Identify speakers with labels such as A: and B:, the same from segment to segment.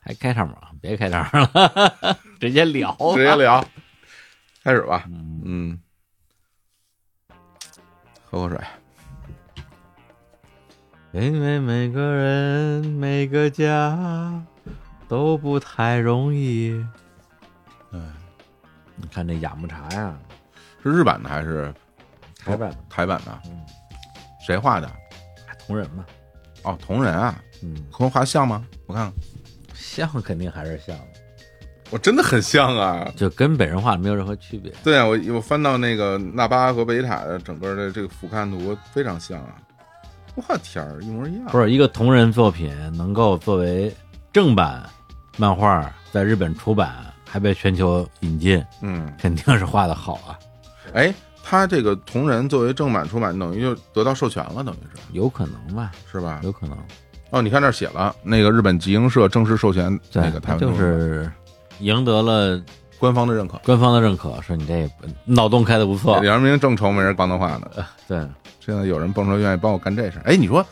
A: 还开场吗？别开场了，直接聊，
B: 直接聊，开始吧。
A: 嗯，
B: 嗯，喝口水。
A: 因为每个人每个家都不太容易。
B: 嗯，
A: 你看这雅木茶呀，
B: 是日版的还是
A: 台版
B: 台版的
A: 嗯？
B: 谁画的？
A: 同人嘛，
B: 哦，同人啊，
A: 嗯，
B: 和画像吗？我看看，
A: 像肯定还是像的，
B: 我真的很像啊。
A: 就跟本人画的没有任何区别。
B: 对啊，我我翻到那个纳巴和贝塔的整个的这个俯瞰图，非常像啊！我天儿，一模一样。
A: 不是一个同人作品能够作为正版漫画在日本出版，还被全球引进，
B: 嗯，
A: 肯定是画的好啊，
B: 哎，他这个同人作为正版出版，等于就得到授权了，等于是
A: 有可能吧？
B: 是吧？
A: 有可能，
B: 哦，你看这儿写了，那个日本集英社正式授权
A: 对，
B: 那个台湾
A: 就
B: 动漫
A: 是赢得了
B: 官方的认可。
A: 官方的认可，说你这脑洞开的不错。
B: 杨明正愁没人帮他画呢，
A: 对，
B: 现在有人蹦出来愿意帮我干这事儿。哎，你说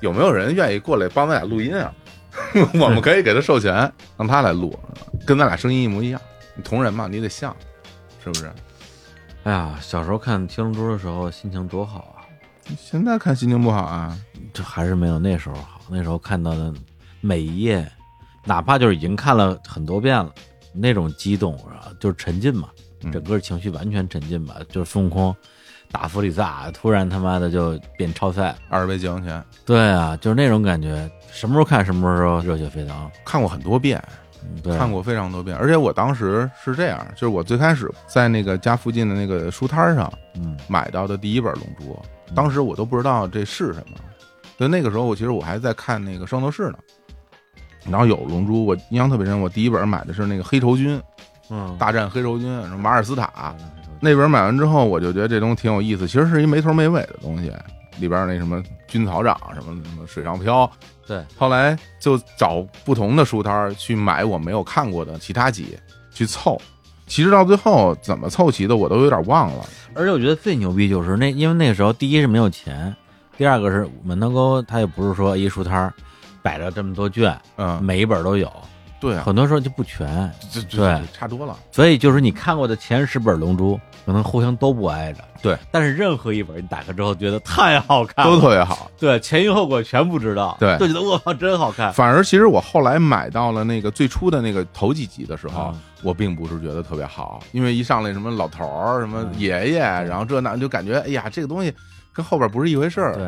B: 有没有人愿意过来帮咱俩录音啊？ 我们可以给他授 权，让他来录，跟咱俩声音一模一样。你同人嘛，你得像，是不是？
A: 哎呀，小时候看《七龙珠》的时候心情多好啊，
B: 现在看心情不好啊，
A: 这还是没有那时候好。那时候看到的每一页，哪怕就是已经看了很多遍了，那种激动啊，就是沉浸嘛，
B: 嗯
A: 整个情绪完全沉浸吧。就是孙悟空打弗利萨，突然他妈的就变超赛，
B: 二十倍解放前
A: 对啊，就是那种感觉。什么时候看什么时候热血沸腾，
B: 看过很多遍，
A: 嗯对，
B: 看过非常多遍。而且我当时是这样，就是我最开始在那个家附近的那个书摊上
A: 嗯，
B: 买到的第一本《龙珠》，当时我都不知道这是什么。就那个时候，我其实我还在看那个《圣斗士》呢。然后有《龙珠》，我印象特别深。我第一本买的是那个《黑仇军
A: 嗯，
B: 大战黑仇军》，什么马尔斯塔
A: 那
B: 那本买完之后，我就觉得这东西挺有意思。其实是一没头没尾的东西，里边那什么军草长，什么什么水上漂。
A: 对，
B: 后来就找不同的书摊儿去买我没有看过的其他集去凑。其实到最后怎么凑齐的，我都有点忘了。
A: 而且我觉得最牛逼就是那，因为那个时候第一是没有钱，第二个是门头沟，它也不是说一书摊儿摆着这么多卷，
B: 嗯，
A: 每一本都有，
B: 对啊，
A: 很多时候就不全，
B: 这这
A: 对
B: 这差多了。
A: 所以就是你看过的前十本《龙珠》，可能互相都不挨着，
B: 对，
A: 但是任何一本你打开之后觉得太好看
B: 都
A: 了，
B: 特别好。
A: 对，前因后果全不知道，
B: 对
A: 就觉得我靠真好看，
B: 反而其实我后来买到了那个最初的那个头几集的时候，
A: 嗯
B: 我并不是觉得特别好，因为一上来什么老头儿、什么
A: 嗯
B: 爷爷，然后这那就感觉哎呀，这个东西跟后边不是一回事儿。
A: 对。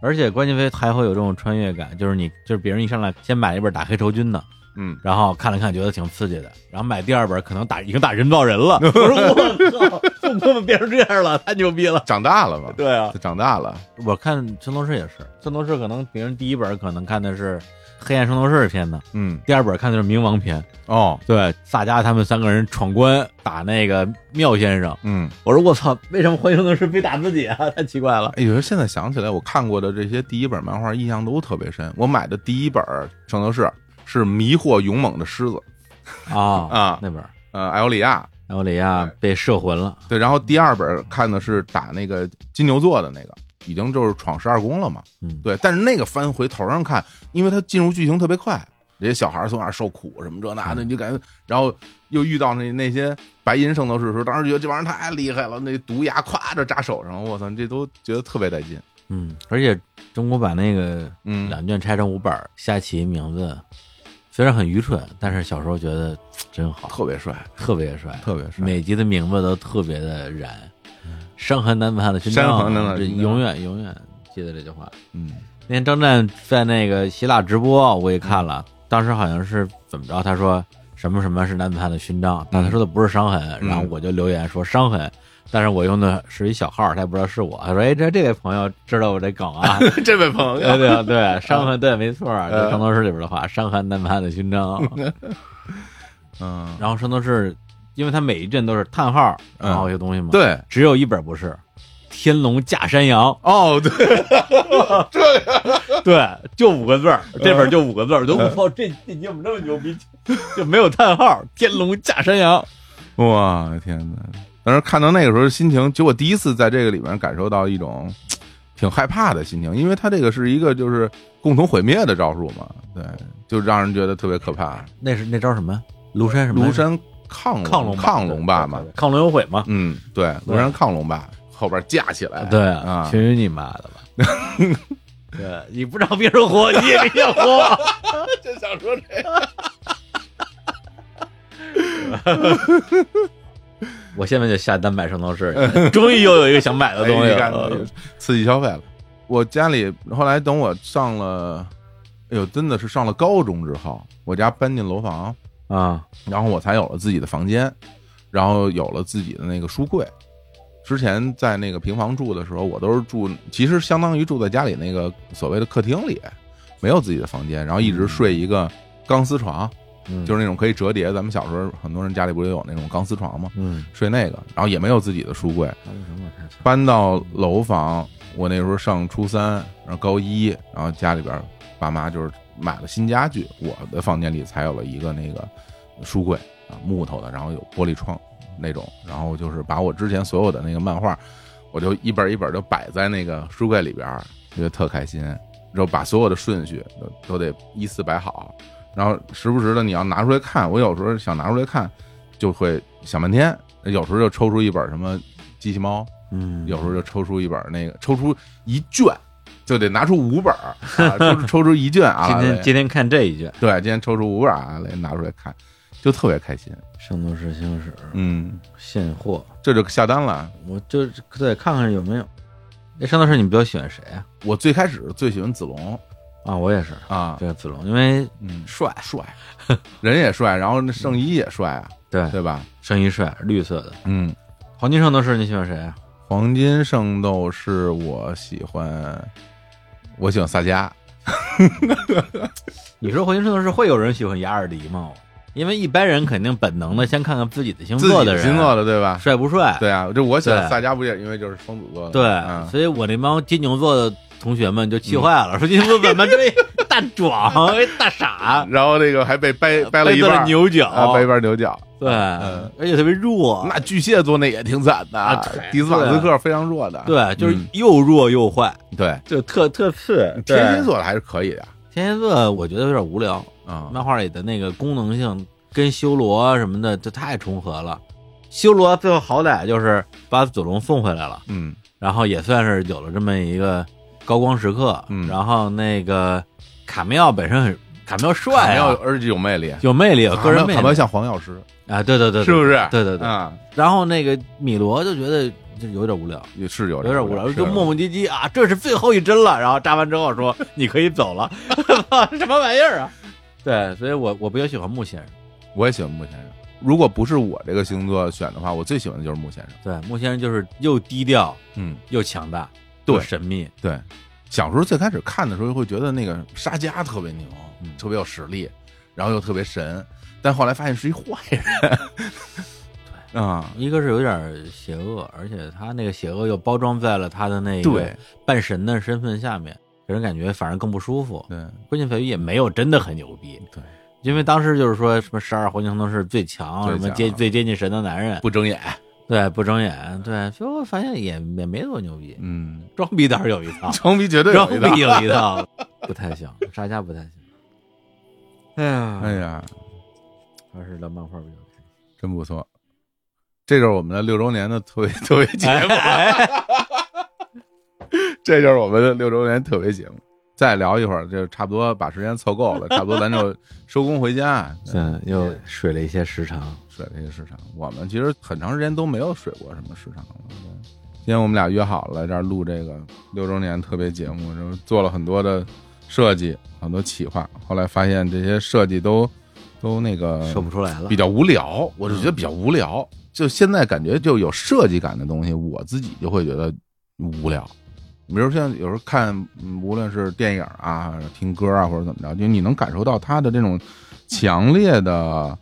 A: 而且关键飞还会有这种穿越感，就是你就是别人一上来先买一本打黑仇军的，
B: 嗯，
A: 然后看了看，觉得挺刺激的，然后买第二本，可能打已经打人造人 了。我说我靠，孙悟空变成这样了，太牛逼了。
B: 长大了嘛，
A: 对啊，
B: 长大了，
A: 我看《圣斗士》也是，《圣斗士》可能别人第一本可能看的是《黑暗圣斗士》篇的，
B: 嗯，
A: 第二本看的是《冥王篇》。
B: 哦，
A: 对，萨迦他们三个人闯关打那个妙先生，
B: 嗯，
A: 我说我操，为什么幻影圣斗士非打自己啊？太奇怪了。
B: 哎，有时候现在想起来，我看过的这些第一本漫画印象都特别深。我买的第一本《圣斗士》是《迷惑勇猛的狮子》，
A: 啊、
B: 啊
A: 那本
B: 呃，艾欧里亚。
A: 艾欧里亚被摄魂了，
B: 对，然后第二本看的是打那个金牛座的那个，已经就是闯十二宫了嘛。
A: 嗯，
B: 对，但是那个翻回头上看，因为它进入剧情特别快，这些小孩儿从哪儿受苦什么这那的，
A: 嗯
B: 你就感觉，然后又遇到那那些白银圣斗士的时候，当时觉得这玩意儿太厉害了，那毒牙咵就扎手上，我操，这都觉得特别带劲。
A: 嗯，而且中国把那个
B: 嗯，
A: 两卷拆成五本儿，下棋名字虽然很愚蠢，但是小时候觉得嘖真好，
B: 特别帅，
A: 特别帅，
B: 特别帅。
A: 每集的名字都特别的燃，伤寒难怕的勋章，
B: 伤寒难怕的嗯
A: 这
B: 勋章
A: 永远永远记得这句话。
B: 嗯，
A: 那天张湛在那个希腊直播，我也看
B: 嗯
A: 了，当时好像是怎么着，他说什么什么是难判的勋章，但他说的不是伤痕，
B: 嗯
A: 然后我就留言说伤痕。但是我用的是一小号，他也不知道是我。他说：“哎，这这位朋友知道我这梗啊，
B: 这 位朋
A: 对啊
B: 友，
A: 对对，伤痕对，没错，这《
B: 呃
A: 圣斗士》里边的话，伤痕难判的勋章。
B: 嗯，
A: 然后《圣斗士》，因为它每一阵都是叹号，
B: 嗯
A: 然后一个东西嘛，，
B: 对，
A: 只有一本不是《天龙架山羊》，
B: 哦，对，
A: 对，就五个字儿，这本就五个字儿，我就我操，这这你怎么这么牛逼？ 就没有叹号，《天龙架山羊》。
B: 哇，天哪！当时看到那个时候心情，就我第一次在这个里面感受到一种挺害怕的心情，因为它这个是一个就是共同毁灭的招数嘛，对，就让人觉得特别可怕。
A: 那是那招什么呀？庐山什么来
B: 庐
A: 着？
B: 山抗
A: 抗
B: 龙
A: 龙
B: 抗龙霸嘛，，
A: 抗龙有悔嘛？
B: 嗯，对，
A: 对
B: 庐山抗龙霸后边架起来，
A: 对
B: 啊，
A: 去你妈的 吧！对你不让别人活，你也别活。
B: 就想说 这
A: 我现在就下单买圣斗士，终于又有一个想买的东西
B: 嗯哎
A: 了。
B: 你看刺激消费了。我家里后来等我上了，哎呦，真的是上了高中之后，我家搬进楼房，
A: 啊，
B: 然后我才有了自己的房间，然后有了自己的那个书柜。之前在那个平房住的时候，我都是住，其实相当于住在家里那个所谓的客厅里，没有自己的房间，然后一直睡一个钢丝床，
A: 嗯
B: 就是那种可以折叠。咱们小时候很多人家里不是有那种钢丝床吗？
A: 嗯，
B: 睡那个，然后也没有自己的书柜，搬到楼房，我那时候上初三，然后高一，然后家里边爸妈就是买了新家具，我的房间里才有了一个那个书柜啊，木头的，然后有玻璃窗那种，然后就是把我之前所有的那个漫画，我就一本一本就摆在那个书柜里边，觉得特开心，然后把所有的顺序都都得依次摆好，然后时不时的你要拿出来看，我有时候想拿出来看，就会想半天，有时候就抽出一本什么机器猫。
A: 嗯，
B: 有时候就抽出一本那个，抽出一卷，就得拿出五本儿，啊、抽出抽出一卷啊，
A: 今
B: 来
A: 天今天看这一卷《
B: 对，今天抽出五本儿啊，来拿出来看，就特别开心。
A: 圣斗士星矢》
B: 嗯，
A: 现货，
B: 这就下单了。
A: 我就得看看有没有。那圣斗士你比较喜欢谁啊？
B: 我最开始最喜欢子龙
A: 啊，我也是，
B: 啊，
A: 对子龙，因为
B: 嗯，
A: 帅，
B: 帅，人也帅，然后那圣衣也帅啊，
A: 对，
B: 对吧？
A: 圣衣帅，绿色的。
B: 嗯，
A: 黄金圣斗士你喜欢谁啊？
B: 黄金圣斗士我喜欢，我喜欢萨迦，
A: 你说黄金圣斗士会有人喜欢雅尔迪吗？因为一般人肯定本能的先看看自己的星
B: 自
A: 座
B: 己
A: 的
B: 的
A: 人，
B: 星座的对吧？
A: 帅不帅？
B: 对啊，就我喜欢
A: 对
B: 萨迦，不也因为就是双子座的？
A: 对
B: 嗯
A: 所以我那帮金牛座的同学们就气坏了，说金牛座怎么这大 壮、这大傻，
B: 然后那个还被掰掰了一
A: 断
B: 半儿
A: 牛角，
B: 啊，掰一半儿牛角。
A: 对，而且特别弱。
B: 那巨蟹座那也挺惨的
A: 哦啊，
B: 迪斯瓦斯克非常弱的。
A: 对，就是
B: 嗯
A: 又弱又坏，
B: 对，
A: 就特特次。
B: 天蝎
A: 蝎，
B: 座的还是可以的
A: 天蝎座我觉得有点无聊，
B: 啊。
A: 漫画里的那个功能性跟修罗什么的，这太重合了。修罗最后好歹就是把祖龙送回来了，
B: 嗯，
A: 然后也算是有了这么一个高光时刻。
B: 嗯
A: 然后那个卡梅奥本身很卡梅奥
B: 卡
A: 帅
B: 梅
A: 啊，
B: 奥而且有魅力，啊
A: 有魅力，有个人
B: 卡
A: 魅
B: 梅卡梅奥
A: 力
B: 像黄药师，
A: 啊，对对对，对
B: 是不是？
A: 对对对。
B: 啊，
A: 然后那个米罗就觉得就有点无聊，
B: 也是有
A: 有点无聊，就磨
B: 默
A: 磨唧唧啊，这是最后一针了。然后扎完之后说你可以走 了， 什么玩意儿啊？对，所以我我比较喜欢木先生。
B: 我也喜欢木先生。如果不是我这个星座选的话，我最喜欢的就是木先生。
A: 对，木先生就是又低调
B: 嗯，
A: 又强大，
B: 对
A: 又神秘。
B: 对。小时候最开始看的时候，会觉得那个沙迦特别牛，
A: 嗯
B: 特别有实力，然后又特别神，但后来发现是一坏人。 啊，
A: 一个是有点邪恶，而且他那个邪恶又包装在了他的那
B: 对
A: 个半神的身份下面，给人感觉反而更不舒服。
B: 对
A: 关键在于也没有真的很牛逼，
B: 对，
A: 因为当时就是说什么十二黄金圣斗士最强，
B: 最
A: 什么
B: 强啊
A: 接最接近神的男人，
B: 不睁眼，
A: 对，不睁眼，对，最后发现也也没多牛逼，
B: 嗯，，
A: 装逼倒是有一套
B: 装逼绝 对
A: 装
B: 有一道
A: 逼。有一套，不太行，沙家不太行。哎呀，
B: 哎，呀，
A: 还是聊漫画比较开心。
B: 真不错，这就是我们的六周年的特别 特别节目，啊 这就是我们的六周年特别节目。再聊一会儿，就差不多把时间凑够 了，差不多咱就收工回家。
A: 嗯，又水了一些时长，
B: 水这个市场，我们其实很长时间都没有水过什么市场了。对今天我们俩约好了这儿录这个六周年特别节目，然后做了很多的设计，很多企划。后来发现这些设计都都那个
A: 说不出来了
B: 比。较无聊，我是觉得比较无聊。就现在感觉就有设计感的东西，我自己就会觉得无聊。比如像有时候看，嗯无论是电影啊、听歌啊，或者怎么着，就你能感受到它的这种强烈的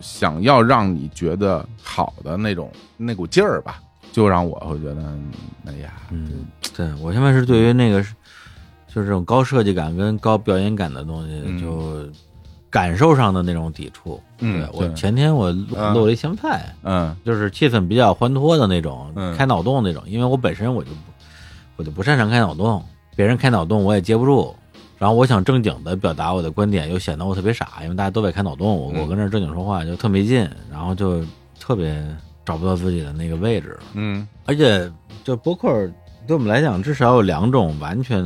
B: 想要让你觉得好的那种那股劲儿吧，就让我会觉得，嗯哎呀，
A: 嗯，对我现在是对于那个是，就是这种高设计感跟高表演感的东
B: 嗯
A: 西，就感受上的那种抵触。
B: 嗯
A: 对我
B: 对
A: 前天我录
B: 嗯
A: 录了一咸菜，
B: 嗯
A: 就是气氛比较欢脱的那种
B: 嗯，
A: 开脑洞那种。因为我本身我就不，我就不擅长开脑洞，别人开脑洞我也接不住，然后我想正经的表达我的观点，又显得我特别傻，因为大家都在开脑洞，我
B: 嗯
A: 我跟这儿正经说话就特没劲，然后就特别找不到自己的那个位置。
B: 嗯
A: 而且，就播客对我们来讲，至少有两种完全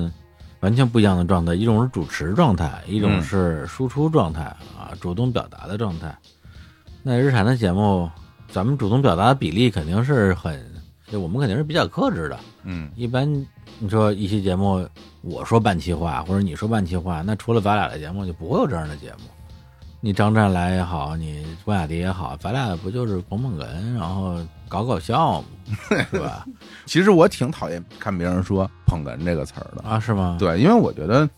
A: 完全不一样的状态，一种是主持状态，一种
B: 嗯
A: 是输出状态、啊，主动表达的状态。那日产的节目，咱们主动表达的比例肯定是很，就我们肯定是比较克制的。
B: 嗯
A: 一般你说一期节目，我说半期话，或者你说半期话，那除了咱俩的节目，就不会有这样的节目。你张湛来也好，你关雅迪也好，咱俩不就是捧捧哏，然后搞搞笑嘛，是吧？
B: 其实我挺讨厌看别人说“捧哏”这个词儿的，
A: 啊，是吗？
B: 对，因为我觉得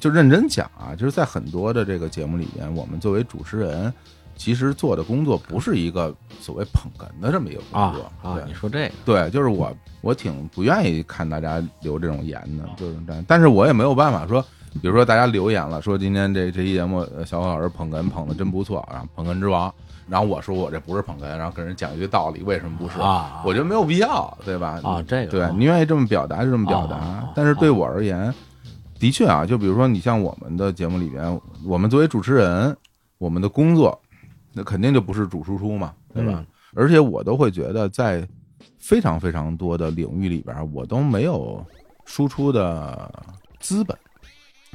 B: 就认真讲啊，就是在很多的这个节目里边，我们作为主持人，其实做的工作不是一个所谓捧哏的这么一个工
A: 啊
B: 作，
A: 啊，
B: 对
A: 你说这个
B: 对，就是我我挺不愿意看大家留这种言的，就是这样，但是我也没有办法说。比如说，大家留言了，说今天这这期节目，呃小何老师捧哏捧的真不错，然后捧哏之王，然后我说我这不是捧哏，然后跟人讲一堆道理，为什么不是？
A: 啊，
B: 我觉得没有必要，对吧？
A: 啊这个
B: 对你愿意这么表达就这么表达，
A: 哦哦哦
B: 但是对我而言，的确啊，就比如说你像我们的节目里边，我们作为主持人，我们的工作，那肯定就不是主输出嘛，对吧？
A: 嗯
B: 而且我都会觉得，在非常非常多的领域里边，我都没有输出的资本，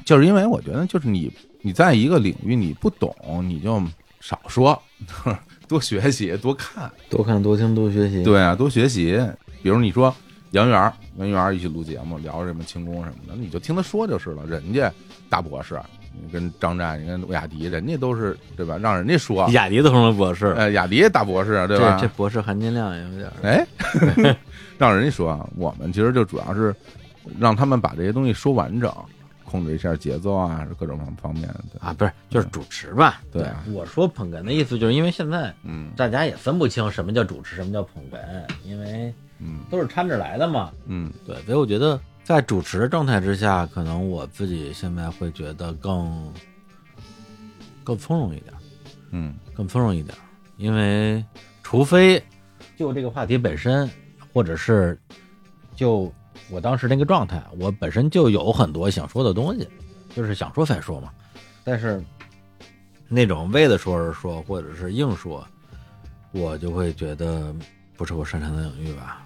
B: 就是因为我觉得，就是你你在一个领域你不懂，你就少说， 多学习，多看。
A: 多看多听多学习，
B: 对啊，多学习。比如你说杨元儿，杨元儿一起录节目，聊什么轻功什么的，你就听他说就是了。人家大博士，你跟张湛，你跟陆雅迪，人家都是对吧？让人家说，
A: 雅迪的同仁博士，
B: 呃，雅迪大博士对
A: 这
B: 吧
A: 这？博士含金量有点儿
B: 哎， 让人家说啊，我们其实就主要是让他们把这些东西说完整，控制一下节奏啊，各种方面的。
A: 啊，不是，就是主持吧？
B: 对啊
A: 我说捧哏的意思就是因为现在
B: 嗯
A: 大家也分不清什么叫主持，什么叫捧哏，因为
B: 嗯
A: 都是掺着来的嘛。
B: 嗯
A: 对，所以我觉得在主持的状态之下，可能我自己现在会觉得更更从容一点，
B: 嗯
A: 更从容一点，因为除非就这个话题本身，或者是就我当时那个状态，我本身就有很多想说的东西，就是想说才说嘛。但是那种为了说而说，或者是硬说，我就会觉得不是我擅长的领域吧，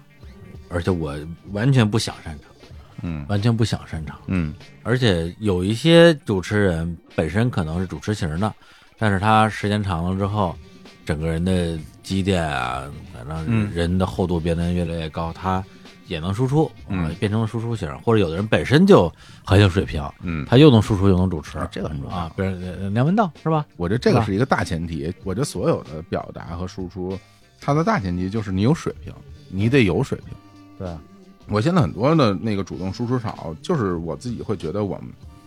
A: 而且我完全不想擅长，
B: 嗯
A: 完全不想擅长。
B: 嗯
A: 而且有一些主持人本身可能是主持型的，但是他时间长了之后，整个人的积淀啊，反正
B: 嗯
A: 人的厚度变得越来越高，他也能输出，
B: 嗯
A: 啊变成了输出型。或者有的人本身就很有水平，
B: 嗯，
A: 他又能输出又能主持
B: 啊，这个很重要
A: 啊。比如呃梁文道是吧？
B: 我觉得这个
A: 是吧
B: 是一个大前提。我觉得所有的表达和输出，它的大前提就是你有水平，你得有水平。
A: 对，
B: 我现在很多的那个主动输出少，就是我自己会觉得我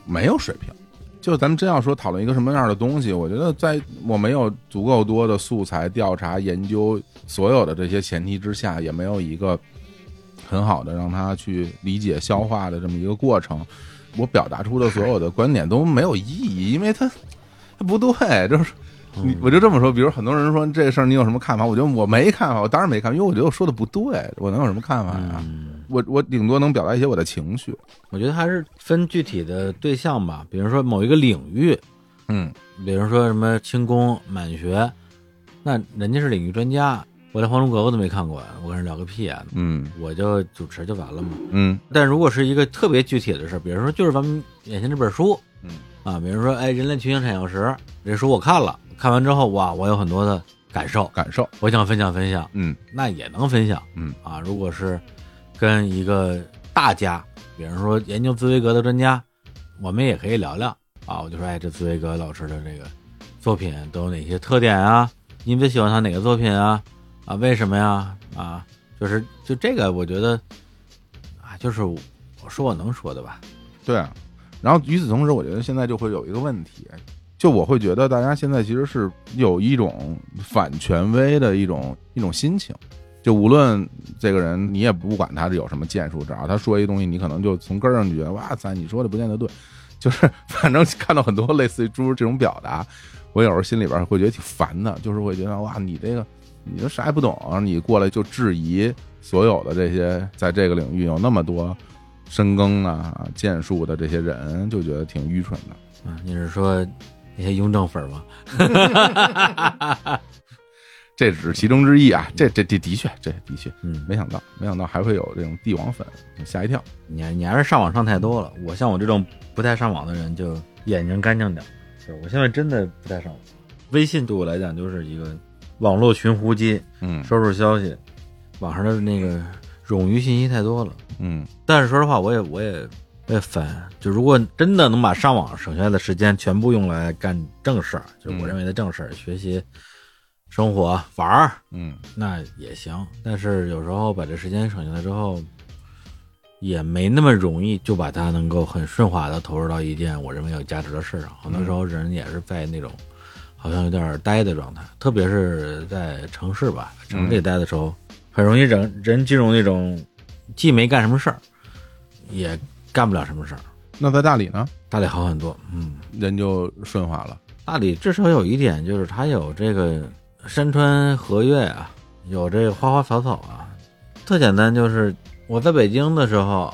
B: 没有水平。就是咱们真要说讨论一个什么样的东西，我觉得在我没有足够多的素材、调查、研究所有的这些前提之下，也没有一个很好的让他去理解、消化的这么一个过程，我表达出的所有的观点都没有意义，因为它它不对， 就是你我就这么说，比如很多人说这个事儿你有什么看法？我觉得我没看法，我当然没看法，因为我觉得我说的不对，我能有什么看法呀？我我顶多能表达一些我的情绪，
A: 嗯我觉得还是分具体的对象吧，比如说某一个领域，
B: 嗯
A: 比如说什么轻功、满学，那人家是领域专家，我连《还珠格格》都没看过，我跟人聊个屁啊！
B: 嗯
A: 我就主持就完了嘛。
B: 嗯
A: 但如果是一个特别具体的事儿，比如说就是咱们眼前这本书
B: 嗯
A: 啊，比如说哎，《人类群星闪耀时》这书我看了，看完之后哇，我有很多的感受，
B: 感受，
A: 我想分享分享，
B: 嗯
A: 那也能分享。
B: 嗯
A: 啊，如果是跟一个大家，比如说研究茨威格的专家，我们也可以聊聊啊。我就说，哎，这茨威格老师的这个作品都有哪些特点啊？你最喜欢他哪个作品啊？啊，为什么呀？啊，就是就这个，我觉得啊，就是我说我能说的吧。
B: 对啊。然后与此同时，我觉得现在就会有一个问题，哎就我会觉得大家现在其实是有一种反权威的一种一种心情，就无论这个人你也不管他是有什么建树，只要他说一东西，你可能就从根儿上就觉得哇塞，你说的不见得对，就是 反正看到很多类似于诸如这种表达，我有时候心里边会觉得挺烦的，就是会觉得哇，你这个你这啥也不懂，你过来就质疑所有的这些在这个领域有那么多深耕啊、剑术的这些人就觉得挺愚蠢的。
A: 啊，你是说那些雍正粉儿吗？
B: 这只是其中之一啊，这这这的确，这的确
A: 嗯，
B: 没想到，没想到还会有这种帝王粉，吓一跳。
A: 你还你还是上网上太多了。我像我这种不太上网的人，就眼睛干净点儿。对我现在真的不太上网，微信对我来讲就是一个网络寻呼机，
B: 嗯
A: 收拾消息，网上的那个冗余信息太多了。
B: 嗯，
A: 但是说实话，我也我也我也烦。就如果真的能把上网省下来的时间全部用来干正事儿，就是我
B: 嗯
A: 认为的正事儿，学习、生活、玩儿，
B: 嗯，
A: 那也行。但是有时候把这时间省下来之后，也没那么容易就把它能够很顺滑的投入到一件我认为有价值的事上。很多时候人也是在那种好像有点呆的状态，特别是在城市吧，城市里待的时候，很容易人人进入那种既没干什么事儿，也干不了什么事儿。
B: 那在大理呢，
A: 大理好很多，嗯，
B: 人就顺滑了。
A: 大理至少有一点就是它有这个山川河岳啊，有这个花花草草啊。特简单，就是我在北京的时候，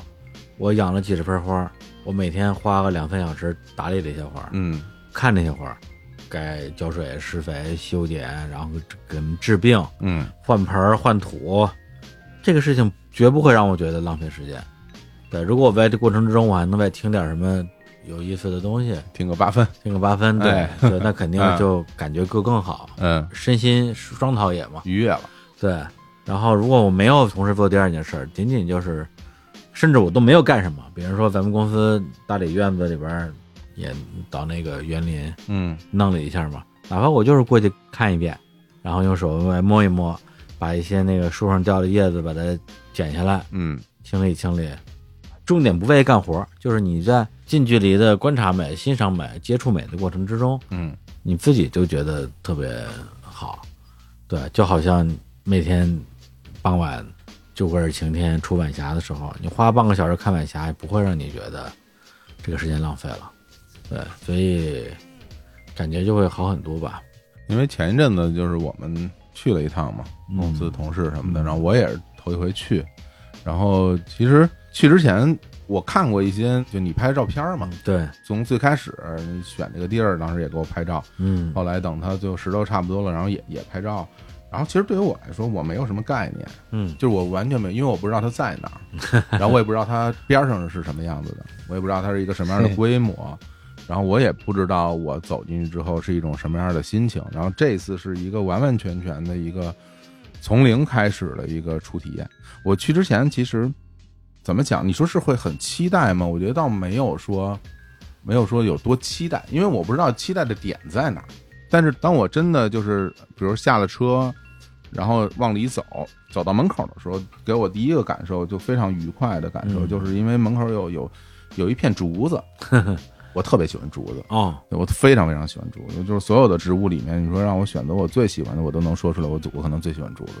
A: 我养了几十盆花，我每天花个两三小时打理这些花，
B: 嗯
A: 看这些花，该浇水、施肥、修剪，然后给它们治病、
B: 嗯
A: 换盆儿、换土，这个事情绝不会让我觉得浪费时间。对，如果我在这过程之中，我还能再听点什么有意思的东西，
B: 听个八分。
A: 这个八分，对，
B: 哎
A: 对，那肯定
B: 嗯
A: 就感觉更更好，
B: 嗯，
A: 身心双陶冶嘛。
B: 愉悦了。
A: 对，然后如果我没有同时做第二件事儿，仅仅就是，甚至我都没有干什么，比如说咱们公司大理院子里边儿也到那个园林
B: 嗯
A: 弄了一下嘛，哪怕我就是过去看一遍，然后用手来摸一摸，把一些那个树上掉的叶子把它剪下来，
B: 嗯
A: 清理清理。重点不在于干活儿，就是你在近距离的观察美、欣赏美、接触美的过程之中，
B: 嗯
A: 你自己就觉得特别好，对，就好像每天傍晚就会是晴天出晚霞的时候，你花半个小时看晚霞，也不会让你觉得这个时间浪费了，对，所以感觉就会好很多吧。
B: 因为前一阵子就是我们去了一趟嘛，
A: 嗯
B: 公司同事什么的，
A: 嗯
B: 然后我也是头一回去，然后其实去之前我看过一些，就你拍的照片嘛，
A: 对，
B: 从最开始你选这个地儿，当时也给我拍照，
A: 嗯，
B: 后来等它就石头差不多了，然后也也拍照。然后其实对于我来说，我没有什么概念，
A: 嗯，
B: 就是我完全没，因为我不知道它在哪儿，然后我也不知道它边上是什么样子的，我也不知道它是一个什么样的规模，然后我也不知道我走进去之后是一种什么样的心情。然后这次是一个完完全全的一个从零开始的一个初体验。我去之前其实怎么讲，你说是会很期待吗？我觉得倒没有说没有说有多期待，因为我不知道期待的点在哪儿。但是当我真的就是比如下了车，然后往里走，走到门口的时候，给我第一个感受就非常愉快的感受，
A: 嗯
B: 就是因为门口有有有一片竹子，我特别喜欢竹子，
A: 哦，
B: 我非常非常喜欢竹子，就是所有的植物里面，你说让我选择我最喜欢的，我都能说出来，我我可能最喜欢竹子。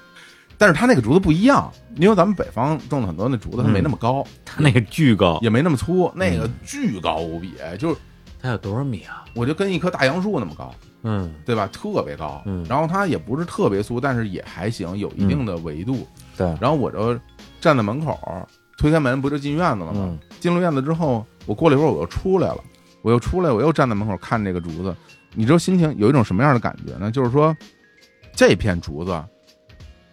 B: 但是它那个竹子不一样，因为咱们北方种了很多那竹子，它没那么高，
A: 它那个巨高，
B: 也没那么粗，那个巨高无比，就是
A: 它有多少米啊？
B: 我就跟一棵大杨树那么高，
A: 嗯，
B: 对吧？特别高
A: 嗯，
B: 然后它也不是特别粗，但是也还行，有一定的维度。
A: 对，
B: 然后我就站在门口，推开门不就进院子了吗？
A: 嗯
B: 进了院子之后，我过了一会儿我又出来了，我又出来，我又站在门口看这个竹子。你知道心情有一种什么样的感觉呢？就是说，这片竹子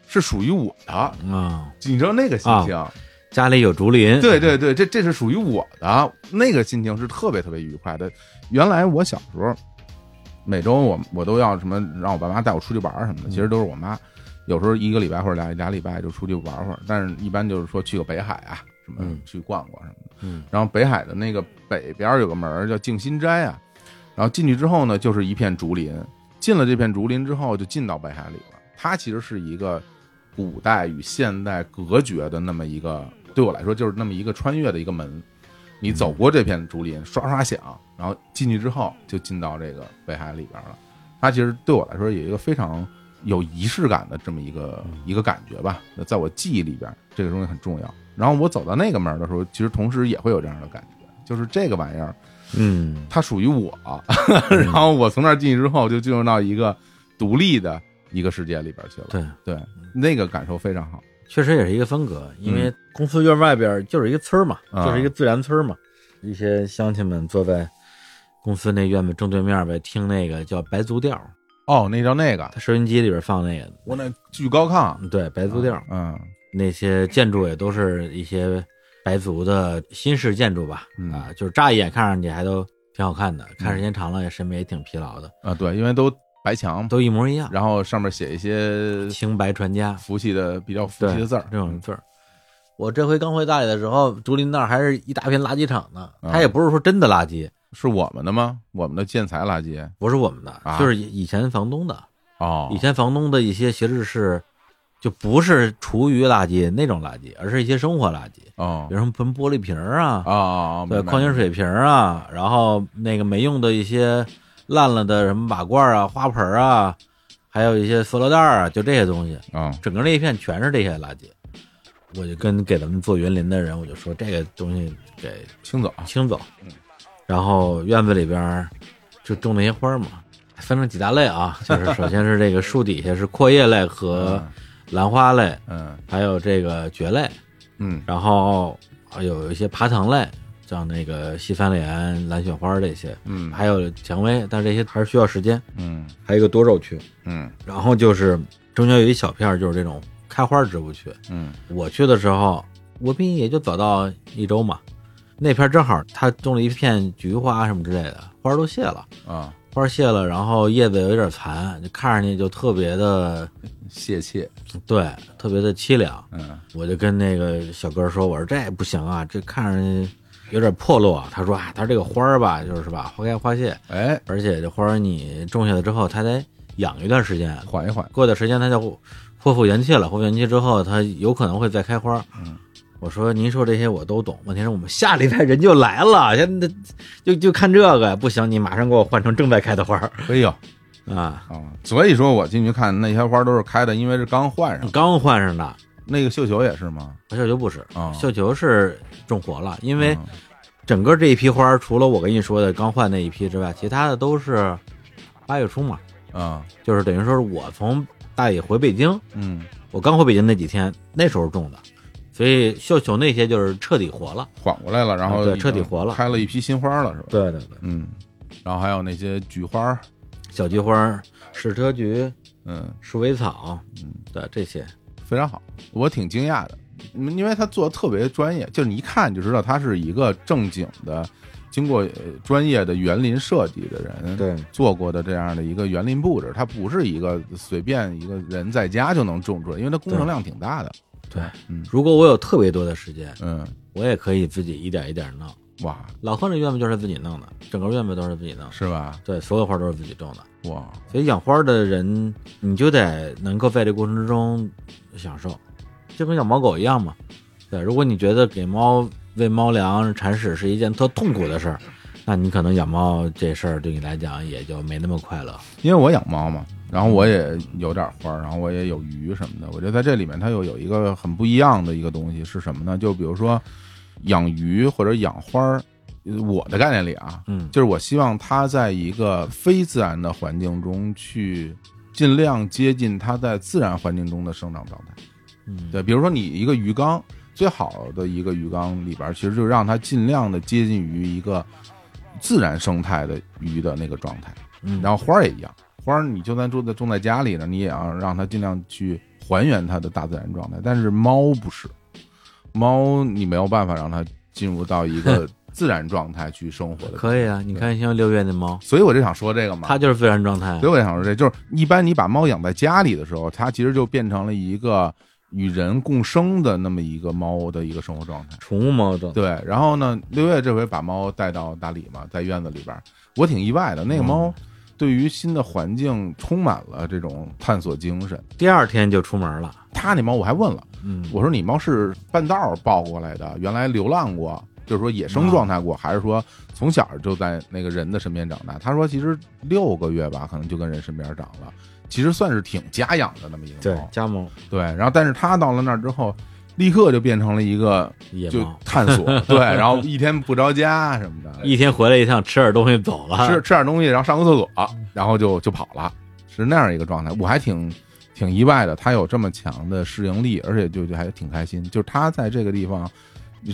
B: 是属于我的，
A: 啊，
B: 你知道那个心情？
A: 家里有竹林，
B: 对对对，这这是属于我的，那个心情是特别特别愉快的。原来我小时候，每周我我都要什么让我爸妈带我出去玩儿什
A: 嗯
B: 么的，其实都是我妈，有时候一个礼拜或者俩俩礼拜就出去玩会儿，但是一般就是说去个北海啊，什么
A: 嗯
B: 去逛逛什么的。
A: 嗯，
B: 然后北海的那个北边儿有个门儿叫静心斋啊，然后进去之后呢，就是一片竹林。进了这片竹林之后，就进到北海里了。它其实是一个古代与现代隔绝的那么一个，对我来说就是那么一个穿越的一个门。你走过这片竹林，刷刷响，然后进去之后就进到这个北海里边了。它其实对我来说有一个非常有仪式感的这么一个
A: 嗯
B: 一个感觉吧，在我记忆里边，这个东西很重要。然后我走到那个门儿的时候，其实同时也会有这样的感觉，就是这个玩意儿
A: 嗯，
B: 它属于我， 然后我从那儿进去之后，就进入到一个独立的一个世界里边去了。
A: 对，
B: 对，那个感受非常好。
A: 确实也是一个分隔，因为公司院外边就是一个村儿嘛，
B: 嗯啊
A: 就是一个自然村儿嘛，一些乡亲们坐在公司那院子正对面呗，听那个叫白族调，
B: 哦，那叫那个，
A: 他收音机里边放那个，
B: 我那巨高亢，
A: 对，白族调，
B: 嗯
A: 那些建筑也都是一些白族的新式建筑吧，
B: 嗯
A: 啊，就是乍一眼看上去还都挺好看的，看时间长了也审美也挺疲劳的，
B: 啊，对，因为都白墙，
A: 都一模一样，
B: 然后上面写一些
A: 清白传家，
B: 福气的比较福
A: 对
B: 气的字儿，嗯
A: 这种字儿。我这回刚回大理的时候，竹林那儿还是一大片垃圾场呢。
B: 啊
A: 它也不是说真的垃圾，
B: 是我们的吗？我们的建材垃圾
A: 不是我们的，
B: 啊
A: 就是以以前房东的。
B: 哦
A: 以前房东的一些其实是，就不是厨余垃圾那种垃圾，而是一些生活垃圾，
B: 哦
A: 比如什么喷玻璃瓶儿啊，
B: 哦哦，
A: 对，
B: 明白
A: 矿泉水瓶儿啊，然后那个没用的一些烂了的什么瓦罐儿啊、花盆儿啊，还有一些塑料袋儿啊，就这些东西，
B: 啊
A: 整个那一片全是这些垃圾。我就跟给咱们做园林的人，我就说这个东西给
B: 清走啊
A: 清走，然后院子里边儿就种那些花儿嘛，分成几大类啊，就是首先是这个树底下是阔叶类和兰花类，
B: 嗯
A: 还有这个蕨类，
B: 嗯
A: 然后呃有一些爬藤类，像那个西番莲、蓝雪花这些，
B: 嗯
A: 还有蔷薇，但这些还是需要时间。
B: 嗯
A: 还有一个多肉区，
B: 嗯
A: 然后就是中间有一小片儿就是这种开花植物区。
B: 嗯
A: 我去的时候，我比你也就早到一周嘛，那片儿正好它种了一片菊花什么之类的，花儿都谢了。
B: 啊，
A: 花儿谢了，然后叶子有点残，就看上去就特别的
B: 泄气，
A: 对，特别的凄凉。
B: 嗯
A: 我就跟那个小哥说，我说这不行啊，这看上去有点破落。他说啊，他这个花儿吧，就是吧，花开花谢，
B: 哎，
A: 而且这花儿你种下来之后，它得养一段时间，
B: 缓一缓，
A: 过段时间它就恢复元气了，恢复元气之后，它有可能会再开花。
B: 嗯。
A: 我说，您说这些我都懂，问题是我们下礼拜人就来了，现在就就看这个不行，你马上给我换成正在开的花儿
B: 哎呦
A: 啊，
B: 啊，所以说我进去看那些花都是开的，因为是刚换上，
A: 刚换上的。
B: 那个绣球也是吗？
A: 绣球不是
B: 啊，
A: 绣球是种活了，因为
B: 嗯
A: 整个这一批花儿，除了我跟你说的刚换那一批之外，其他的都是八月初嘛，
B: 啊
A: 就是等于说是我从大理回北京，
B: 嗯，
A: 我刚回北京那几天，那时候种的，所以绣球那些就是彻底活了。
B: 缓过来了，然
A: 啊
B: 后
A: 对
B: 已经
A: 彻底活了
B: 开了一批新花了，是吧？
A: 对对对，
B: 嗯，然后还有那些菊花，
A: 小菊花儿、矢车菊、
B: 嗯，
A: 鼠尾草，
B: 嗯，
A: 对这些，
B: 非常好，我挺惊讶的，嗯因为他做的特别专业，就是你一看就知道他是一个正经的，经过呃专业的园林设计的人，
A: 对
B: 做过的这样的一个园林布置，它不是一个随便一个人在家就能种出来，因为它工程量挺大的。
A: 对。
B: 嗯
A: 如果我有特别多的时间，
B: 嗯，
A: 我也可以自己一点一点弄。
B: 哇，
A: 老贺那院子就是自己弄的，整个院子都是自己弄的，
B: 是吧？
A: 对，所有花都是自己种的。
B: 哇，
A: 所以养花的人，你就得能够在这过程之中享受，就跟养猫狗一样嘛。对，如果你觉得给猫喂猫粮、铲屎是一件特痛苦的事儿，那你可能养猫这事儿对你来讲也就没那么快乐。
B: 因为我养猫嘛，然后我也有点花儿，然后我也有鱼什么的。我觉得在这里面它又有一个很不一样的一个东西是什么呢？就比如说养鱼或者养花儿，呃我的概念里啊，
A: 嗯，
B: 就是我希望它在一个非自然的环境中去。尽量接近它在自然环境中的生长状态。
A: 嗯，
B: 对，比如说你一个鱼缸，最好的一个鱼缸里边儿，其实就让它尽量的接近于一个自然生态的鱼的那个状态。
A: 嗯，
B: 然后花儿也一样，花儿你就算住在种在家里呢，你也要让它尽量去还原它的大自然状态。但是猫不是，猫你没有办法让它进入到一 个自然状态去生活的。
A: 可以啊。你看像六月那猫，
B: 所以我就想说这个嘛，
A: 它就是自然状态啊
B: 所以。我想说这就是一般你把猫养在家里的时候，它其实就变成了一个与人共生的那么一个猫的一个生活状态。
A: 宠物猫状态，
B: 对，然后呢，六月这回把猫带到大理嘛，在院子里边儿，我挺意外的。那个猫对于新的环境充满了这种探索精神。
A: 第二天就出门了。
B: 他那猫我还问了，
A: 嗯，
B: 我说你猫是半道儿抱过来的，原来流浪过，就是说野生状态过，还是说从小就在那个人的身边长大？他说其实六个月吧，可能就跟人身边长了，其实算是挺家养的那么一个
A: 对
B: 猫。
A: 家猫
B: 对，然后但是他到了那儿之后，立刻就变成了一个
A: 野
B: 就
A: 猫，
B: 探索，对，然后一天不着家什么的，
A: 一天回来一趟，吃点东西走了。
B: 啊吃吃点东西，然后上个厕所，然后就就跑了，是那样一个状态。我还挺挺意外的，他有这么强的适应力，而且就就还挺开心，就是他在这个地方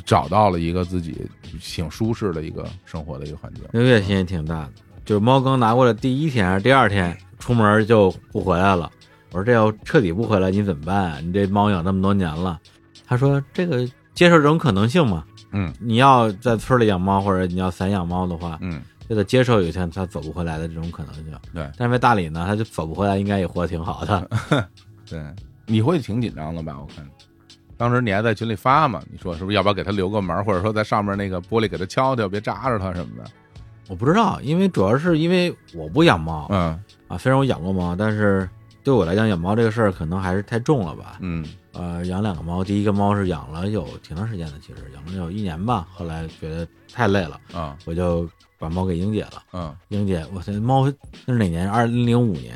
B: 找到了一个自己挺舒适的一个生活的一个环境。
A: 刘月心也挺大的，就是猫刚拿过来第一天还是第二天，出门就不回来了。我说这要彻底不回来，你怎么办、啊你这猫养那么多年了。他说这个接受这种可能性嘛，
B: 嗯
A: 你要在村里养猫或者你要散养猫的话，
B: 嗯，
A: 就得接受有一天它走不回来的这种可能性。
B: 对
A: 但是在大理呢，它就走不回来，应该也活得挺好的。
B: 对，你会挺紧张的吧？我看当时你还在群里发嘛，你说是不是？要不要给他留个门儿，或者说在上面那个玻璃给他敲敲，别扎着他什么的。
A: 我不知道，因为主要是因为我不养猫
B: 嗯
A: 啊，虽然我养过猫，但是对我来讲养猫这个事儿可能还是太重了吧。
B: 嗯
A: 呃，养两个猫，第一个猫是养了有挺长时间的，其实养了有一年吧，后来觉得太累了，
B: 啊
A: 我就把猫给英姐了。
B: 嗯
A: 英姐，我这猫那是哪年？二零零五年，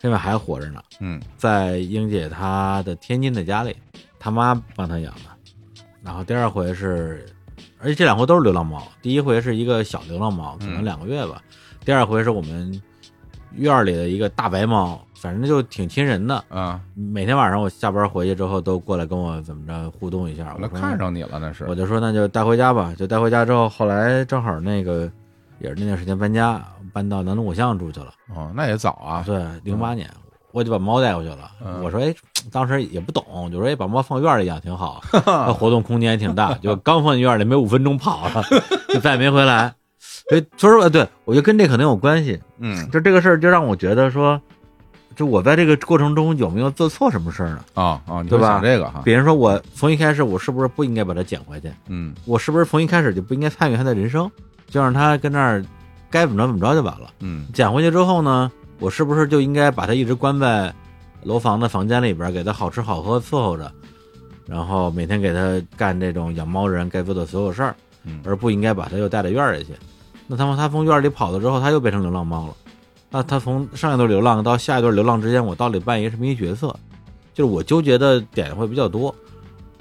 A: 现在还活着呢，
B: 嗯
A: 在英姐她的天津的家里，她妈帮她养的。然后第二回是，而且这两回都是流浪猫，第一回是一个小流浪猫，可能
B: 嗯
A: 两个月吧，第二回是我们院儿里的一个大白猫，反正就挺亲人的。
B: 啊，
A: 每天晚上我下班回去之后都过来跟我怎么着互动一下，
B: 我
A: 我
B: 都
A: 说
B: 看上你了，那是
A: 我就说那就带回家吧，就带回家之后，后来正好那个也是那段时间搬家，搬到南锣鼓巷住去了。
B: 哦，那也早啊。
A: 对，零八年、我就把猫带回去了。
B: 嗯
A: 我说哎，当时也不懂，我就说哎，把猫放院里养挺 好，它活动空间也挺大。就刚放院里没五分钟跑了， 就再也没回来。所以说实话，对我觉得跟这可能有关系。
B: 嗯
A: 就这个事儿，就让我觉得说，就我在这个过程中有没有做错什么事儿呢？
B: 啊啊，你
A: 对
B: 会
A: 吧
B: 想这个哈？
A: 比如说我从一开始，我是不是不应该把它捡回去？
B: 嗯
A: 我是不是从一开始就不应该参与他的人生，就让他跟那儿该怎么着怎么着就完了？
B: 嗯
A: 捡回去之后呢，我是不是就应该把他一直关在楼房的房间里边，给他好吃好喝伺候着，然后每天给他干这种养猫人该做的所有事儿，
B: 嗯
A: 而不应该把他又带到院里去？那他妈他从院里跑了之后，他又变成流浪猫了。那他从上一段流浪到下一段流浪之间，我到底扮演一个什么一角色？就是我纠结的点会比较多。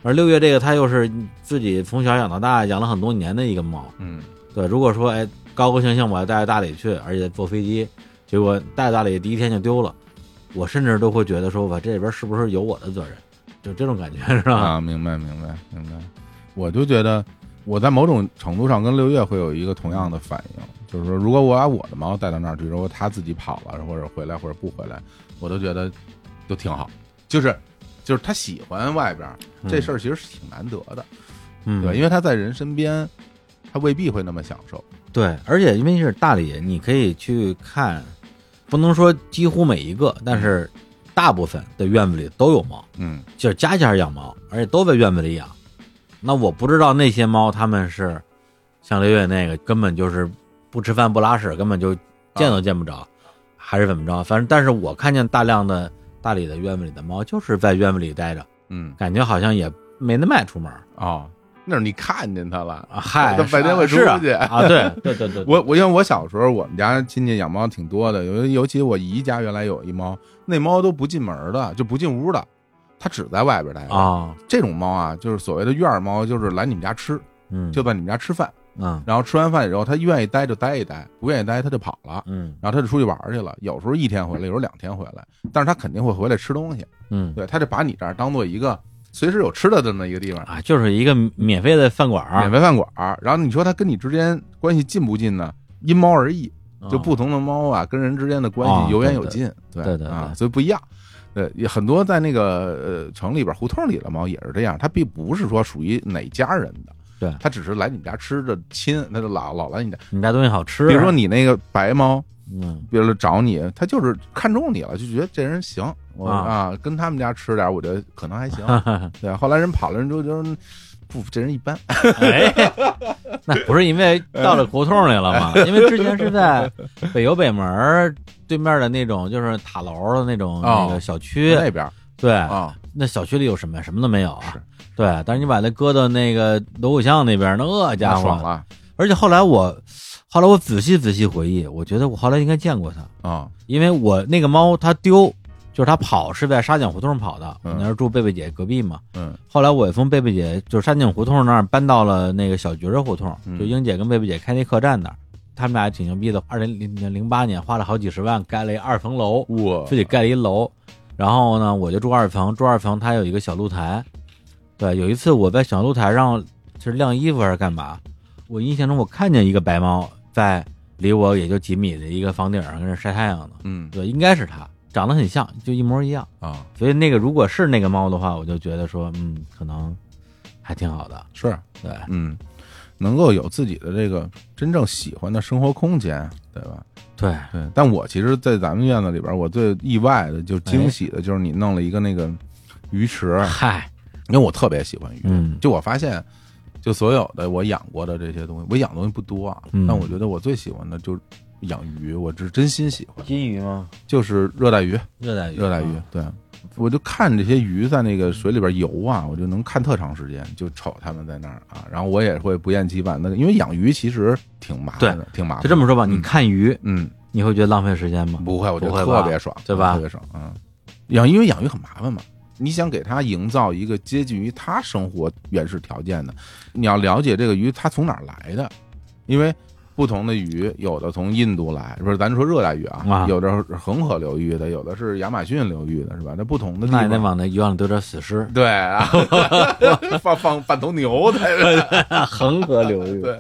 A: 而六月这个，他又是自己从小养到大，养了很多年的一个猫。
B: 嗯
A: 对，如果说哎高高兴兴我要带着大理去，而且坐飞机，结果带着大理第一天就丢了，我甚至都会觉得说，我这里边是不是有我的责任？就这种感觉是吧？
B: 啊，明白明白明白。我就觉得我在某种程度上跟六月会有一个同样的反应，就是说，如果我把我的猫带到那儿去，如果它自己跑了，或者回来或者不回来，我都觉得都挺好，
A: 嗯
B: 就是。就是它喜欢外边儿这事儿，其实是挺难得的，
A: 嗯，
B: 对，因为它在人身边，它未必会那么享受。
A: 对，而且因为是大理，你可以去看，不能说几乎每一个，但是大部分的院子里都有猫，
B: 嗯
A: 就是家家养猫，而且都在院子里养。那我不知道那些猫它们是像刘月那个根本就是不吃饭不拉屎，根本就见都见不着，还是怎么着？反正但是我看见大量的大理的院子里的猫，就是在院子里待着，
B: 嗯
A: 感觉好像也没那么爱出门啊。
B: 哦，那是你看见它了，
A: 嗨，
B: 它哦白天会出
A: 是啊
B: 去
A: 啊？ 对对对对，
B: 我我因为我小时候我们家亲戚养猫挺多的，尤尤其我姨家原来有一猫，那猫都不进门的，就不进屋的，它只在外边待着。
A: 啊，
B: 这种猫啊，就是所谓的院儿猫，就是来你们家吃，
A: 嗯，
B: 就在你们家吃饭，
A: 嗯
B: 然后吃完饭以后，它愿意待就待一待，不愿意待它就跑了，
A: 嗯
B: 然后它就出去玩儿去了。有时候一天回来，有时候两天回来，但是它肯定会回来吃东西。
A: 嗯
B: 对，它就把你这儿当做一个随时有吃的这么一个地方，
A: 啊，就是一个免费的饭馆儿，
B: 免费饭馆儿。然后你说它跟你之间关系近不近呢？因猫而异。
A: 嗯
B: 就不同的猫啊，跟人之间的关
A: 哦
B: 系有远
A: 对
B: 有近，对
A: 对对
B: 啊
A: 对，
B: 所以不一样。呃，也很多在那个呃城里边胡同里的猫也是这样，它并不是说属于哪家人的，
A: 对
B: 它只是来你们家吃的亲，它就老老来你家。
A: 你家东西好吃，啊
B: 比如说你那个白猫，
A: 嗯
B: 比如找你，它就是看中你了，就觉得这人行，我
A: 啊
B: 啊跟他们家吃点儿，我觉得可能还 行。对，后来人跑了，人就就不这人一般，
A: 哎，那不是因为到了胡同里了吗？
B: 哎
A: 因为之前是在北邮北门儿对面的那种就是塔楼的那种
B: 哦
A: 那个小区，
B: 那边儿
A: 对，
B: 啊，
A: 那小区里有什么呀？什么都没有啊
B: 是。
A: 对，但是你把它搁到那个锣鼓巷那边儿，那恶家
B: 那
A: 伙，
B: 爽了
A: 而且后来我，后来我仔细仔细回忆，我觉得我后来应该见过它，
B: 啊，
A: 因为我那个猫它丢，就是它跑是在沙井胡同跑的，我那儿住贝贝姐隔壁嘛。
B: 嗯
A: 后来我也从贝贝姐就是山景胡同那儿搬到了那个小角儿胡同，
B: 嗯
A: 就英姐跟贝贝姐开那客栈那儿，他们俩挺牛逼的。二零零零八年花了好几十万盖了一二层楼，
B: 我
A: 自己盖了一楼，然后呢，我就住二层，住二层它有一个小露台。对，有一次我在小露台上就是晾衣服还是干嘛，我印象中我看见一个白猫在离我也就几米的一个房顶上跟那晒太阳呢。
B: 嗯
A: 对，应该是它，长得很像，就一模一样。
B: 啊，
A: 所以那个如果是那个猫的话，我就觉得说，嗯，可能还挺好的。
B: 是，
A: 对，
B: 嗯，能够有自己的这个真正喜欢的生活空间，对吧？
A: 对，
B: 对。但我其实，在咱们院子里边，我最意外的，
A: 哎
B: 就惊喜的，就是你弄了一个那个鱼池，
A: 嗨，
B: 因为我特别喜欢鱼。
A: 嗯
B: 就我发现，就所有的我养过的这些东西，我养东西不多啊，
A: 嗯
B: 但我觉得我最喜欢的就是养鱼，我是真心喜欢，
A: 金鱼吗？
B: 就是热带鱼，
A: 热带鱼，
B: 热带鱼，对。我就看这些鱼在那个水里边游啊，我就能看特长时间，就瞅它们在那儿啊。然后我也会不厌其烦的，因为养鱼其实挺麻烦的，挺麻烦的。
A: 就这么说吧，
B: 嗯
A: 你看鱼，
B: 嗯，
A: 你会觉得浪费时间吗？
B: 不会，我觉
A: 不
B: 得
A: 会吧
B: 特别爽，
A: 对吧
B: 特别爽，嗯。养因为养鱼很麻烦嘛，你想给它营造一个接近于它生活呃原始条件的，你要了解这个鱼它从哪儿来的，因为不同的鱼，有的从印度来，不是咱说热带鱼啊
A: 啊，
B: 有的是恒河流域的，有的是亚马逊流域的，是吧？那不同的地
A: 那也得
B: 方。。
A: 往那鱼网里丢点死尸
B: 对，然后 放放半头牛 在这 儿
A: 恒河流域
B: 对，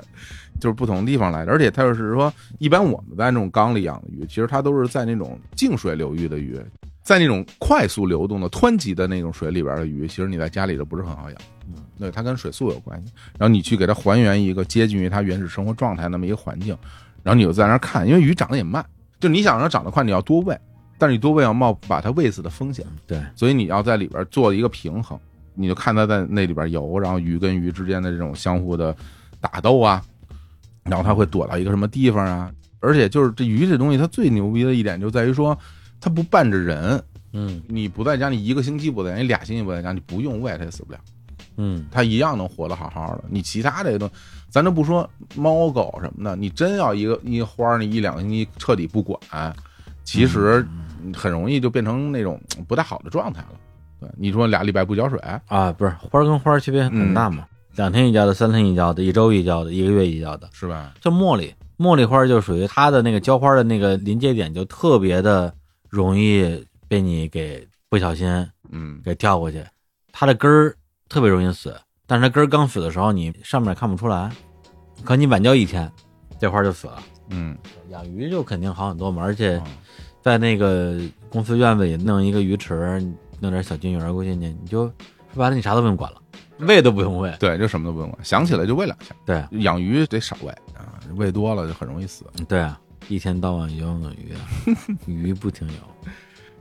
B: 就是不同地方来的，而且它就是说，一般我们在那种缸里养的鱼，其实它都是在那种静水流域的鱼，在那种快速流动的湍急的那种水里边的鱼，其实你在家里就不是很好养。
A: 嗯，
B: 对，它跟水速有关系。然后你去给它还原一个接近于它原始生活状态那么一个环境，然后你就在那儿看，因为鱼长得也慢，就你想让它长得快，你要多喂，但是你多喂要冒把它喂死的风险。
A: 嗯对，
B: 所以你要在里边做一个平衡，你就看它在那里边游，然后鱼跟鱼之间的这种相互的打斗啊，然后它会躲到一个什么地方啊，而且就是这鱼这东西，它最牛逼的一点就在于说，它不伴着人，
A: 嗯
B: 你不在家，你一个星期不在家，你俩星期不在家，你不用喂它也死不了，
A: 嗯，
B: 它一样能活得好好的。你其他这些东西，咱就不说猫狗什么的，你真要一个一花儿，你一两个星期彻底不管，其实很容易就变成那种不太好的状态了。对，你说俩礼拜不浇水，
A: 啊，不是花儿跟花儿区别很大
B: 嗯
A: 嘛，两天一浇的，三天一浇的，一周一浇的，一个月一浇的。
B: 是吧？
A: 就茉莉，茉莉花就属于它的那个浇花的那个临界点，就特别的容易被你给不小心
B: 嗯，
A: 给跳过去，它的根儿特别容易死，但是它根儿刚死的时候，你上面看不出来，可你晚浇一天，这花就死了。
B: 嗯，
A: 养鱼就肯定好很多嘛，而且
B: 哦
A: 在那个公司院子里弄一个鱼池，弄点小金鱼儿，估计你你就说白了，你啥都不用管了，喂都不用喂。
B: 对，就什么都不用管，想起来就喂两下。
A: 对
B: 养鱼得少喂啊，喂多了就很容易死。
A: 对啊，一天到晚游泳的 鱼啊，鱼不停游。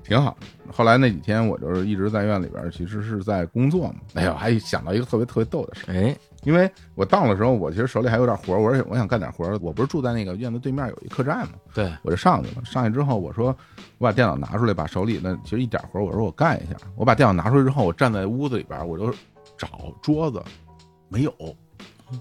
B: 挺好的。后来那几天我就是一直在院里边儿，其实是在工作嘛。哎呦，还想到一个特别特别逗的事儿，
A: 哎，
B: 因为我到的时候，我其实手里还有点活儿，我说我想干点活儿。我不是住在那个院子对面有一客栈嘛，
A: 对，
B: 我就上去了。上去之后，我说我把电脑拿出来，把手里的其实一点活儿，我说我干一下。我把电脑拿出来之后，我站在屋子里边儿，我就找桌子，没有，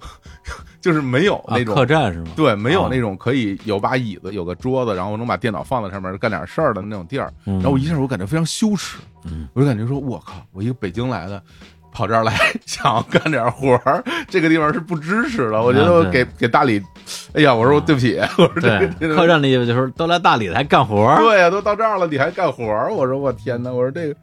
B: 就是没有
A: 啊
B: 那，种
A: 客栈是吗？
B: 对，没有
A: 啊
B: 那种可以有把椅子、有个桌子，然后能把电脑放在上面干点事儿的那种地儿。
A: 嗯，
B: 然后我一下我感觉非常羞耻，
A: 嗯
B: 我就感觉说，我靠，我一个北京来的，跑这儿来想要干点活儿，这个地方是不支持的。我觉得我
A: 啊
B: 给
A: 对
B: 给大理，哎呀，我说我对不起，我说这
A: 对
B: 个这个
A: 客栈里就说都来大理了还干活 儿，
B: 对呀、都到这儿了，你还干活儿？我说我天哪，我说这个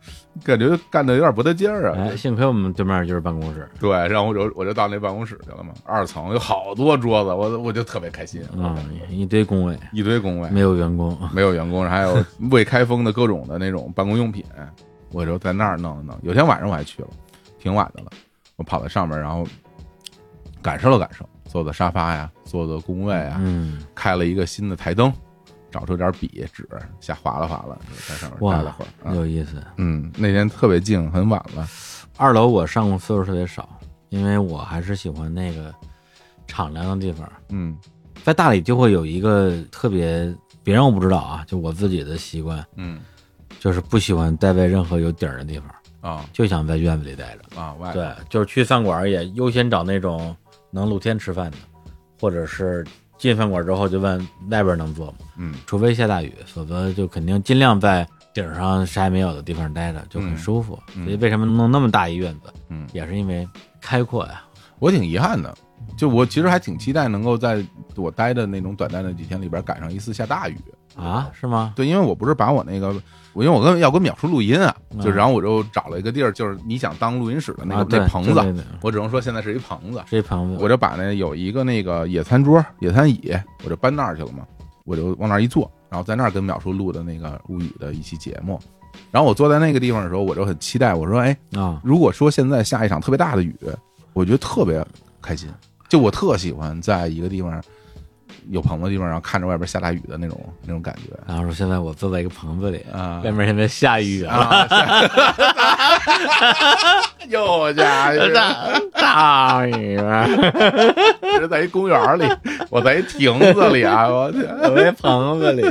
B: 感觉干的有点不得劲儿啊。
A: 哎，幸亏我们对面就是办公室，
B: 对，然后我就我就到那办公室去了嘛，二层有好多桌子，我我就特别开心，我
A: 啊
B: 感觉，
A: 一堆工位，
B: 一堆工位，
A: 没有员工，
B: 没有员工，还有未开封的各种的那种办公用品，呃我就在那儿弄了弄。有天晚上我还去了，挺晚的了，我跑到上面，然后感受了感受，坐坐沙发呀，坐坐工位啊，
A: 嗯，
B: 开了一个新的台灯，找出点笔纸，瞎划拉划拉，在上面
A: 哇
B: 待了会儿。啊
A: 有意思。
B: 嗯，那天特别静，很晚了。
A: 二楼我上过次数特别少，因为我还是喜欢那个敞亮的地方。
B: 嗯
A: 在大理就会有一个特别，别人我不知道啊，就我自己的习惯，
B: 嗯
A: 就是不喜欢待在任何有顶儿的地方，
B: 啊
A: 就想在院子里待着。
B: 啊，外
A: 对，就是去饭馆也优先找那种能露天吃饭的，或者是进饭馆之后就问外边能坐吗？
B: 嗯
A: 除非下大雨，否则就肯定尽量在顶上啥也没有的地方待着，就很舒服。
B: 嗯嗯
A: 所以为什么弄那么大一院子，
B: 嗯，
A: 也是因为开阔呀、
B: 我挺遗憾的。就我其实还挺期待能够在我待的那种短暂的几天里边赶上一次下大雨，
A: 啊，是吗？
B: 对，因为我不是把我那个，我因为我跟要跟淼叔录音啊，就
A: 嗯
B: 然后我就找了一个地儿，就是你想当录音室的那
A: 啊，
B: 个
A: 对
B: 那，棚
A: 就
B: 子，
A: 那个
B: 我只能说现在是一棚子，
A: 这棚子，
B: 我就把那有一个那个野餐桌、野餐椅，我就搬那儿去了嘛，我就往那儿一坐，然后在那儿跟淼叔录的那个物语的一期节目。然后我坐在那个地方的时候，我就很期待，我说：“哎，
A: 啊，
B: 如果说现在下一场特别大的雨，我觉得特别开心。就我特喜欢在一个地方有棚子的地方，然后看着外边下大雨的那种那种感觉
A: 然后说现在我坐在一个棚子里，
B: 啊。
A: 外面现在下雨了，
B: 啊！ 又家 伙，
A: 大雨啊，
B: 这在一公园里，我在一亭子里啊！我去，
A: 我在棚子里。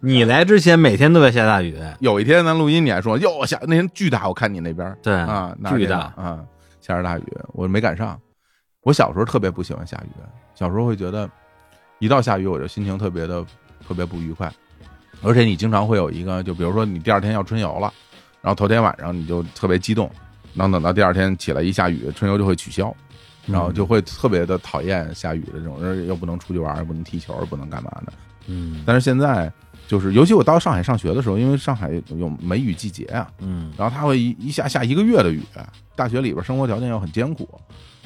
A: 你来之前每天都在下大雨，
B: 有一天咱录音，你还说哟下那天巨大，我看你那边儿
A: 对
B: 啊，哪儿
A: 嗯巨
B: 那边
A: 大
B: 儿啊，下着大雨，我没赶上。我小时候特别不喜欢下雨，小时候会觉得一到下雨我就心情特别的特别不愉快，而且你经常会有一个，就比如说你第二天要春游了，然后头天晚上你就特别激动，然后等到第二天起来一下雨，春游就会取消，然
A: 嗯
B: 后就会特别的讨厌下雨的这种，而且又不能出去玩儿，不能踢球，不能干嘛的。
A: 嗯
B: 但是现在就是，尤其我到上海上学的时候，因为上海有梅雨季节啊，
A: 嗯
B: 然后它会一一下下一个月的雨，大学里边生活条件又很艰苦，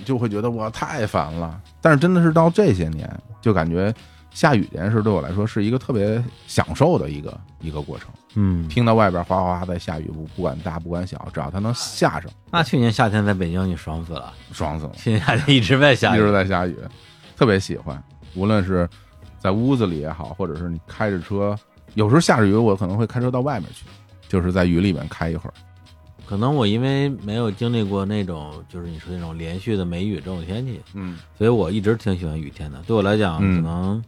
B: 就会觉得哇太烦了。但是真的是到这些年，就感觉下雨这件事对我来说是一个特别享受的一个一个过程。
A: 嗯。
B: 听到外边哗哗哗在下雨，不不管大不管小，只要它能下上，
A: 那去年夏天在北京，你爽死了。
B: 爽死了。
A: 去年夏天一直在下
B: 一直
A: 雨，
B: 在下雨，特别喜欢。无论是在屋子里也好，或者是你开着车，有时候下着雨，我可能会开车到外面去，就是在雨里面开一会儿。
A: 可能我因为没有经历过那种就是你说那种连续的梅雨这种天气，
B: 嗯
A: 所以我一直挺喜欢雨天的。对我来讲，
B: 嗯
A: 可能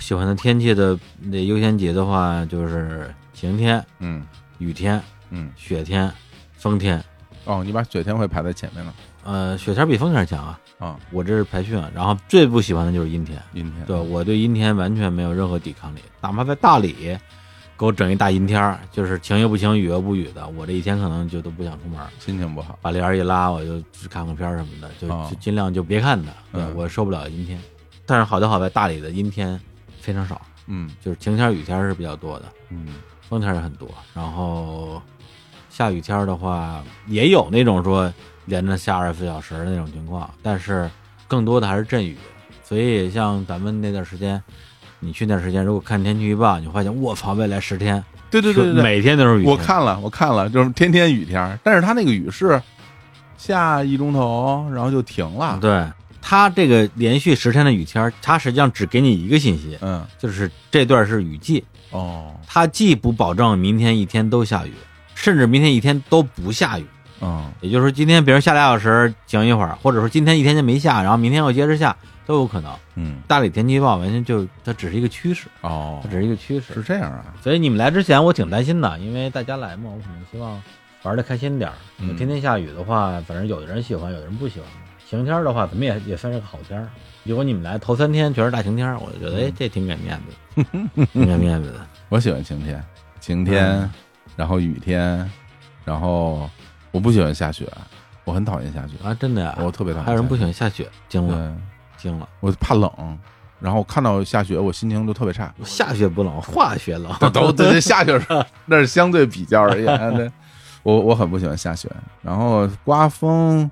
A: 喜欢的天气的那优先级的话，就是晴天、
B: 嗯
A: 雨天、
B: 嗯。
A: 雪天、风天。
B: 哦，你把雪天会排在前面了
A: 呃，雪天比风天强啊，
B: 啊、
A: 我这是排序啊。然后最不喜欢的就是阴天，
B: 阴天。
A: 对我对阴天完全没有任何抵抗力，哪怕在大理。给我整一大阴天儿，就是晴又不晴，雨又不雨的，我这一天可能就都不想出门儿，
B: 心情不好。
A: 把帘儿一拉，我就去看个片儿什么的，就
B: 哦
A: 就尽量就别看它。对
B: 嗯
A: 我受不了阴天，但是好就好在大理的阴天非常少，
B: 嗯
A: 就是晴天儿雨天儿是比较多的，
B: 嗯
A: 风天儿也很多。然后下雨天儿的话，也有那种说连着下二十四小时的那种情况，但是更多的还是阵雨。所以像咱们那段时间，你去那段时间，如果看天气预报，你会发现我操，未来十天，
B: 对对对对对，
A: 每天都是雨天。
B: 我看了我看了，就是天天雨天儿，但是它那个雨是下一钟头，然后就停了。
A: 对它这个连续十天的雨天儿，它实际上只给你一个信息，
B: 嗯
A: 就是这段是雨季，
B: 哦
A: 它既不保证明天一天都下雨，甚至明天一天都不下雨。
B: 嗯
A: 也就是说，今天比如下俩小时停一会儿，或者说今天一天就没下，然后明天又接着下，都有可能。
B: 嗯
A: 大理天气预报完全就它只是一个趋势，
B: 哦
A: 它，只是一个趋
B: 是
A: 势。
B: 这样啊。
A: 所以你们来之前，我挺担心的，因为大家来嘛，我肯定希望玩的开心点儿。
B: 嗯
A: 天天下雨的话，反正有的人喜欢，有的人不喜欢。晴天儿的话，怎么也也算是个好天儿。如果你们来头三天全是大晴天儿，我就觉得哎，这挺给面 子的，挺给面子的。
B: 我喜欢晴天，晴天，
A: 嗯
B: 然后雨天，然后我不喜欢下雪，我很讨厌下雪，
A: 啊，真的呀、
B: 我特别讨厌。
A: 还有人不喜欢下雪，惊了，
B: 对，
A: 惊了！
B: 我怕冷，然后看到下雪，我心情就特别差。
A: 我下雪不冷，化雪冷。
B: 都都这下雪是 那是相对比 较而言，对我我很不喜欢下雪，然后刮风。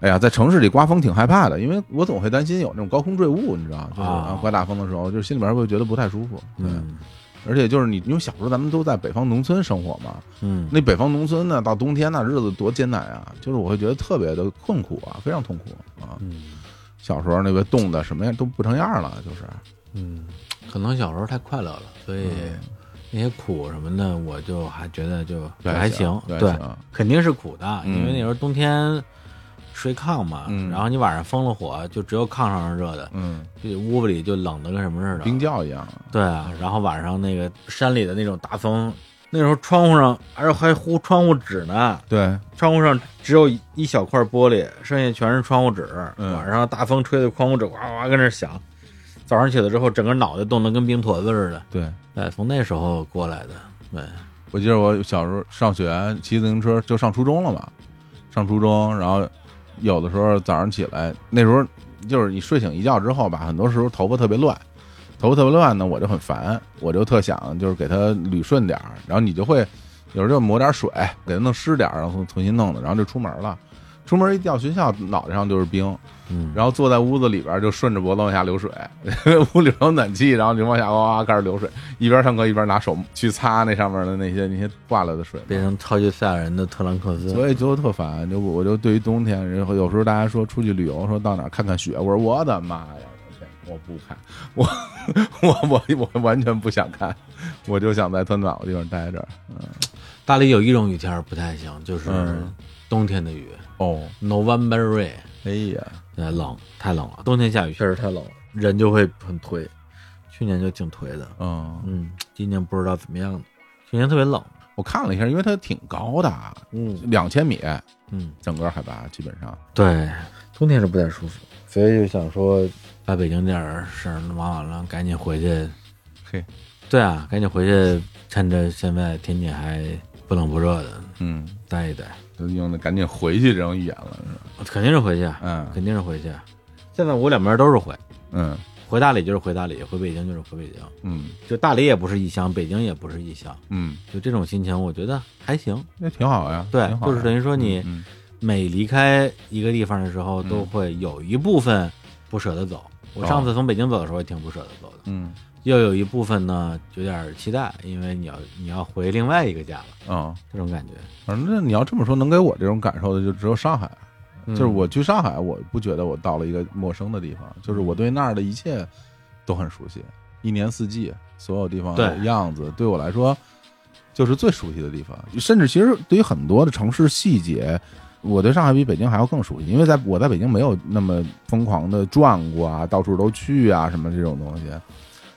B: 哎呀，在城市里刮风挺害怕的，因为我总会担心有那种高空坠物，你知道，就是
A: 啊
B: 啊刮大风的时候，就是心里边会觉得不太舒服。对，
A: 嗯
B: 而且就是你，因为小时候咱们都在北方农村生活嘛，
A: 嗯，
B: 那北方农村呢，到冬天那日子多艰难啊！就是我会觉得特别的困苦啊，非常痛苦啊。
A: 嗯
B: 小时候那个冻的什么样都不成样了，就是
A: 嗯，可能小时候太快乐了，所以
B: 嗯
A: 那些苦什么的，我就还觉得就
B: 对
A: 还
B: 行
A: 行，
B: 对
A: 对
B: 行，
A: 肯定是苦的，
B: 嗯
A: 因为那时候冬天睡炕嘛，
B: 嗯
A: 然后你晚上封了火，就只有炕上是热的，
B: 嗯，
A: 这屋子里就冷的跟什么似的，
B: 冰窖一样。
A: 对啊，然后晚上那个山里的那种大风，那时候窗户上而还糊窗户纸呢，
B: 对，
A: 窗户上只有一小块玻璃，剩下全是窗户纸。
B: 嗯
A: 晚上大风吹的窗户纸哇哇跟那响，早上起来之后整个脑袋冻得跟冰坨子似的。
B: 对，
A: 对，从那时候过来的。对，
B: 我记得我小时候上学骑自行车，就上初中了嘛，上初中，然后有的时候早上起来，那时候就是你睡醒一觉之后吧，很多时候头发特别乱，头发特别乱呢，我就很烦，我就特想就是给它捋顺点儿，然后你就会有时候就抹点水给它弄湿点儿，然后重重新弄的，然后就出门了。出门一到学校，脑袋上就是冰，
A: 嗯，
B: 然后坐在屋子里边儿就顺着脖子往下流水， 屋里边有暖气，然后就往下哇哇开始流水，一边上课一边拿手去擦那上面的那些那些挂了的水嘛，
A: 变成超级赛亚人的特兰克斯，
B: 所以就特烦，就我我就对于冬天，然后有时候大家说出去旅游，说到哪儿看看雪，我说我的妈呀，我天，我不看，我 我我我完全不想看，我就想在特暖和地方待着。
A: 大理有一种雨天儿不太行，就是
B: 嗯
A: 冬天的雨
B: 哦，
A: ，November rain，
B: 哎呀，
A: 呃，冷，太冷了。冬天下雨确实太冷了，人就会很颓。去年就挺颓的，
B: 嗯，
A: 嗯，今年不知道怎么样。去年特别冷，
B: 我看了一下，因为它挺高的，
A: 嗯
B: 两千米，
A: 嗯，
B: 整个海拔基本上。
A: 对，冬天是不太舒服，所以就想说把北京这点事儿忙完了，赶紧回去。
B: 嘿，
A: 对啊，赶紧回去，趁着现在天气还不冷不热的
B: 嗯，
A: 待一待。
B: 就用的赶紧回去这种语言了，是吧？
A: 肯定是回去啊，
B: 嗯
A: 肯定是回去啊。现在我两边都是回，
B: 嗯
A: 回大理就是回大理，回北京就是回北京。
B: 嗯
A: 就大理也不是异乡，北京也不是异乡，
B: 嗯，
A: 就这种心情，我觉得还行。
B: 那挺好呀。
A: 对
B: 挺，好呀
A: 就是等于说你
B: 嗯
A: 每离开一个地方的时候，
B: 嗯
A: 都会有一部分不舍得走。我上
B: 哦
A: 次从北京走的时候也挺不舍得走的，
B: 嗯
A: 又有一部分呢有点期待，因为你要你要回另外一个家了，
B: 嗯哦
A: 这种感觉。
B: 反正你要这么说，能给我这种感受的就只有上海。
A: 嗯
B: 就是我去上海，我不觉得我到了一个陌生的地方，就是我对那儿的一切都很熟悉，一年四季所有地方的
A: 对
B: 样子，对我来说就是最熟悉的地方。甚至其实对于很多的城市细节，我对上海比北京还要更熟悉，因为在我在北京没有那么疯狂的转过啊，到处都去啊什么这种东西。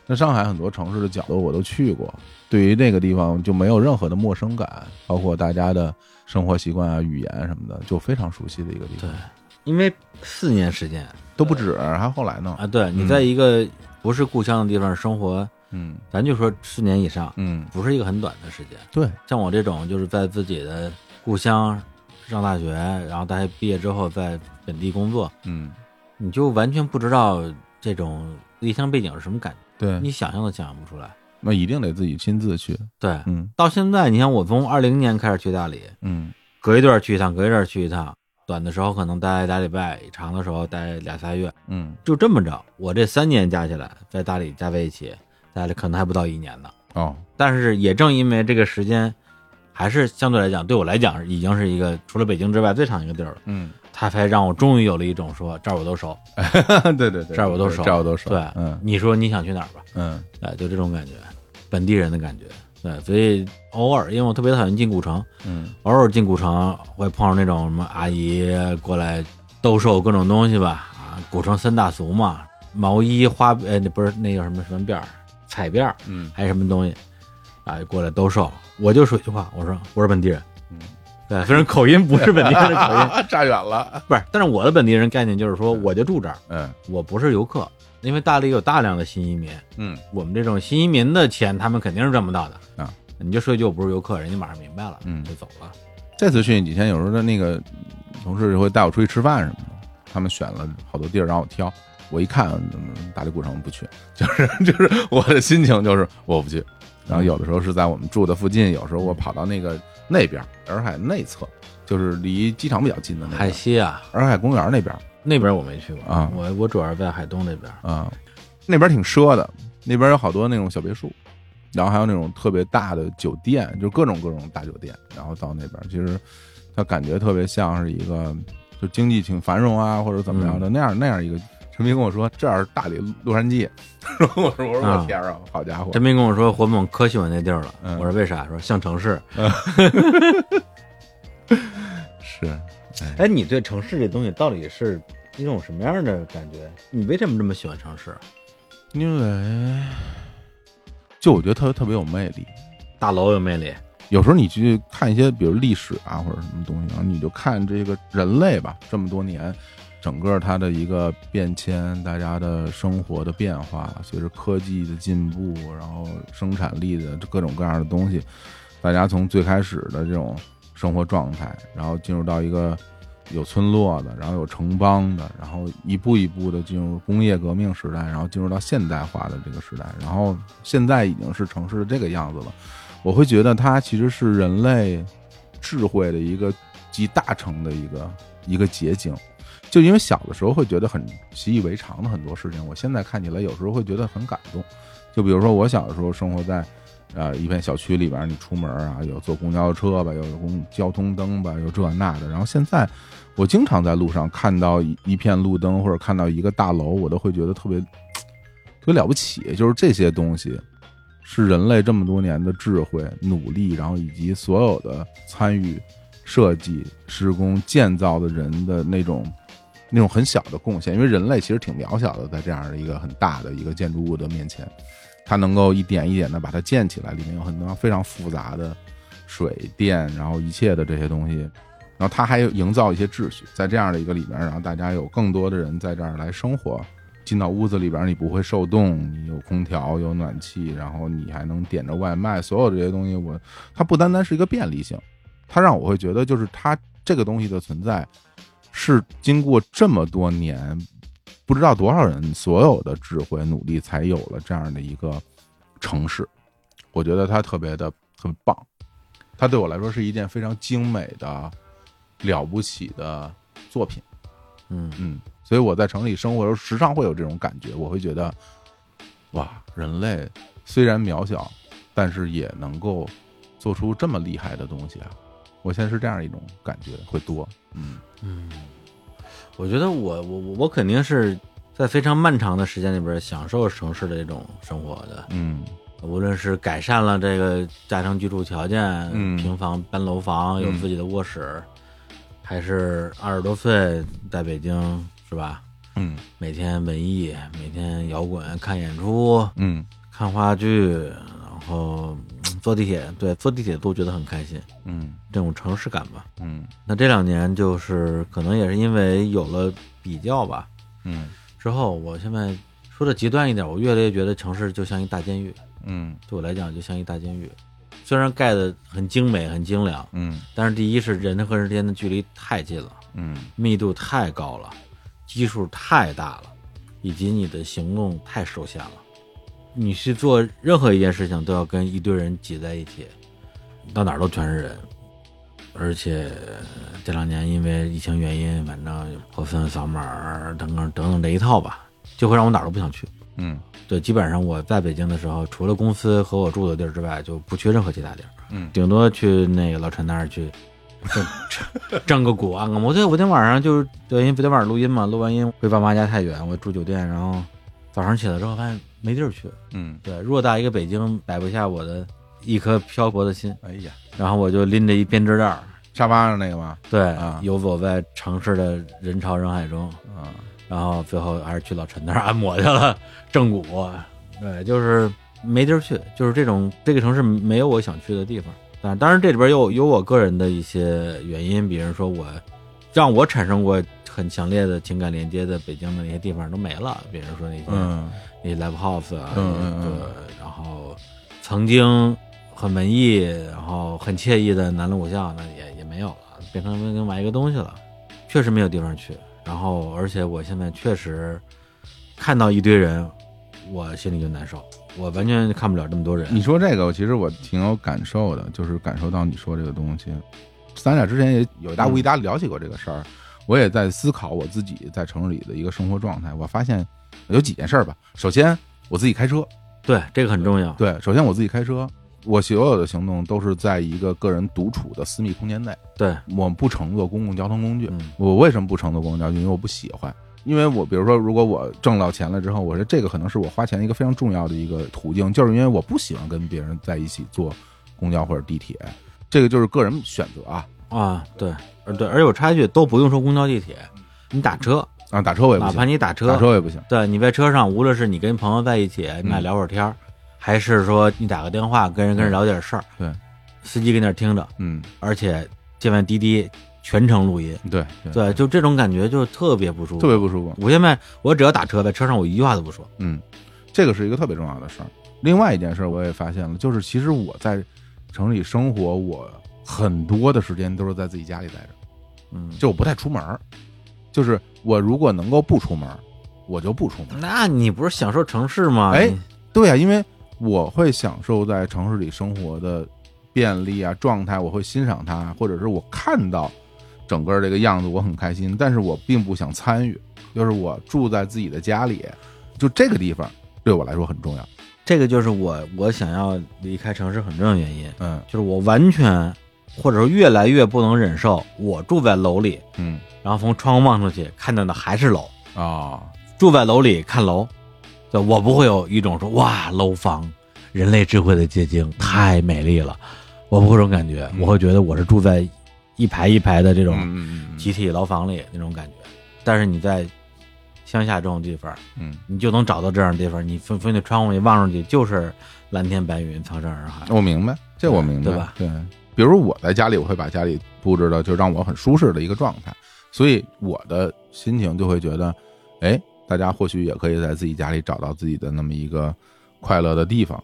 B: 那上海很多城市的角落我都去过，对于那个地方就没有任何的陌生感，包括大家的生活习惯啊、语言什么的，就非常熟悉的一个地方
A: 对。，因为四年时间
B: 都不止，还后来呢。
A: 啊，对你在一个不是故乡的地方生活，
B: 嗯
A: 咱就说四年以上，
B: 嗯，
A: 不是一个很短的时间。
B: 对，
A: 像我这种就是在自己的故乡上大学，然后大学毕业之后在本地工作，
B: 嗯
A: 你就完全不知道这种离乡背景是什么感觉，
B: 对，
A: 你想象都想象不出来。
B: 那一定得自己亲自去。
A: 对，
B: 嗯
A: 到现在你像我从二零年开始去大理，
B: 嗯
A: 隔一段去一趟，隔一段去一趟，短的时候可能待俩礼拜，长的时候待俩仨月，
B: 嗯，
A: 就这么着。我这三年加起来在大理加在一起，待了可能还不到一年呢。
B: 哦，
A: 但是也正因为这个时间，还是相对来讲，对我来讲已经是一个除了北京之外最长一个地儿了，
B: 嗯，
A: 它才让我终于有了一种说这儿我都熟。
B: 对对对，
A: 这儿我都熟
B: 这儿我都熟。
A: 对，
B: 嗯
A: 你说你想去哪儿吧？
B: 嗯
A: 哎，就这种感觉，本地人的感觉。对，所以偶尔，因为我特别讨厌进古城，
B: 嗯
A: 偶尔进古城会碰上那种什么阿姨过来兜售各种东西吧。啊，古城三大俗嘛，毛衣、花呃，那不是那叫什么什么辫儿，彩辫儿，
B: 嗯
A: 还有什么东西啊，过来兜售。我就说一句话，我说不是本地人，
B: 嗯，
A: 对，虽然口音不是本地人的口音，
B: 啊，差远 了。
A: 不是，但是我的本地人概念就是说，我就住这儿，
B: 嗯
A: 我不是游客，因为大理有大量的新移民，
B: 嗯
A: 我们这种新移民的钱，他们肯定是赚不到的
B: 啊。
A: 你就说一句我不是游客，人家马上明白了，
B: 嗯
A: 就走了。
B: 这次去几天，有时候的那个同事会带我出去吃饭什么的，他们选了好多地儿让我挑。我一看，嗯大理古城不去， 就是就是我的心情就是我不去。然后有的时候是在我们住的附近，有时候我跑到那个那边洱海内侧，就是离机场比较近的那
A: 海
B: 个
A: 西啊，
B: 洱海公园那边
A: 那边我没去过
B: 啊
A: 我我主要是在海东这边。
B: 啊，那边挺奢的，那边有好多那种小别墅，然后还有那种特别大的酒店，就各种各种大酒店。然后到那边，其实它感觉特别像是一个就经济挺繁荣啊，或者怎么样的、那样那样一个。陈斌跟我说这儿是大理洛杉矶， 我说我说
A: 啊
B: 我天啊，好家伙！
A: 陈斌跟我说，火总可喜欢那地儿了。
B: 嗯
A: 我说为啥？说像城市。
B: 是
A: 哎，你对城市这东西到底是一种什么样的感觉？你为什么这么喜欢城市？
B: 因为就我觉得特别特别有魅力，
A: 大楼有魅力，
B: 有时候你去看一些，比如历史啊或者什么东西，然后你就看这个人类吧，这么多年，整个它的一个变迁，大家的生活的变化，随着科技的进步，然后生产力的各种各样的东西，大家从最开始的这种生活状态，然后进入到一个有村落的，然后有城邦的，然后一步一步的进入工业革命时代，然后进入到现代化的这个时代，然后现在已经是城市的这个样子了。我会觉得它其实是人类智慧的一个集大成的一个一个结晶。就因为小的时候会觉得很习以为常的很多事情，我现在看起来有时候会觉得很感动。就比如说我小的时候生活在。呃，一片小区里边，你出门啊，有坐公交车吧，有公交通灯吧，有这那的。然后现在，我经常在路上看到一一片路灯，或者看到一个大楼，我都会觉得特别特别了不起。就是这些东西，是人类这么多年的智慧、努力，然后以及所有的参与、设计、施工、建造的人的那种那种很小的贡献。因为人类其实挺渺小的，在这样的一个很大的一个建筑物的面前。它能够一点一点的把它建起来，里面有很多非常复杂的水电，然后一切的这些东西，然后它还有营造一些秩序，在这样的一个里面，然后大家有更多的人在这儿来生活，进到屋子里边你不会受冻，你有空调有暖气，然后你还能点着外卖，所有这些东西我，它不单单是一个便利性，它让我会觉得就是它这个东西的存在是经过这么多年不知道多少人所有的智慧努力才有了这样的一个城市，我觉得它特别的特别棒，它对我来说是一件非常精美的、了不起的作品。
A: 嗯
B: 嗯，所以我在城里生活的时候，时常会有这种感觉，我会觉得，哇，人类虽然渺小，但是也能够做出这么厉害的东西啊！我现在是这样一种感觉，会多，嗯
A: 嗯，我觉得我我我我肯定是在非常漫长的时间里边享受城市的这种生活的，
B: 嗯
A: 无论是改善了这个家庭居住条件，
B: 嗯
A: 平房搬楼房，有
B: 嗯
A: 自己的卧室，还是二十多岁在北京是吧？
B: 嗯
A: 每天文艺，每天摇滚，看演出，
B: 嗯
A: 看话剧，然后嗯坐地铁，对，坐地铁都觉得很开心，
B: 嗯
A: 这种城市感吧。
B: 嗯
A: 那这两年就是可能也是因为有了比较吧，
B: 嗯
A: 之后我现在说的极端一点，我越来越觉得城市就像一大监狱，
B: 嗯
A: 对我来讲就像一大监狱。虽然盖的很精美、很精良，
B: 嗯
A: 但是第一是人和人之间的距离太近了，
B: 嗯
A: 密度太高了，基数太大了，以及你的行动太受限了。你去做任何一件事情都要跟一堆人挤在一起，到哪儿都全是人。而且呃这两年因为疫情原因，反正破分扫码儿等等等等这一套吧，就会让我哪儿都不想去。
B: 嗯
A: 对，基本上我在北京的时候，除了公司和我住的地儿之外，就不去任何其他地儿。
B: 嗯
A: 顶多去那个老陈那儿去 正正个鼓按个摩。对，我今天晚上就是对，因为昨天晚上录音嘛，录完音回爸妈家太远，我住酒店，然后早上起来之后发现没地儿去。
B: 嗯，
A: 对，偌大一个北京摆不下我的一颗漂泊的心，
B: 哎呀，
A: 然后我就拎着一编织袋儿，
B: 沙发上那个吗？
A: 对，
B: 啊
A: 游走在城市的人潮人海中，
B: 啊，
A: 然后最后还是去老陈那儿按摩去了，正骨。对，就是没地儿去，就是这种这个城市没有我想去的地方。但当然这里边有有我个人的一些原因，比如说我让我产生过很强烈的情感连接的北京的那些地方都没了，比如说那些、
B: 嗯
A: 那些 live house 啊，
B: 嗯嗯嗯
A: 对，然后曾经很文艺，然后很惬意的南锣鼓巷那也也没有了，变成另外一个东西了，确实没有地方去。然后，而且我现在确实看到一堆人，我心里就难受，我完全看不了这么多人。
B: 你说这个，其实我挺有感受的，就是感受到你说这个东西。咱俩之前也有一搭无一搭聊起过这个事儿，我也在思考我自己在城市里的一个生活状态。我发现有几件事儿吧。首先，我自己开车，
A: 对，这个很重要。
B: 对，首先我自己开车，我所有的行动都是在一个个人独处的私密空间内，
A: 对，
B: 我不乘坐公共交通工具。
A: 嗯
B: 我为什么不乘坐公共交通？因为我不喜欢。因为我比如说，如果我挣到钱了之后，我说这个可能是我花钱一个非常重要的一个途径，就是因为我不喜欢跟别人在一起坐公交或者地铁，这个就是个人选择啊。
A: 啊，对，而对，而且我插一句，都不用说公交、地铁，你打车，
B: 啊，打车我也不
A: 哪怕
B: 行，
A: 你打车，
B: 打车我也不行。
A: 对，你在车上，无论是你跟朋友在一起，你俩聊会儿天儿，还是说你打个电话跟人跟人聊点事儿，
B: 嗯对，
A: 司机跟那儿听着，
B: 嗯，
A: 而且现在滴滴全程录音，
B: 对
A: 对，就这种感觉就特别不舒服。
B: 特别不舒服。
A: 我现在我只要打车，在车上我一句话都不说。
B: 嗯，这个是一个特别重要的事儿。另外一件事儿我也发现了，就是其实我在城里生活，我很多的时间都是在自己家里待着。
A: 嗯，
B: 就我不太出门儿，就是我如果能够不出门儿，我就不出门儿。
A: 那你不是享受城市吗？
B: 哎
A: 你，
B: 对啊，因为我会享受在城市里生活的便利啊、状态，我会欣赏它，或者是我看到整个这个样子，我很开心。但是我并不想参与，就是我住在自己的家里，就这个地方对我来说很重要。
A: 这个就是我我想要离开城市很重要的原因，
B: 嗯
A: 就是我完全或者说越来越不能忍受我住在楼里，
B: 嗯
A: 然后从窗户望出去看到的还是楼，
B: 啊、
A: 住在楼里看楼，就我不会有一种说哇楼房，人类智慧的结晶太美丽了，我不会有这种感觉，
B: 嗯
A: 我会觉得我是住在一排一排的这种
B: 嗯嗯
A: 集体牢房里那种感觉。但是你在乡下这种地方，
B: 嗯，
A: 你就能找到这样的地方，你从从那窗户里望出去就是蓝天白云、苍山洱海。
B: 我明白，这我明白，
A: 对吧
B: 对，比如我在家里，我会把家里布置的就让我很舒适的一个状态，所以我的心情就会觉得，哎，大家或许也可以在自己家里找到自己的那么一个快乐的地方。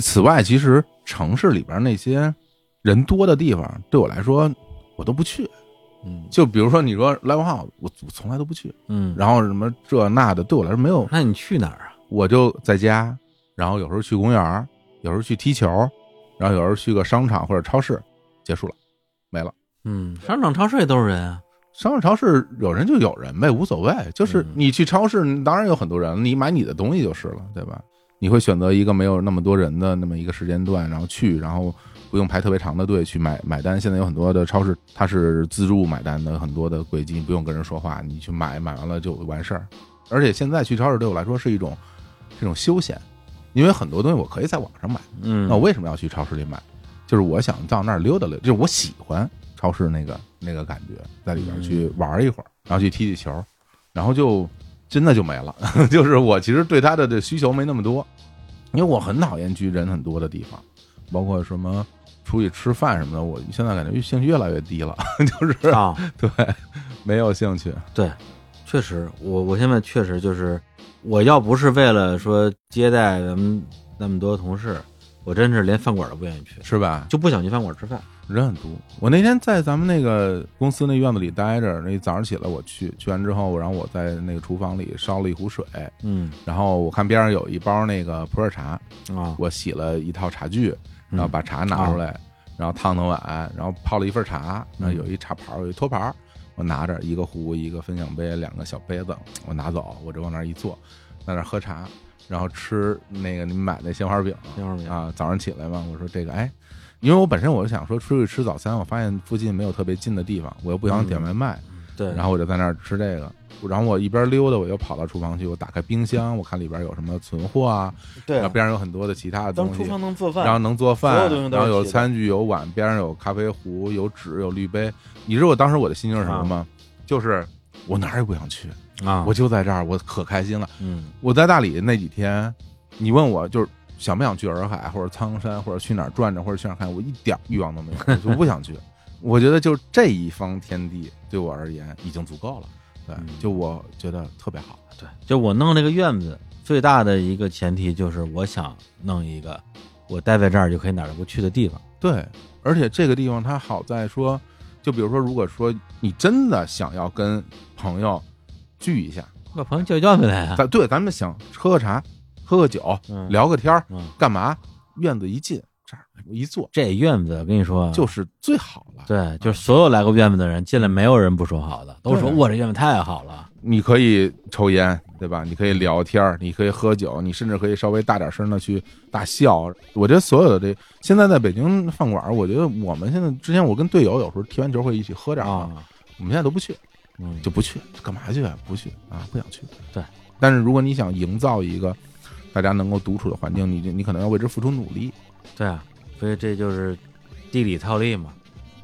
B: 此外，其实城市里边那些人多的地方，对我来说我都不去。
A: 嗯
B: 就比如说你说 live house，我我从来都不去。
A: 嗯，
B: 然后什么这那的，对我来说没有
A: 那你去哪儿啊？
B: 我就在家，然后有时候去公园儿，有时候去踢球，然后有时候去个商场或者超市，结束了，没了。
A: 嗯，商场、超市也都是人啊。
B: 商场、超市有人就有人呗，无所谓。就是
A: 嗯
B: 你去超市，你当然有很多人，你买你的东西就是了，对吧？你会选择一个没有那么多人的那么一个时间段，然后去，然后不用排特别长的队去买买单。现在有很多的超市，它是自助买单的，很多的轨迹不用跟人说话，你去买，买完了就完事儿。而且现在去超市对我来说是一种这种休闲，因为很多东西我可以在网上买。
A: 嗯，
B: 那我为什么要去超市里买？就是我想到那儿溜达溜达，就是我喜欢超市那个那个感觉，在里边去玩一会儿，然后去踢踢球，然后就真的就没了。 就是我其实对它的这需求没那么多，因为我很讨厌去人很多的地方，包括什么出去吃饭什么的，我现在感觉兴趣越来越低了， 就是
A: 啊，
B: 对没有兴趣。
A: 确实，我我现在确实就是，我要不是为了说接待咱们那么多同事，我真是连饭馆都不愿意去，
B: 是吧？
A: 就不想去饭馆吃饭。
B: 人很多。我那天在咱们那个公司那院子里待着，那早上起来我去，去完之后，然后我在那个厨房里烧了一壶水，
A: 嗯
B: 然后我看边上有一包那个普洱茶，
A: 啊，
B: 我洗了一套茶具，
A: 嗯
B: 然后把茶拿出来，然后烫烫碗，然后泡了一份茶，
A: 嗯
B: 然后有一茶盘儿，有一托盘儿，我拿着一个壶、一个分享杯、两个小杯子，我拿走，我就往那儿一坐，在那儿喝茶，然后吃那个你们买那鲜花饼，
A: 鲜花饼
B: 啊，早上起来嘛，我说这个哎。因为我本身我就想说出去吃早餐，我发现附近没有特别近的地方，我又不想点外卖，
A: 嗯对，
B: 然后我就在那儿吃这个，然后我一边溜达，我又跑到厨房去，我打开冰箱，我看里边有什么存货啊，
A: 对
B: 然后边上有很多的其他的东西，
A: 能做
B: 然后能
A: 所
B: 做饭
A: 有东西，都是
B: 然后有
A: 齐的
B: 餐具、有碗，边上有咖啡壶、有纸、有滤杯。你知道我当时我的心情是什么吗？就是我哪儿也不想去，
A: 啊，
B: 我就在这儿，我可开心了。
A: 嗯
B: 我在大理那几天，你问我就是想不想去洱海，或者苍山，或者去哪儿转转，或者去哪儿看，我一点欲望都没有，我就不想 去。我觉得就这一方天地对我而言已经足够了，对
A: 嗯，
B: 就我觉得特别好。
A: 对，就我弄这个院子最大的一个前提就是我想弄一个我待在这儿就可以哪儿都不去的地方。
B: 对，而且这个地方它好在说，就比如说，如果说你真的想要跟朋友聚一下，
A: 把朋友叫叫回来啊，
B: 咱对咱们想喝个茶、喝个酒、
A: 嗯
B: 聊个天儿，
A: 嗯，
B: 干嘛？院子一进，这儿一坐
A: 这院子我跟你说啊，
B: 就是最好了。
A: 对，就是所有来过院子的人进来，没有人不说好的，都说
B: 对啊
A: 我这院子太好了。
B: 你可以抽烟，对吧？你可以聊天儿，你可以喝酒，你甚至可以稍微大点声的去大笑。我觉得所有的这现在在北京饭馆儿，我觉得我们现在之前我跟队友有时候踢完球会一起喝点儿嘛，
A: 啊，
B: 我们现在都不去。
A: 嗯，
B: 就不去，干嘛去啊？不去啊，不想去。
A: 对，
B: 但是如果你想营造一个大家能够独处的环境，你就你可能要为之付出努力。
A: 对啊，所以这就是地理套利嘛。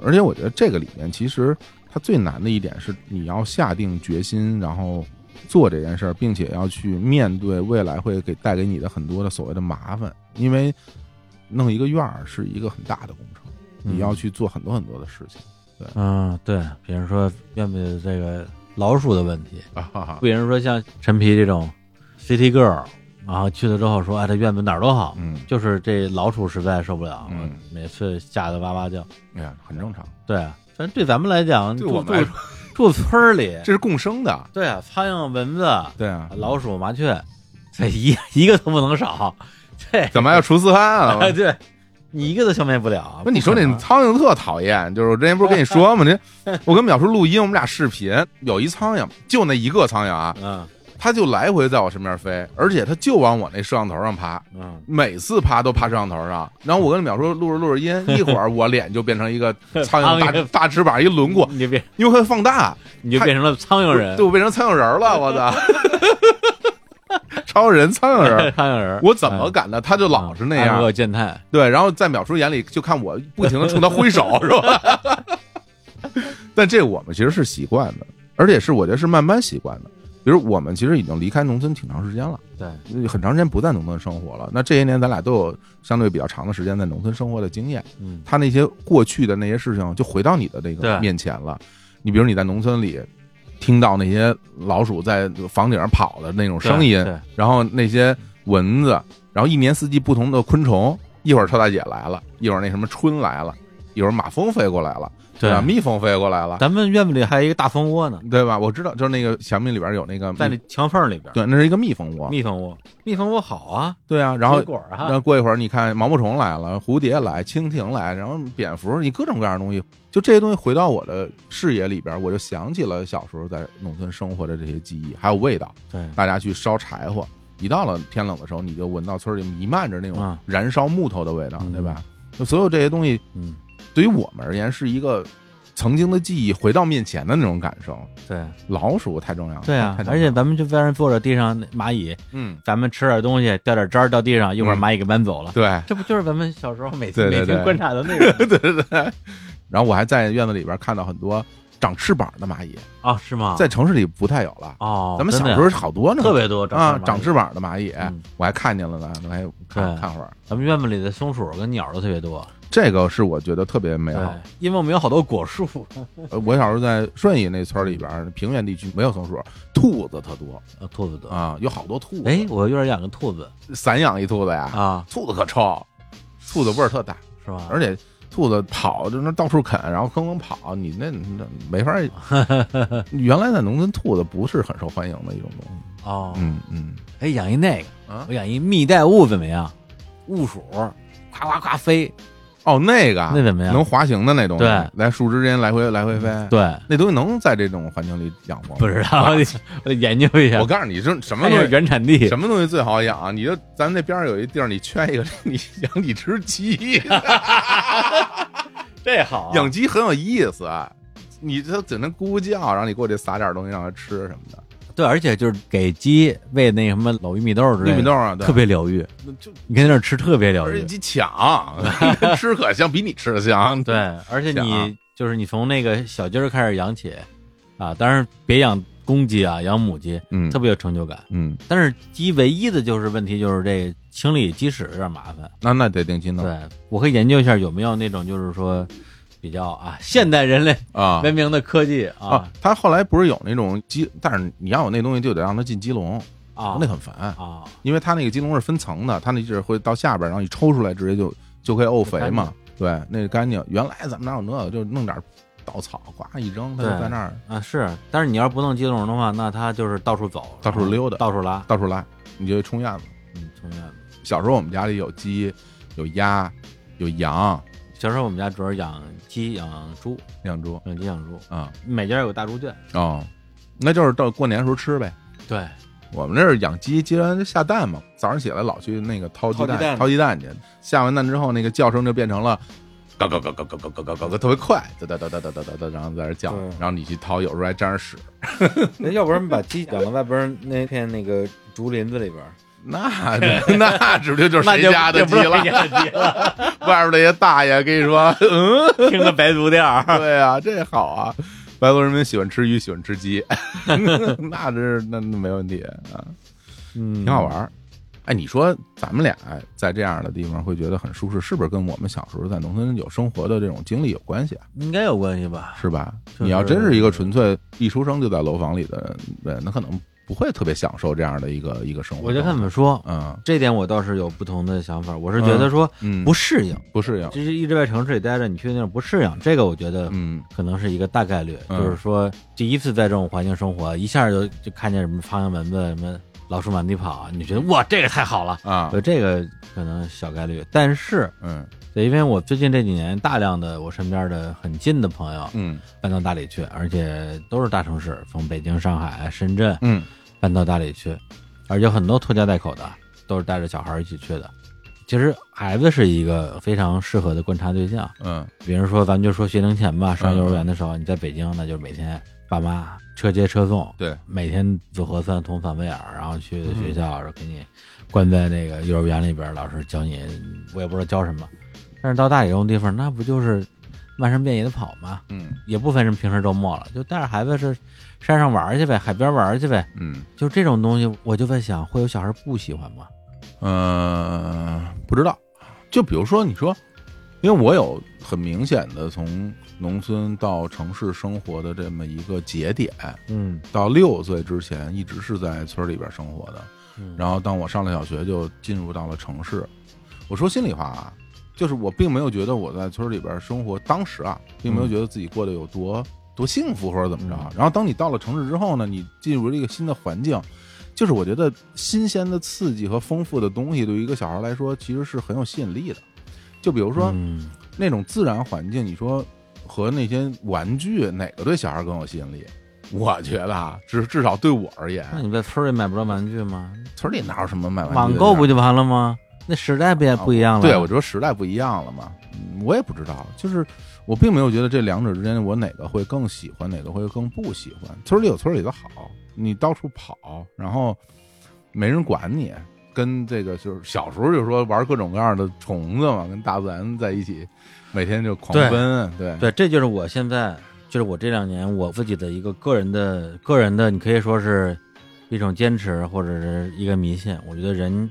B: 而且我觉得这个里面其实它最难的一点是你要下定决心，然后做这件事儿，并且要去面对未来会给带给你的很多的所谓的麻烦，因为弄一个院儿是一个很大的工程，你要去做很多很多的事情
A: 嗯，对，比如说院子的这个老鼠的问题，
B: 啊。哈哈
A: 比如说像陈皮这种 City Girl，然后去了之后说，哎，这院子哪儿都好，
B: 嗯，
A: 就是这老鼠实在受不了，
B: 嗯
A: 每次吓得哇哇叫。
B: 哎呀，很正常。
A: 对啊，反正对咱们来讲，
B: 对
A: 住
B: 我们来
A: 住住村儿里，
B: 这是共生的，
A: 对啊，苍蝇、蚊子、
B: 对啊，
A: 老鼠、麻雀，这一一个都不能少。这
B: 怎么还要除四害 啊？
A: 哎， 对你一个都消灭不了。
B: 不，你说那
A: 不可能
B: 苍蝇特讨厌，就是我之前不是跟你说吗？这我跟淼叔录音，我们俩视频，有一苍蝇，就那一个苍蝇啊，
A: 嗯
B: 它就来回在我身边飞，而且它就往我那摄像头上爬，
A: 嗯，
B: 每次爬都爬摄像头上。然后我跟淼叔录着录着音，一会儿我脸就变成一个 苍
A: 苍
B: 蝇大
A: 蝇
B: 大翅膀一轮廓，
A: 你就变
B: 因为它放 大，
A: 你就变成了苍蝇人
B: 对，，我变成苍蝇人了，我操！ 超人苍蝇 人，
A: 苍蝇人，嗯
B: 我怎么敢呢？他就老是那样
A: 安，恶健太，
B: 对，然后在淼叔眼里就看我不停的冲他挥手，是吧？ 但这我们其实是习惯的，而且是我觉得是慢慢习惯的。比如我们其实已经离开农村挺长时间了，
A: 对，
B: 很长时间不在农村生活了。那这些年咱俩都有相对比较长的时间在农村生活的经验，
A: 嗯
B: 他那些过去的那些事情就回到你的那个
A: 对
B: 面前了。你比如你在农村里听到那些老鼠在房顶上跑的那种声音，
A: 对对
B: 然后那些蚊子，然后一年四季不同的昆虫，一会儿臭大姐来了，一会儿那什么春来了，一会儿马蜂飞过来了，
A: 对
B: 吧啊蜜蜂飞过来了，
A: 咱们院子里还有一个大蜂窝呢，
B: 对吧？我知道，就是那个墙壁里边有那个蜜
A: 在那墙缝里边，
B: 对，那是一个蜜蜂窝，
A: 蜜蜂窝，蜜蜂窝好啊，
B: 对啊，然后
A: 结。果儿
B: 然
A: 哈，
B: 后过一会儿，你看毛毛虫来了，蝴蝶来，蜻蜓来，然后蝙蝠，你各种各样的东西，就这些东西回到我的视野里边，我就想起了小时候在农村生活的这些记忆，还有味道。
A: 对，嗯
B: 大家去烧柴火。一到了天冷的时候，你就闻到村里弥漫着那种
A: 啊
B: 燃烧木头的味道，
A: 嗯
B: 对吧？就所有这些东西，
A: 嗯，
B: 对于我们而言是一个曾经的记忆回到面前的那种感受。
A: 对
B: 老鼠太重要了，
A: 对啊
B: 太，重
A: 而
B: 要
A: 且
B: 了
A: 咱们就在那坐着地上那蚂蚁，
B: 嗯，
A: 咱们吃点东西，掉点渣儿掉地上，一会儿
B: 嗯
A: 蚂蚁给搬走了，
B: 对
A: 这不就是咱们小时候每
B: 对
A: 次
B: 对
A: 每
B: 对
A: 天观察的那个
B: 对对对。 然后我还在院子里边看到很多长翅膀的蚂蚁，
A: 啊？是吗？
B: 在城市里不太有了。
A: 哦，
B: 咱们
A: 真
B: 小
A: 的呀
B: 时候好多呢，
A: 特别多
B: 啊，
A: 长
B: 长翅膀的蚂蚁
A: 嗯，
B: 我还看见了呢，我还看
A: 对
B: 看会儿。
A: 咱们院子里的松鼠跟鸟儿都特别多，
B: 这个是我觉得特别美
A: 对
B: 好，
A: 因为我们有好多果树，
B: 呃，我小时候在顺义那村儿里边儿，平原地区没有松鼠，兔子特多
A: 呃兔子多。
B: 啊，有好多兔子。
A: 哎，我院儿养个兔子
B: 散养一兔子呀，
A: 啊，
B: 兔子可臭，兔子味儿特大，
A: 是吧？
B: 而且兔子跑就那到处啃，然后吭吭跑，你那那没 法儿。原来在农村，兔子不是很受欢迎的一种东西。
A: 哦，
B: 嗯嗯
A: 哎，养一那个，
B: 啊
A: 我，养一蜜袋鼯怎么样？鼯鼠，呱呱呱飞，
B: 哦，那个啊
A: 那怎么样
B: 能滑行的那东西，
A: 对
B: 来树枝之间来回来回飞，
A: 对，
B: 那东西能在这种环境里养活吗？
A: 不知哎道，我得我得研究一下。
B: 啊我告诉你，这什么
A: 看一
B: 东
A: 下
B: 西
A: 原产地
B: 什么东西最好养？啊你就咱那边儿有一地儿，你圈一个，你养几 只鸡，
A: 啊这好啊
B: 养鸡很有意思。啊你它只能咕咕叫，然后你过去撒点东西让它吃什么的，
A: 对，而且就是给鸡喂那什么老玉米豆之类
B: 玉
A: 的，
B: 米豆啊，对
A: 特别疗愈。
B: 就
A: 你看那儿吃特别疗
B: 而且
A: 愈，
B: 鸡抢， 嗯吃可香，比你吃的 香。
A: 对，而且
B: 想啊
A: 你就是你从那个小鸡儿开始养起，啊，当然别养公鸡啊，养母鸡
B: 嗯
A: 特别有成就感。
B: 嗯，
A: 但是鸡唯一的就是问题就是这清理鸡屎有点麻烦。
B: 那那得定期弄
A: 对，我可以研究一下有没有那种就是说比较啊现代人类
B: 啊
A: 文明的科技啊
B: 啊！他后来不是有那种鸡，但是你要有那东西就得让它进鸡笼，
A: 啊
B: 那很烦，
A: 啊
B: 因为它那个鸡笼是分层的，它那就是会到下边儿，然后一抽出来直接就就可以沤肥嘛。对，那个干净。原来咱们哪有那个，就弄点稻草，呱一扔，它就
A: 对
B: 在那儿
A: 啊是，但是你要不弄鸡笼的话，那它就是到处走，啊
B: 到处溜达
A: 到处拉，
B: 到处拉，你就冲院子。
A: 嗯，从那。
B: 小时候我们家里有鸡，有鸭，有羊，
A: 小时候我们家主要养鸡、养猪，
B: 养猪
A: 养鸡、养猪，
B: 啊、
A: 每家有个大猪圈。
B: 哦，那就是到过年时候吃呗。
A: 对，
B: 我们这儿养鸡，鸡完就下蛋嘛，早上起来老去那个掏鸡
A: 掏鸡
B: 蛋，
A: 蛋
B: 掏鸡蛋去。下完蛋之后，那个叫声就变成了。咯咯咯咯咯咯咯咯咯咯，特别快，哒哒哒哒哒哒哒哒，然后在那儿叫
A: 对，
B: 然后你去掏，有时候还沾上 屎，
A: 要不然把鸡养到外边那片那个竹林子里边，
B: 那 那指不定就是谁家的鸡了。
A: 鸡了，
B: 外边那些大爷跟你说， 嗯，
A: 听个白足调儿。
B: 对啊，这好啊。白族人民喜欢吃鱼，喜欢吃鸡， 那这是那那没问题啊，
A: 嗯，
B: 挺好玩儿。哎，你说咱们俩在这样的地方会觉得很舒适，是不是跟我们小时候在农村有生活的这种经历有关系啊？
A: 应该有关系吧？
B: 是吧？
A: 就是
B: 你要真是一个纯粹一出生就在楼房里的人，那可能不会特别享受这样的一个一个生活。
A: 我就看你们说，
B: 嗯
A: 这点我倒是有不同的想法。我是觉得说
B: 嗯，
A: 不适应，
B: 不适应，
A: 就是一直在城市里待着，你去那种不适应，这个我觉得
B: 嗯
A: 可能是一个大概率。
B: 嗯
A: 就是说，第一次在这种环境生活，一下就就看见什么方向门子、什么老鼠满地跑，你觉得哇，这个太好了。
B: 啊
A: 呃，这个可能小概率，但是
B: 嗯
A: 对，因为我最近这几年大量的我身边的很近的朋友
B: 嗯
A: 搬到大理去，而且都是大城市，从北京、上海、深圳
B: 嗯
A: 搬到大理去，而且很多拖家带口的都是带着小孩一起去的。其实孩子是一个非常适合的观察对象，
B: 嗯
A: 比如说咱们就说学龄前吧，上
B: 嗯
A: 幼儿园的时候，你在北京那就是每天爸妈车接车送，
B: 对，
A: 每天做核酸、捅反胃耳，然后去学校，然后给你关在那个幼儿园里边，老师教你，我也不知道教什么。但是到大理这种地方，那不就是漫山遍野的跑吗？
B: 嗯
A: 也不分什么平时周末了，就带着孩子是山上玩去呗，海边玩去呗。
B: 嗯
A: 就这种东西，我就在想，会有小孩不喜欢吗？
B: 呃，不知道。就比如说，你说，因为我有很明显的从农村到城市生活的这么一个节点，
A: 嗯，
B: 到六岁之前一直是在村里边生活的。
A: 然
B: 然后当我上了小学，就进入到了城市。我说心里话啊，就是我并没有觉得我在村里边生活，当时啊，并没有觉得自己过得有多多幸福或者怎么着。啊
A: 嗯
B: 然后当你到了城市之后呢，你进入了一个新的环境，就是我觉得新鲜的刺激和丰富的东西，对于一个小孩来说，其实是很有吸引力的。就比如说、
A: 嗯
B: 那种自然环境，你说和那些玩具哪个对小孩更有吸引力？我觉得啊，至至少对我而言，
A: 那你在村里买不着玩具吗？
B: 村里哪有什么买玩具的地儿？
A: 嗯网购不就完了吗？那时代不也不一样了？
B: 对，我觉得时代不一样了嘛，嗯我也不知道，就是我并没有觉得这两者之间我哪个会更喜欢，哪个会更不喜欢。村里有村里的好，你到处跑，然后没人管你，跟这个就是小时候就说玩各种各样的虫子嘛，跟大自然在一起，每天就狂
A: 对
B: 奔，对，
A: 对，这就是我现在，就是我这两年我自己的一个个人的个人的，你可以说是一种坚持或者是一个迷信。我觉得人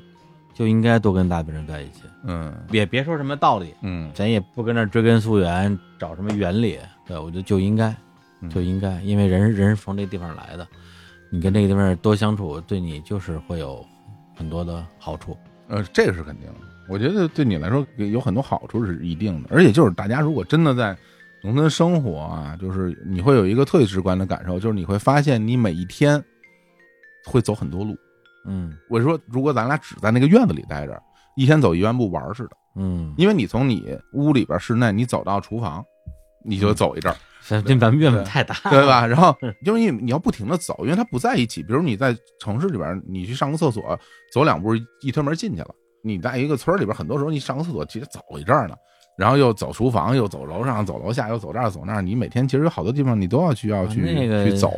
A: 就应该多跟大别人在一起，
B: 嗯
A: 也别说什么道理，
B: 嗯
A: 咱也不跟那儿追根溯源，找什么原理。对，我觉得就应该
B: 嗯
A: 就应该，因为人人是从这地方来的，你跟这个地方多相处，对你就是会有很多的好处。
B: 呃，这个是肯定的。我觉得对你来说有很多好处是一定的，而且就是大家如果真的在农村生活啊，就是你会有一个特别直观的感受，就是你会发现你每一天会走很多路。
A: 嗯
B: 我说，如果咱俩只在那个院子里待着，一天走一万步玩儿似的，
A: 嗯，
B: 因为你从你屋里边室内，你走到厨房，你就走一阵儿，
A: 咱咱咱们愿望太大了，
B: 对吧？然后
A: 嗯
B: 就是你你要不停的走，因为它不在一起。比如你在城市里边，你去上个厕所，走两步一推门进去了；你在一个村儿里边，很多时候你上个厕所其实走一阵儿呢，然后又走厨房，又走楼上，走楼下，又走这儿走那儿。你每天其实有好多地方你都要去要去、
A: 啊那个
B: 去走，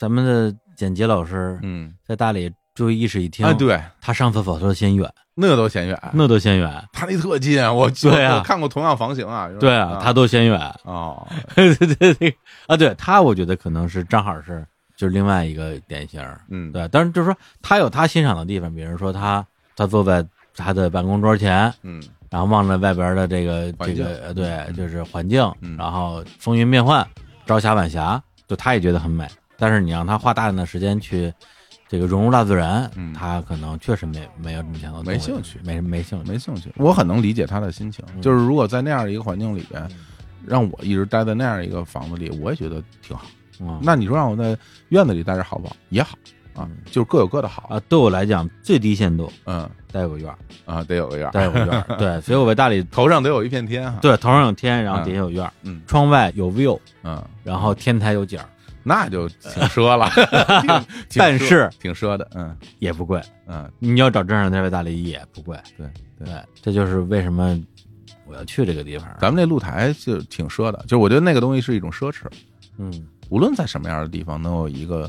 A: 咱们的简洁老师
B: 嗯，
A: 在大理注意一室一厅，
B: 哎，对，
A: 他上厕所都是先远，
B: 那个都嫌远，
A: 那都先远，
B: 他那特近，我
A: 对啊
B: 我看过同样房型啊，就是
A: 对啊，他都先远，
B: 哦，
A: 对对对啊，对他，我觉得可能是正好是就是另外一个典型儿，
B: 嗯，
A: 对，当然就是说他有他欣赏的地方，比如说他他坐在他的办公桌前，
B: 嗯
A: 然后望着外边的这个这
B: 环境
A: 个呃对，就是环境，
B: 嗯
A: 然后风云变幻，朝霞晚霞，就他也觉得很美，但是你让他花大量的时间去。这个融入大自然，
B: 嗯
A: 他可能确实没没有这么强的动
B: 没
A: 力
B: 兴趣
A: 没没兴趣，
B: 没兴趣。我很能理解他的心情，
A: 嗯
B: 就是如果在那样一个环境里边
A: 嗯，
B: 让我一直待在那样一个房子里，我也觉得挺好。
A: 嗯
B: 那你说让我在院子里待着好不好？也好啊
A: 嗯，
B: 就是各有各的好。
A: 啊，对我来讲最低限度
B: 嗯
A: 得有个院儿，
B: 啊，得有个院儿，
A: 得有个院 儿，对，所以我在大理，
B: 头上得有一片天哈。，
A: 对，头上有天，然后底下有院儿，
B: 嗯
A: 窗外有 view，
B: 嗯，
A: 然后天台有景儿，
B: 那就挺 奢了，挺挺奢
A: 但是
B: 挺奢的。嗯
A: 也不贵。
B: 嗯
A: 你要找正常在大理也不贵，
B: 对
A: 对，这就是为什么我要去这个地方。
B: 咱们这露台就挺奢的，就是我觉得那个东西是一种奢侈，
A: 嗯
B: 无论在什么样的地方能有一个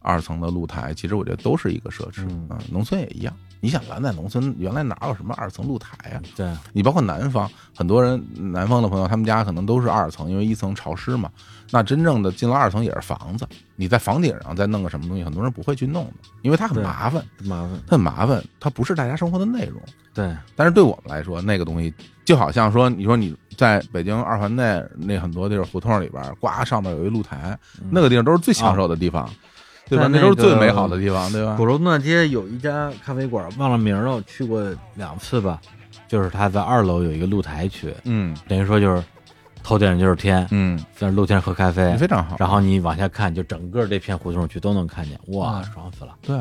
B: 二层的露台，其实我觉得都是一个奢侈。
A: 嗯
B: 啊，农村也一样。你想咱在农村原来哪有什么二层露台啊呀、
A: 对，
B: 你包括南方，很多人南方的朋友，他们家可能都是二层，因为一层潮湿嘛。那真正的进了二层也是房子，你在房顶上再弄个什么东西，很多人不会去弄的，因为它很
A: 对
B: 麻烦，
A: 不麻烦。
B: 它很麻烦，它不是大家生活的内容。
A: 对，
B: 但是对我们来说，那个东西就好像说，你说你在北京二环内那很多地儿胡同里边，呱上面有一露台，
A: 嗯啊
B: 那个地方都是最享受的地方。对吧？
A: 在那
B: 时候最
A: 个
B: 美好的地方，对吧
A: 鼓？楼东大街有一家咖啡馆，忘了名儿了，我去过两次吧。就是它在二楼有一个露台区，
B: 嗯
A: 等于说就是头顶就是天，
B: 嗯，
A: 在露天喝咖啡，
B: 非常好。
A: 然后你往下看，就整个这片胡同区都能看见，哇，
B: 嗯
A: 爽死了！
B: 对，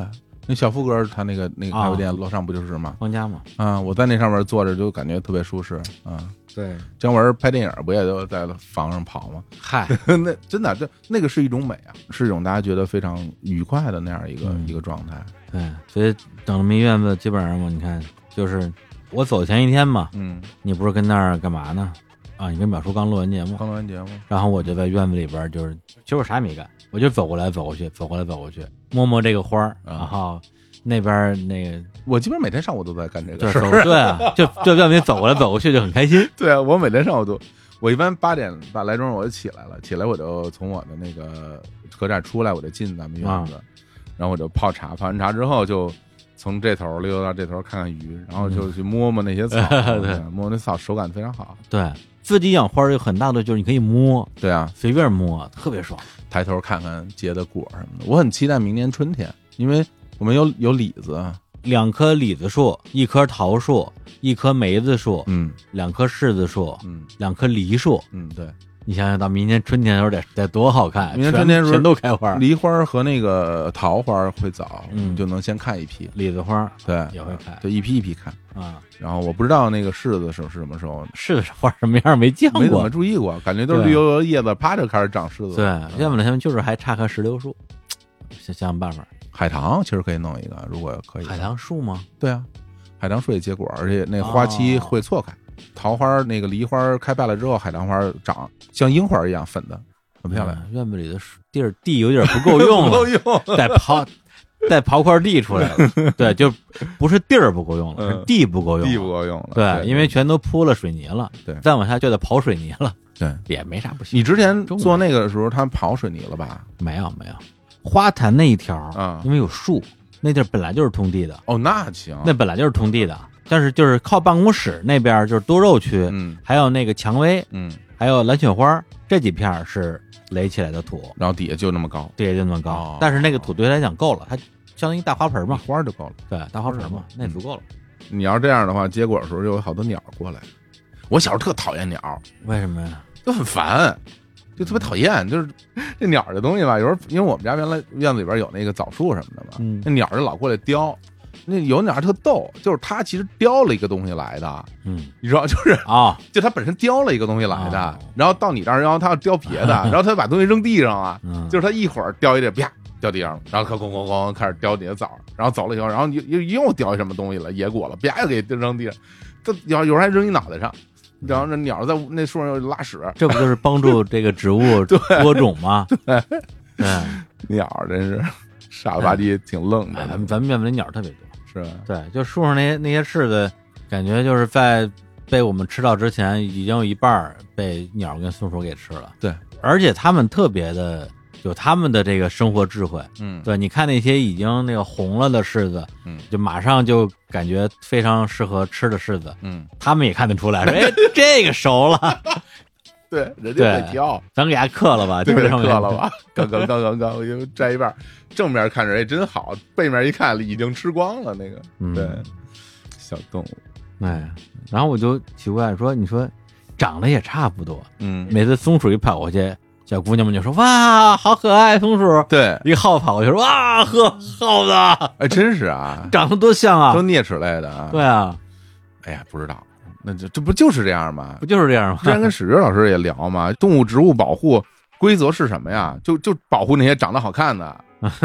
B: 那小富哥他那个那个咖
A: 啊
B: 啡店楼上不就是吗？
A: 放假嘛，
B: 啊，我在那上面坐着就感觉特别舒适啊。
A: 对，
B: 姜文拍电影不也都在房上跑吗？
A: 嗨，
B: 那真的，这那个是一种美啊，是一种大家觉得非常愉快的那样一个、
A: 嗯
B: 一个状态。
A: 对，所以整这么一院子，基本上嘛，你看，就是我走前一天嘛，
B: 嗯，
A: 你不是跟那儿干嘛呢？啊，你跟淼叔刚录完节目，
B: 刚录完节目，
A: 然后我就在院子里边儿，就是其实我啥也没干，我就走过来走过去，走过来走过去，摸摸这个花儿，
B: 啊
A: 然后那边儿那个
B: 我基本每天上午都在干这
A: 就
B: 个
A: 是
B: 事
A: 走
B: 儿。
A: 对啊，就就院子里走过来走过去就很开心。
B: 对啊，我每天上午都，我一般八点半来钟我就起来了，起来我就从我的那个车站出来，我就进咱们院子，然后我就泡茶，泡完茶之后就从这头溜到这头看看鱼，然后就去摸摸那些草，嗯 对摸那草手感非常好。
A: 对自己养花儿有很大的就是你可以摸，
B: 对啊，
A: 随便摸，特别爽。
B: 抬头看看结的果什么的，我很期待明年春天，因为我们有有李子，啊
A: 两棵李子树，一棵桃树，一棵梅子树，
B: 嗯
A: 两棵柿子树，
B: 嗯
A: 两棵梨树。
B: 嗯，对，
A: 你想想到明年春天的时候得得多好看，
B: 明年
A: 全
B: 春天时候
A: 全都开花儿，
B: 梨花和那个桃花会早，
A: 嗯
B: 就能先看一批，
A: 李子花儿
B: 对，
A: 也会开
B: 对，一批一批看。
A: 啊，
B: 然后我不知道那个柿子是是什么时候，
A: 柿子花儿什么样儿没见
B: 没怎
A: 过
B: 么。注意过，感觉都是
A: 对
B: 绿油油的叶子啪就开始长柿子。
A: 对，
B: 嗯
A: 要不然他们就是还差棵石榴树，想想办法。
B: 海棠其实可以弄一个，如果可以。
A: 海棠树吗？
B: 对啊，海棠树也结果，而且那花
A: 哦
B: 期会错开。桃花那个梨花开败了之后，海棠花长像樱花一样粉的，很漂亮。
A: 嗯院子里的树地儿地有点不够 用
B: 都
A: 了，
B: 用。
A: 再刨再刨块地出来了。 对，就不是地儿不够用了，
B: 嗯
A: 是地不够用了。
B: 地不够用了，
A: 对，因为全都铺了水泥了，
B: 对
A: 再往下就得刨水泥了，
B: 对
A: 也没啥不行。
B: 你之前
A: 中午
B: 做那个的时候，他刨水泥了吧？
A: 没有没有，花坛那一条
B: 啊
A: 因为有树，那地儿本来就是通地的，
B: 哦，那行，
A: 那本来就是通地的，但是就是靠办公室那边儿就是多肉区，
B: 嗯
A: 还有那个蔷薇，
B: 嗯，
A: 还有蓝雪花这几片儿是垒起来的土，
B: 然后底下就那么高，
A: 地也就那么高，
B: 哦
A: 但是那个土对他来讲够了，它相当于大花盆嘛，
B: 花儿就够了。
A: 对，大花盆嘛，那足够了。
B: 你要是这样的话，结果的时候就有好多鸟过来。我小时候特讨厌鸟，
A: 嗯为什么呀？
B: 就很烦，就特别讨厌。就是这鸟这东西吧，有时候因为我们家原来院子里边有那个枣树什么的嘛，
A: 嗯
B: 那鸟就老过来叼。那有鸟特逗，就是它其实叼了一个东西来的，
A: 嗯
B: 你知道，就是
A: 啊、
B: 就它本身叼了一个东西来的，
A: 哦
B: 然后到你这儿，然后它要叼别的，啊 然后它就把东西扔地上了，
A: 嗯，
B: 就是它一会儿叼一这啪掉地上了，然后它咣咣咣开始叼你的枣儿，然后走了以后，然后又又又叼一什么东西了，野果了，啪又给扔地上，这有有人还扔你脑袋上，然后那鸟在那树上又拉屎，
A: 这不就是帮助这个植 物播种吗？对，
B: 鸟儿真 是傻了吧唧，挺愣
A: 哎
B: 的
A: 咱，们咱们院子里鸟儿特别多。
B: 是吧？
A: 对，就树上那些那些柿子，感觉就是在被我们吃到之前，已经有一半儿被鸟跟松鼠给吃了。
B: 对，
A: 而且它们特别的有它们的这个生活智慧。
B: 嗯，
A: 对，你看那些已经那个红了的柿子，
B: 嗯
A: 就马上就感觉非常适合吃的柿子，
B: 嗯，
A: 它们也看得出来，说哎，这个熟了，
B: 对，人家在
A: 对
B: 挑，
A: 咱给它嗑了吧，基
B: 对不
A: 本
B: 对？
A: 上
B: 饿了吧？刚 刚刚刚刚，我就摘一半儿，正面看着哎真好，背面一看已经吃光了那个，
A: 嗯
B: 对，小动物，
A: 哎，然后我就奇怪说，你说长得也差不多，
B: 嗯，
A: 每次松鼠一跑过去，小姑娘们就说：“哇，好可爱，松鼠。”
B: 对，
A: 一耗跑过去说：“哇，呵，耗子
B: 哎，真是啊，
A: 长得多像啊
B: 都啮齿类的！”啊。
A: 对啊，
B: 哎呀，不知道，那这这不就是这样吗
A: 不？就是这样
B: 之 前
A: 吗？
B: 跟史哲老师也聊嘛，动物植物保护规则是什么呀？就就保护那些长得好 看的，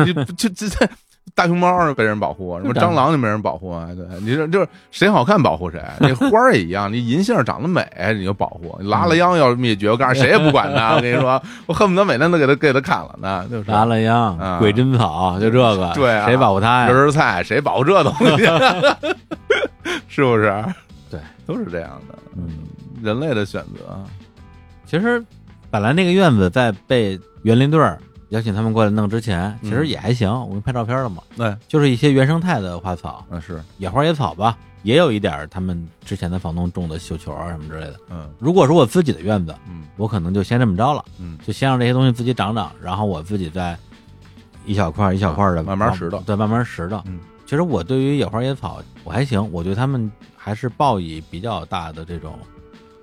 B: 你不就这这大熊猫儿没人保护，什么蟑螂就没人保护啊？对，你这就是谁好看保护谁，那花儿也一样，你银杏儿长得美你就保护，你拉
A: 嗯
B: 了秧要灭绝，我告诉你谁也不管它。我跟你说，我恨不得每天都给它给它砍了呢，就是。
A: 达了秧、
B: 啊
A: 鬼针草，就这个，
B: 对啊
A: 谁保护它
B: 留
A: 呀？
B: 着菜，谁保护这东西？ 是不是？
A: 对，
B: 都是这样的。
A: 嗯，
B: 人类的选择，啊
A: 其实本来那个院子在被园林队儿邀请他们过来弄之前，
B: 嗯
A: 其实也还行，我们拍照片了嘛，
B: 那
A: 就是一些原生态的花草，
B: 那是，
A: 野花野草吧，也有一点儿他们之前的房东种的绣球啊什么之类的。
B: 嗯
A: 如果是我自己的院子，
B: 嗯
A: 我可能就先这么着了。
B: 嗯
A: 就先让这些东西自己长长，然后我自己再一小块儿一小块儿的
B: 啊慢慢拾掇
A: 对，慢慢拾掇。
B: 嗯，
A: 其实我对于野花野草我还行，我对他们还是抱以比较大的这种，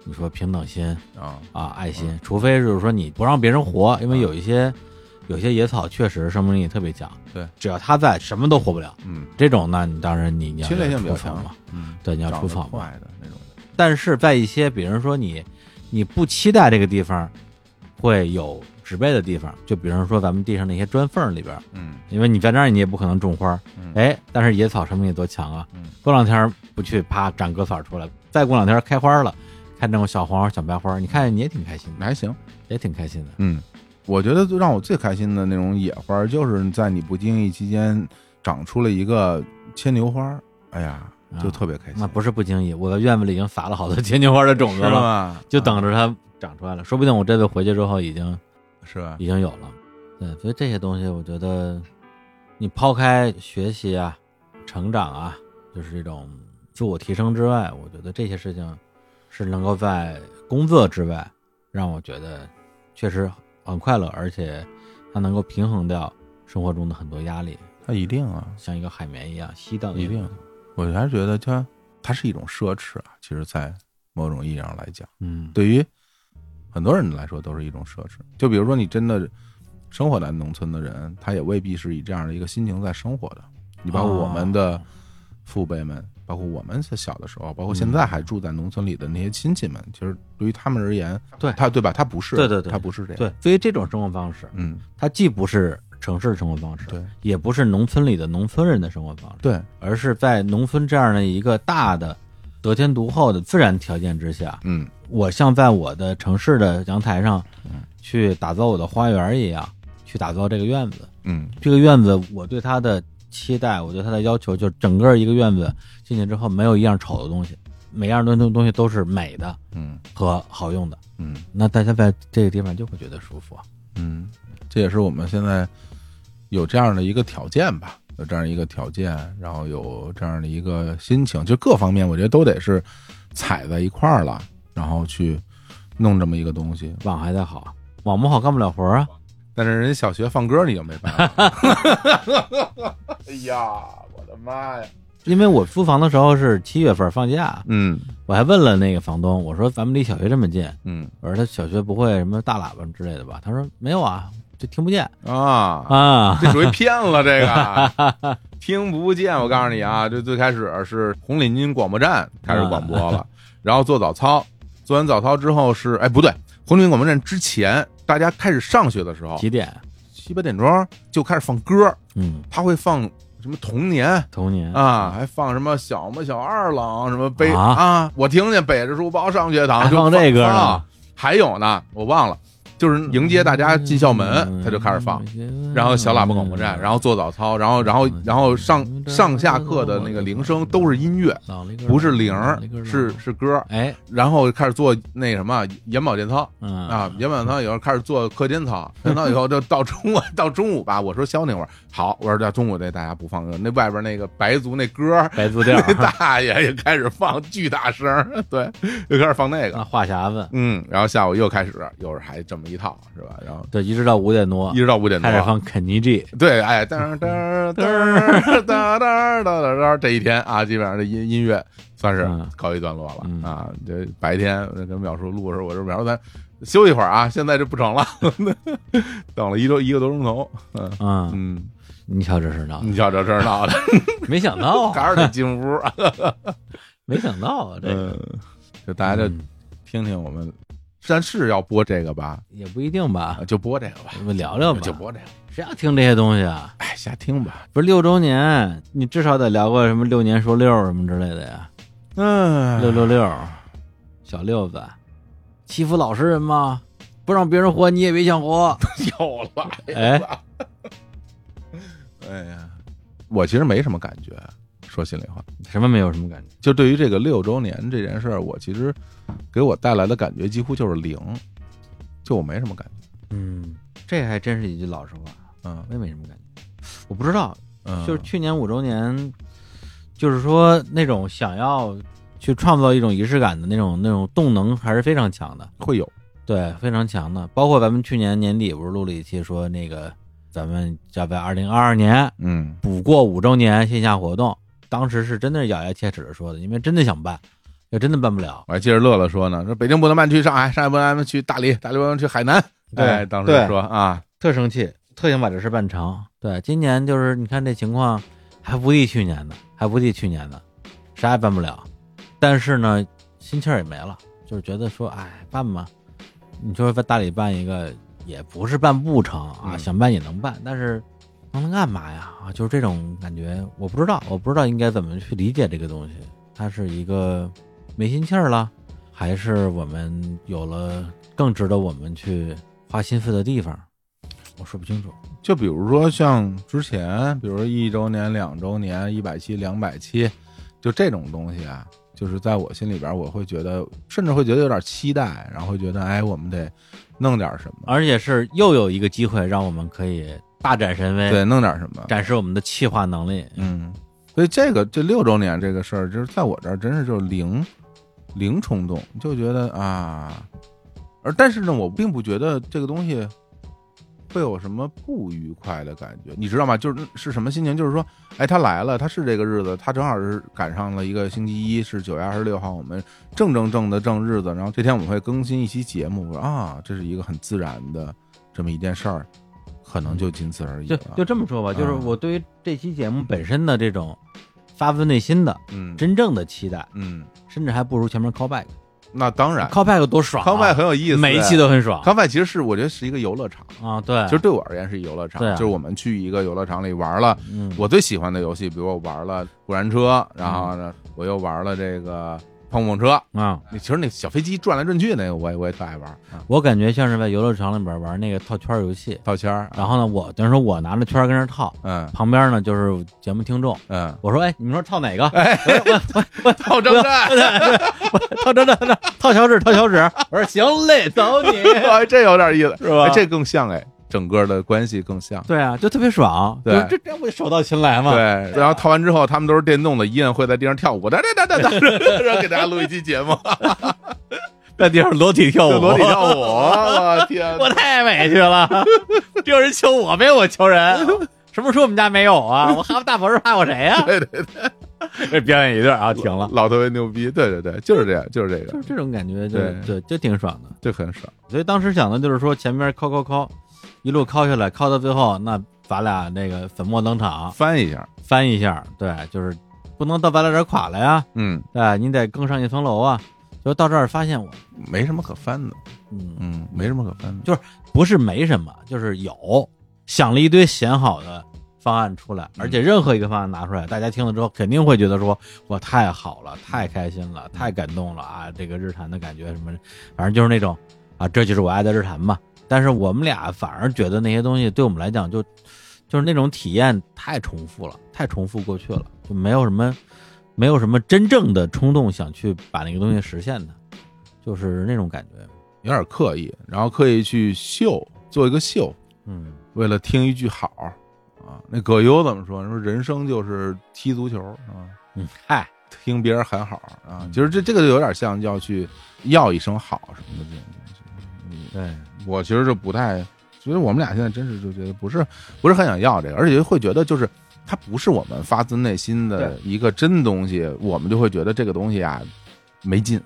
A: 你说平等心
B: 啊，
A: 啊，爱心，除非就是说你不让别人
B: 嗯
A: 活，因为有一些有些野草确实生命力特别强，
B: 对，
A: 只要它在，什么都活不了。
B: 嗯，
A: 这种呢，你当然你你要
B: 侵略性比较
A: 除草
B: 强
A: 嘛，，
B: 嗯，
A: 对，你要除草
B: 长得
A: 嘛。
B: 快的那种，
A: 但是在一些，比如说你你不期待这个地方会有植被的地方，就比如说咱们地上那些砖缝里边，
B: 嗯
A: 因为你在那儿你也不可能种花儿，
B: 嗯
A: 哎，但是野草生命力多强啊！
B: 嗯
A: 过两天儿不去，啪长割草出来，再过两天儿开花了，看这种小黄花、小白花，你看你也挺开心的，
B: 还行，
A: 也挺开心的。
B: 嗯，我觉得最让我最开心的那种野花，就是在你不经意期间长出了一个牵牛花，哎呀，就
A: 啊
B: 特别开心，
A: 那不是不经意，我在院子里已经撒了好多牵牛花的种
B: 是
A: 子了，
B: 吗？
A: 就
B: 啊
A: 等着它长出来了。说不定我这次回去之后已经
B: 啊是吧？
A: 已经有了。对，所以这些东西，我觉得你抛开学习啊、成长啊，就是这种自我提升之外，我觉得这些事情是能够在工作之外让我觉得确实很快乐，而且它能够平衡掉生活中的很多压力，
B: 那一定啊，
A: 像一个海绵一样吸到你
B: 一定，我还是觉得它它是一种奢侈啊，其实，在某种意义上来讲，
A: 嗯，
B: 对于很多人来说都是一种奢侈。就比如说，你真的生活在农村的人，他也未必是以这样的一个心情在生活的。你包括我们
A: 哦
B: 的父辈们，包括我们小的时候，包括
A: 嗯
B: 现在还住在农村里的那些亲戚们，其实对于他们而言，
A: 对
B: 他对吧？他不是，
A: 对对对
B: 他不是这样，
A: 对，所以这种生活方式，
B: 嗯，
A: 它既不是城市生活方式，
B: 对
A: 也不是农村里的农村人的生活方式。
B: 对，
A: 而是在农村这样的一个大的得天独厚的自然条件之下，
B: 嗯，
A: 我像在我的城市的阳台上，去打造我的花园一样，去打造这个院子。
B: 嗯，
A: 这个院子，我对它的期待，我对它的要求，就整个一个院子进去之后，没有一样丑的东西，每样东东西都是美的
B: 嗯，
A: 和好用的。
B: 嗯。
A: 那大家在这个地方就会觉得舒服啊。
B: 嗯，这也是我们现在有这样的一个条件吧，有这样一个条件，然后有这样的一个心情，就各方面我觉得都得是踩在一块儿了，然后去弄这么一个东西。
A: 网还在好，网不好干不了活儿啊。
B: 但是人家小学放歌你就没办法。 哎呀，我的妈呀！
A: 因为我租房的时候是七月份放假，
B: 嗯
A: 我还问了那个房东，我说咱们离小学这么近，
B: 嗯
A: 我说他小学不会什么大喇叭之类的吧？他说没有啊，就听不见
B: 啊。
A: 啊。
B: 这属于骗了，这个 听不见。我告诉你啊，这最开始是红领巾广播站开
A: 啊
B: 始广播了，然后做早操，做完早操之后是，哎，不对，红领巾广播站之前，大家开始上学的时候，
A: 几点？
B: 七八点钟就开始放歌，
A: 嗯，
B: 他会放什么童年。
A: 童年
B: 啊，还放什么小么小二郎什么背
A: 嗯啊
B: 我听见背着书包上学堂
A: 还
B: 就
A: 放这歌呢
B: 啊还有呢，我忘了，就是迎接大家进校
A: 嗯
B: 门，他就开始放。，然后小喇叭广播站，然后做早操，然后然后然后上
A: 嗯
B: 上下课的那个铃声都是音乐，不是铃儿，
A: 嗯
B: 是是歌儿。
A: 哎
B: 然后开始做那什么眼保健操
A: 嗯
B: 啊，眼保健操以后开始做课间操，课间操以后就到中午 到中午吧，我说消停会儿，好，我说到中午这大家不放歌，那外边那个白族那歌 儿，
A: 白字调
B: 那大爷也开始放巨大声儿， 对，又开始放那
A: 啊，
B: 个，
A: 话匣子
B: 嗯，然后下午又开始，又是还这么一套是吧？然后
A: 对，一直到五点多
B: 一直到五点
A: 嗯
B: 多
A: 开始放肯尼 G，
B: 对，哎，噔噔噔噔噔噔噔噔，这一天啊，基本上这音音乐算是
A: 嗯
B: 告一段落了、
A: 嗯
B: 啊。这白天我跟淼叔录的时候，我说淼叔咱休息会儿啊，现在这不成了，等了一周一个多钟头。嗯
A: 嗯，
B: 嗯，
A: 你瞧这是闹的，
B: 你瞧这事儿闹的，
A: 没想到 啊，
B: 赶着得进屋啊。
A: 没想到啊，这个
B: 嗯，就大家就
A: 嗯
B: 听听我们，咱是要播这个吧，
A: 也不一定吧
B: 啊，就播这个吧，
A: 我们聊聊吧，
B: 就播这个，
A: 谁要听这些东西啊？
B: 哎，瞎听吧。
A: 不是六周年，你至少得聊个什么六年说六什么之类的呀？
B: 嗯，
A: 六六六，小六子，欺负老实人吗？不让别人活，你也别想 活。
B: 又来
A: 哎，
B: 哎呀，我其实没什么感觉，说心里话，
A: 什么没有什么感觉？
B: 就对于这个六周年这件事儿，我其实给我带来的感觉几乎就是零，就我没什么感觉。
A: 嗯，这还真是一句老实话，
B: 嗯
A: 我也没什么感觉。我不知道，
B: 嗯，
A: 就是去年五周年，就是说那种想要去创造一种仪式感的那种那种动能还是非常强的，
B: 会有，
A: 对，非常强的。包括咱们去年年底不是录了一期说那个咱们要在二零二二年
B: 嗯
A: 补过五周年线下活动，当时是真的是咬牙切齿的说的，因为真的想办，又真的办不了。
B: 我还记着乐乐说呢，说北京不能办去上海，上海不能办去大理，大理不能去海南。
A: 对
B: 哎，当时
A: 对
B: 说啊，
A: 特生气，特想把这事办成。对，今年就是你看这情况，还不敌去年呢，还不敌去年呢，啥也办不了。但是呢，心气儿也没了，就是觉得说，哎，办吧。你说在大理办一个，也不是办不成啊，
B: 嗯
A: 想办也能办，但是能干嘛呀？啊，就是这种感觉，我不知道，我不知道应该怎么去理解这个东西。它是一个没心气儿了，还是我们有了更值得我们去花心思的地方？我说不清楚。
B: 就比如说像之前，比如说一周年、两周年、一百期、两百期，就这种东西啊，就是在我心里边，我会觉得，甚至会觉得有点期待，然后会觉得，哎，我们得弄点什么，
A: 而且是又有一个机会让我们可以大展神威，
B: 对，弄点什么，
A: 展示我们的气化能力。
B: 嗯，所以这个这六周年这个事儿，就是在我这儿真是就是零零冲动，就觉得啊，而但是呢，我并不觉得这个东西会有什么不愉快的感觉，你知道吗？就是是什么心情？就是说，哎，他来了，他是这个日子，他正好是赶上了一个星期一，是九月二十六号，我们正正正的正日子，然后这天我们会更新一期节目，我说啊，这是一个很自然的这么一件事儿，可能就仅此而已
A: 就
B: 了。
A: 就这么说吧，
B: 嗯
A: 就是我对于这期节目本身的这种发自内心的
B: 嗯
A: 真正的期待，
B: 嗯，
A: 甚至还不如前面 callback。
B: 那当然。
A: callback 多爽、啊、
B: 康拜很有意思，
A: 每一期都很爽
B: 康拜其实是我觉得是一个游乐场，
A: 啊！对，
B: 其实对我而言是一游乐场，
A: 对啊
B: 就是我们去一个游乐场里玩了
A: 嗯，
B: 我最喜欢的游戏，比如我玩了过山车，然后呢
A: 嗯
B: 我又玩了这个碰碰车，
A: 啊，
B: 那其实那小飞机转来转去那个我也我也特爱玩，啊
A: 我感觉像是在游乐场里边玩那个套圈儿游戏。
B: 套圈儿，啊
A: 然后呢，我等于说我拿着圈儿跟那儿套，
B: 嗯
A: 旁边呢就是节目听众。
B: 嗯，
A: 我说，哎，你们说套哪个？
B: 套张战，
A: 套这这这，套小指，套小指。我说行嘞，走你。
B: 哎这有点意思，
A: 是吧
B: 哎这更像哎，整个的关系更像。
A: 对啊，就特别爽。
B: 对
A: 就这这不就手到擒来嘛。
B: 对，，然后套完之后，他们都是电动的，一摁会在地上跳舞，哒哒 哒哒哒，然后给大家录一期节目，
A: 哦在地上裸体跳
B: 就
A: 舞，
B: 裸体跳舞，我 天，
A: 我太委屈 了。只有人求我，没有我求人。 什么时候我们家没有啊？ 我哈大伙儿怕我谁呀、
B: 对
A: 对对，这表演一段啊，停了。
B: 老特别牛逼，对对对，就是这样，就是这
A: 就
B: 个，
A: 是这种感觉，就是对，就挺爽的。
B: 这很爽。
A: 所以当时想的就是说，前面敲敲敲，一路敲下来，敲到最后，那咱俩那个粉墨登场，
B: 翻一下，
A: 翻一下，对，就是不能到咱俩这儿垮了呀，
B: 嗯，
A: 对，你得更上一层楼啊。就到这儿发现我，
B: 没什么可翻的，
A: 嗯，
B: 嗯，没什么可翻的，
A: 不是没什么，就是有想了一堆显好的方案出来，而且任何一个方案拿出来，大家听了之后肯定会觉得说，哇，太好了，太开心了，太感动了啊！这个日坛的感觉什么，反正就是那种啊，这就是我爱的日坛嘛。但是我们俩反而觉得那些东西对我们来讲就就是那种体验太重复了，太重复过去了，就没有什么没有什么真正的冲动想去把那个东西实现的，就是那种感觉。
B: 有点刻意，然后刻意去秀，做一个秀，
A: 嗯，
B: 为了听一句好啊。那葛优怎么说？说人生就是踢足球啊，
A: 嗯，嗨，
B: 听别人喊好啊
A: 嗯，
B: 其实这这个就有点像要去要一声好什么的这种东西。
A: 对。
B: 我其实就不太，所以我们俩现在真是就觉得不是不是很想要这个，而且会觉得就是它不是我们发自内心的一个真东西，我们就会觉得这个东西啊没劲。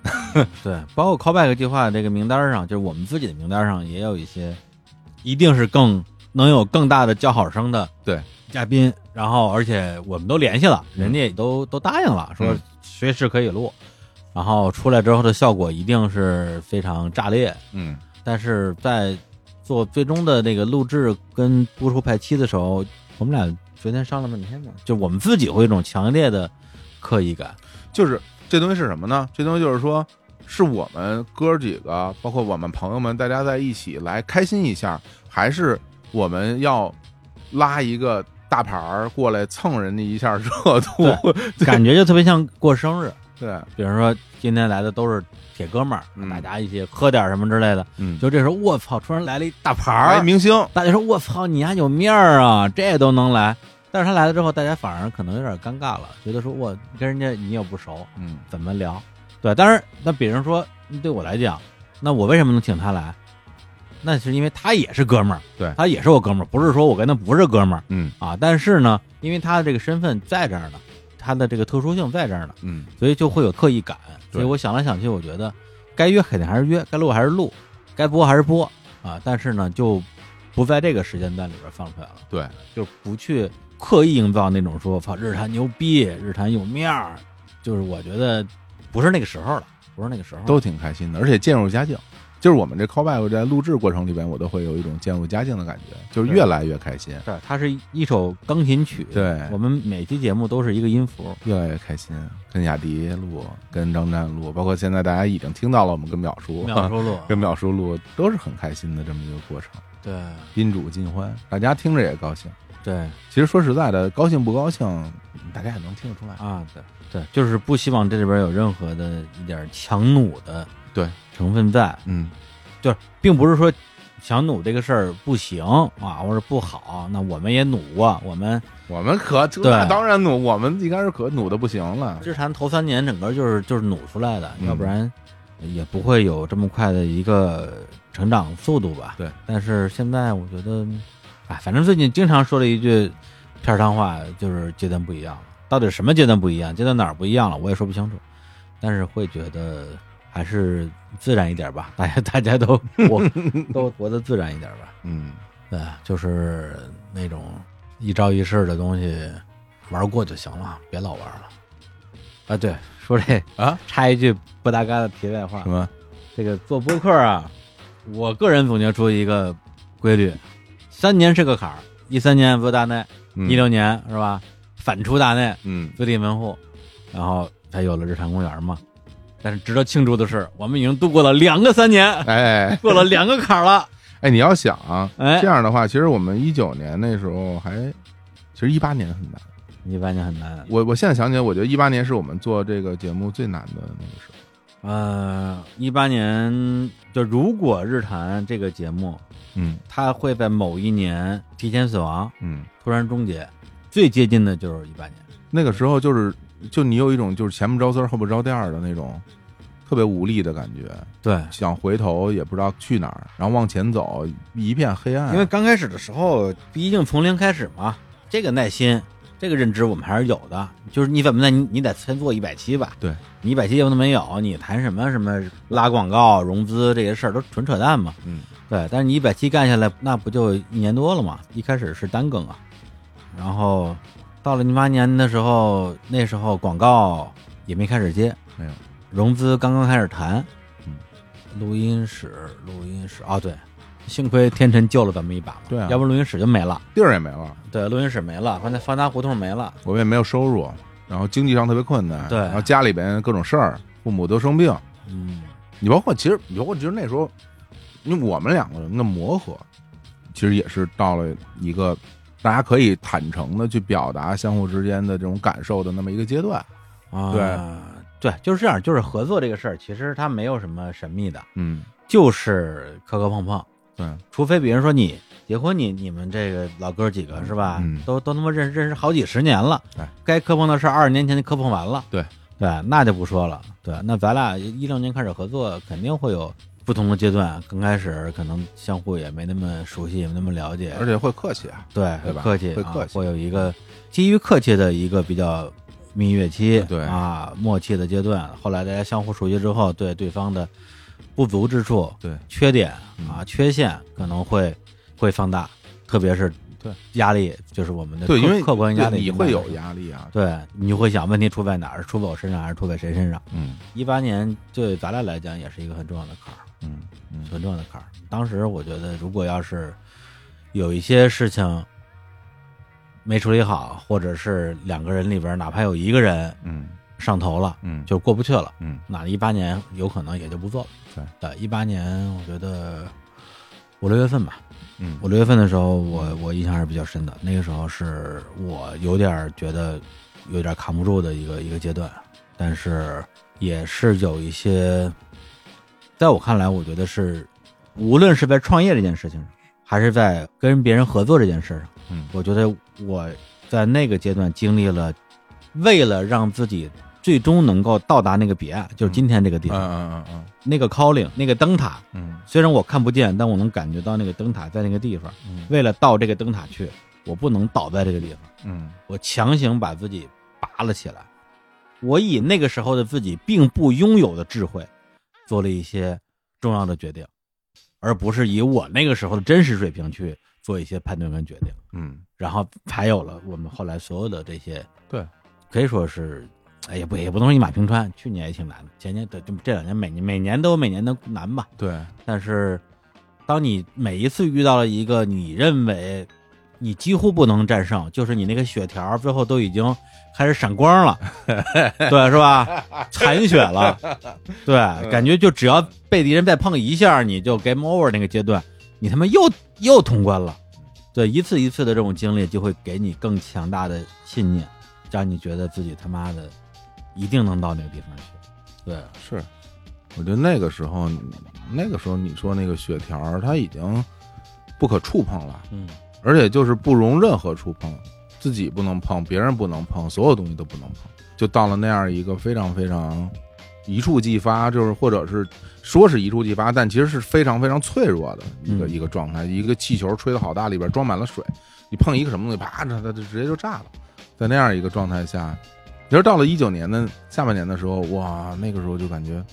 A: 对，包括 callback 计划这个名单上，就是我们自己的名单上也有一些，一定是更能有更大的叫好声的
B: 对
A: 嘉宾。然后，而且我们都联系了，
B: 嗯
A: 人家也都都答应了，说
B: 嗯
A: 随时可以录。然后出来之后的效果一定是非常炸裂，
B: 嗯，
A: 但是在做最终的那个录制跟播出排期的时候，我们俩昨天商量半天嘛，就我们自己会有一种强烈的刻意 感。
B: 就是这东西是什么呢？这东西就是说。是我们哥几个，包括我们朋友们，大家在一起来开心一下，还是我们要拉一个大牌儿过来蹭人家一下热度？
A: 感觉就特别像过生日，
B: 对，
A: 比如说今天来的都是铁哥们儿，
B: 嗯
A: 大家一起喝点什么之类的。
B: 嗯，哎
A: 就这时候，我操，突然来了一大牌
B: 来
A: 儿，
B: 明星，
A: 大家说我操，你还有面儿啊，这都能来。但是他来了之后，大家反而可能有点尴尬了，觉得说我跟人家你也不熟，
B: 嗯，
A: 怎么聊？对，当然，那比如说对我来讲，那我为什么能请他来？那是因为他也是哥们儿，
B: 对
A: 他也是我哥们儿，不是说我跟他不是哥们儿
B: 嗯
A: 啊。但是呢，因为他的这个身份在这儿呢，他的这个特殊性在这儿呢，
B: 嗯，
A: 所以就会有刻意感。
B: 对
A: 所以我想来想去，我觉得该约肯定还是约，该录还是录，该播还是播啊。但是呢，就不在这个时间段里边放出来了，
B: 对，
A: 就不去刻意营造那种说“操日坛牛逼，日坛有面儿”，就是我觉得不是那个时候了，不是那个时候了。
B: 都挺开心的，而且渐入佳境。就是我们这 callback 在录制过程里边，我都会有一种渐入佳境的感觉，就是越来越开心，
A: 对，它是一首钢琴曲。
B: 对
A: 我们每期节目都是一个音符。
B: 越来越开心。跟雅迪录，跟张湛录，包括现在大家已经听到了我们跟淼叔、
A: 秒收录，
B: 跟淼叔录，都是很开心的这么一个过程，
A: 对
B: 宾主尽欢，大家听着也高兴。
A: 对
B: 其实说实在的，高兴不高兴，大家也能听得出来。
A: 啊，对对，就是不希望这里边有任何的一点强弩的
B: 对
A: 成分在，
B: 嗯，
A: 就是并不是说强弩这个事儿不行啊，或者不好，那我们也努过，我们
B: 我们可这
A: 对
B: 当然努，我们一开始可努的不行了。
A: 日坛头三年整个就是就是努出来的，
B: 嗯
A: 要不然也不会有这么快的一个成长速度吧。
B: 对，
A: 但是现在我觉得，哎，反正最近经常说了一句片儿汤话，就是阶段不一样了。到底什么阶段不一样？阶段哪儿不一样了？我也说不清楚。但是会觉得还是自然一点吧，大家大家都 活都活得自然一点吧。
B: 嗯，
A: 对，就是那种一招一式的东西，玩过就行了，别老玩了。啊，对，说这
B: 啊，
A: 插一句不搭嘎的题外话
B: 什，么？
A: 这个做播客啊，我个人总结出一个规律：三年是个坎儿，一三年做大内，
B: 嗯
A: 一六年是吧，反出大内，
B: 嗯
A: 最低门户，然后才有了日坛公园嘛。但是值得庆祝的是，我们已经度过了两个三年，
B: 哎
A: 过了两个坎儿了。
B: 哎，你要想啊
A: 哎
B: 这样的话，其实我们一九年那时候还，其实一八年很难。
A: 一般就很难。
B: 我我现在想起来，我觉得一八年是我们做这个节目最难的那个时候。
A: 呃，一八年就如果日坛这个节目，
B: 嗯
A: 它会在某一年提前死亡，
B: 嗯，
A: 突然终结，最接近的就是一八年。
B: 那个时候就是就你有一种就是前不着村儿后不着店儿的那种特别无力的感觉，
A: 对，
B: 想回头也不知道去哪儿，然后往前走一片黑暗。
A: 因为刚开始的时候，毕竟从零开始嘛，这个耐心、这个认知我们还是有的。就是你怎么的，你你得先做一百期吧？
B: 对，
A: 你一百期节目都没有，你谈什么什么拉广告、融资这些事儿都纯扯淡嘛。
B: 嗯，
A: 对，但是你一百期干下来，那不就一年多了嘛？一开始是单更啊，然后到了零八年的时候，那时候广告也没开始接，
B: 没有
A: 融资刚刚开始谈，
B: 嗯，
A: 录音室，录音室啊，对，幸亏天辰救了咱们一把嘛，
B: 对啊
A: 要不然录音室就没了，
B: 地儿也没了，
A: 对，录音室没了，方家方家胡同没了，
B: 我们也没有收入，然后经济上特别困难，
A: 对
B: 然后家里边各种事儿，父母都生病，
A: 嗯，
B: 你包括其实，包括其实那时候，因为我们两个人的磨合，其实也是到了一个大家可以坦诚的去表达相互之间的这种感受的那么一个阶段。
A: 啊，对，就是这样，就是合作这个事儿，其实它没有什么神秘的，
B: 嗯，
A: 就是磕磕碰碰，
B: 对，
A: 除非比如说你结婚你，你们这个老哥几个是吧？
B: 嗯
A: 都都他妈认识认识好几十年了，
B: 哎
A: 该磕碰的事儿二十年前就磕碰完了，
B: 对
A: 对，那就不说了。对，那咱俩一六年开始合作，肯定会有不同的阶段。刚开始可能相互也没那么熟悉，也没那么了解，
B: 而且会客气啊。
A: 对，
B: 对吧
A: 客气，
B: 会客气
A: 啊，会有一个基于客气的一个比较蜜月期，
B: 对
A: 啊，默契的阶段。后来大家相互熟悉之后，对对方的不足之处、
B: 对
A: 缺点啊、缺陷可能会会放大，特别是
B: 对
A: 压力，就是我们的
B: 对，
A: 客
B: 因为
A: 客观压
B: 对
A: 力
B: 你会有
A: 压力，
B: 压力啊。
A: 对，你就会想问题出在哪儿，是出在我身上还是出在谁身上？
B: 嗯
A: 一八年对咱俩来讲也是一个很重要的坎儿。
B: 嗯嗯，
A: 很重要的坎儿。当时我觉得，如果要是有一些事情没处理好，或者是两个人里边儿哪怕有一个人
B: 嗯
A: 上头了，
B: 嗯
A: 就过不去了，
B: 嗯
A: 那一八年有可能也就不做了。
B: 对，
A: 呃，一八年我觉得五六月份吧，
B: 嗯
A: 五六月份的时候我，我印象还是比较深的。那个时候是我有点儿觉得有点儿扛不住的一个一个阶段，但是也是有一些，在我看来，我觉得是无论是在创业这件事情上，还是在跟别人合作这件事上，
B: 嗯
A: 我觉得我在那个阶段经历了，为了让自己最终能够到达那个彼岸，就是今天这个地
B: 嗯
A: 方。
B: 嗯嗯嗯
A: 那个 calling，那个灯塔，
B: 嗯
A: 虽然我看不见，但我能感觉到那个灯塔在那个地方。
B: 嗯
A: 为了到这个灯塔去，我不能倒在这个地方，
B: 嗯
A: 我强行把自己拔了起来。我以那个时候的自己并不拥有的智慧，做了一些重要的决定，而不是以我那个时候的真实水平去做一些判断跟决定。
B: 嗯，
A: 然后才有了我们后来所有的这些，
B: 对，
A: 可以说是，哎，也不也不能说一马平川，去年也挺难的，前年这这两年每年每年都有每年的难吧，
B: 对，
A: 但是当你每一次遇到了一个你认为你几乎不能战胜，就是你那个血条最后都已经开始闪光了，对，是吧？残血了，对，感觉就只要被敌人再碰一下，你就 game over 那个阶段，你他妈又又通关了。对，一次一次的这种经历，就会给你更强大的信念，让你觉得自己他妈的一定能到那个地方去。对，
B: 是，我觉得那个时候，那个时候你说那个血条儿，它已经不可触碰了，
A: 嗯，
B: 而且就是不容任何触碰，自己不能碰，别人不能碰，所有东西都不能碰，就到了那样一个非常非常一触即发，就是或者是说是一触即发，但其实是非常非常脆弱的一个、
A: 嗯
B: 一个状态。一个气球吹得好大，里边装满了水，你碰一个什么东西，啪，它它就直接就炸了。在那样一个状态下，其实到了一九年的下半年的时候，哇，那个时候就感觉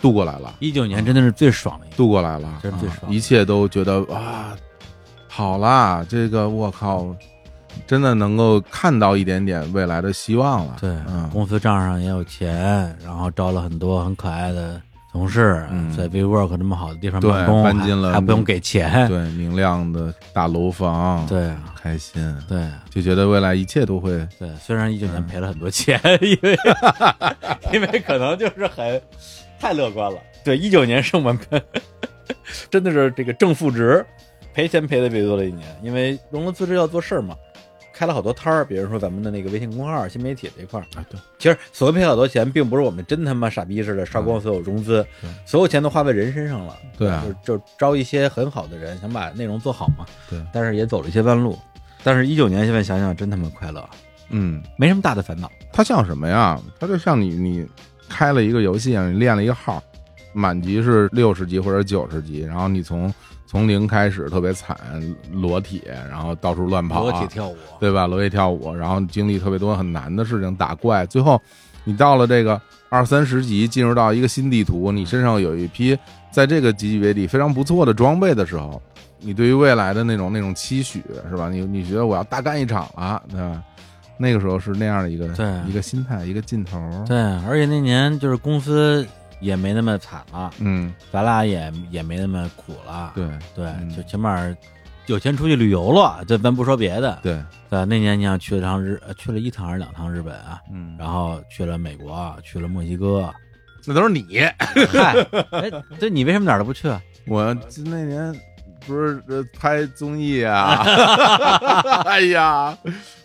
B: 度过来了。
A: 一九年真的是最爽的一年。
B: 度过来了，
A: 真最
B: 啊
A: 爽
B: 一切都觉得啊，好啦，这个我靠，真的能够看到一点点未来的希望了。
A: 对，
B: 嗯，
A: 公司账上也有钱，然后招了很多很可爱的同事，
B: 嗯
A: 在 WeWork 这么好的地方
B: 对
A: 办公，
B: 搬进了
A: 还还不用给钱。
B: 对，明亮的大楼房，，
A: 对啊
B: 开心，
A: 对
B: 就觉得未来一切都会，
A: 对，虽然一九
B: 嗯
A: 年赔了很多钱， 因为因为可能就是很太乐观了。对，一九年是我们真的是这个正负值，赔钱赔的最多的一年，因为融了资之后要做事儿嘛，开了好多摊儿，比如说咱们的那个微信公号、新媒体这块儿，
B: 啊，对，
A: 其实所谓赔好多钱，并不是我们真他妈傻逼似的烧光所有融资，
B: 嗯对
A: 所有钱都花在人身上了。
B: 对啊
A: 就是就招一些很好的人，想把内容做好嘛。
B: 对
A: 但是也走了一些弯路。但是，一九年现在想想，真他妈快乐，
B: 嗯，
A: 没什么大的烦恼。
B: 它像什么呀？它就像你你开了一个游戏一样，你练了一个号，满级是六十级或者九十级，然后你从从零开始特别惨，裸体，然后到处乱跑啊，
A: 裸体跳舞，
B: 对吧？楼也跳舞，然后经历特别多很难的事情，打怪，最后你到了这个二三十级，进入到一个新地图，你身上有一批在这个级别里非常不错的装备的时候，你对于未来的那种那种期许是吧？你你觉得我要大干一场了，对吧？那个时候是那样的一个
A: 对
B: 一个心态，一个劲头。
A: 对，而且那年就是公司也没那么惨了，
B: 嗯，
A: 咱俩也也没那么苦了。
B: 对
A: 对，
B: 嗯
A: 就起码有钱出去旅游了。这咱不说别的，
B: 对，
A: 对，那年你想去了趟日，呃去了一趟还是两趟日本啊？
B: 嗯，
A: 然后去了美国，啊去了墨西哥。
B: 那都是你。
A: 嗨，哎，对你为什么哪儿都不去啊？
B: 我那年不是呃拍综 艺啊，哎呀，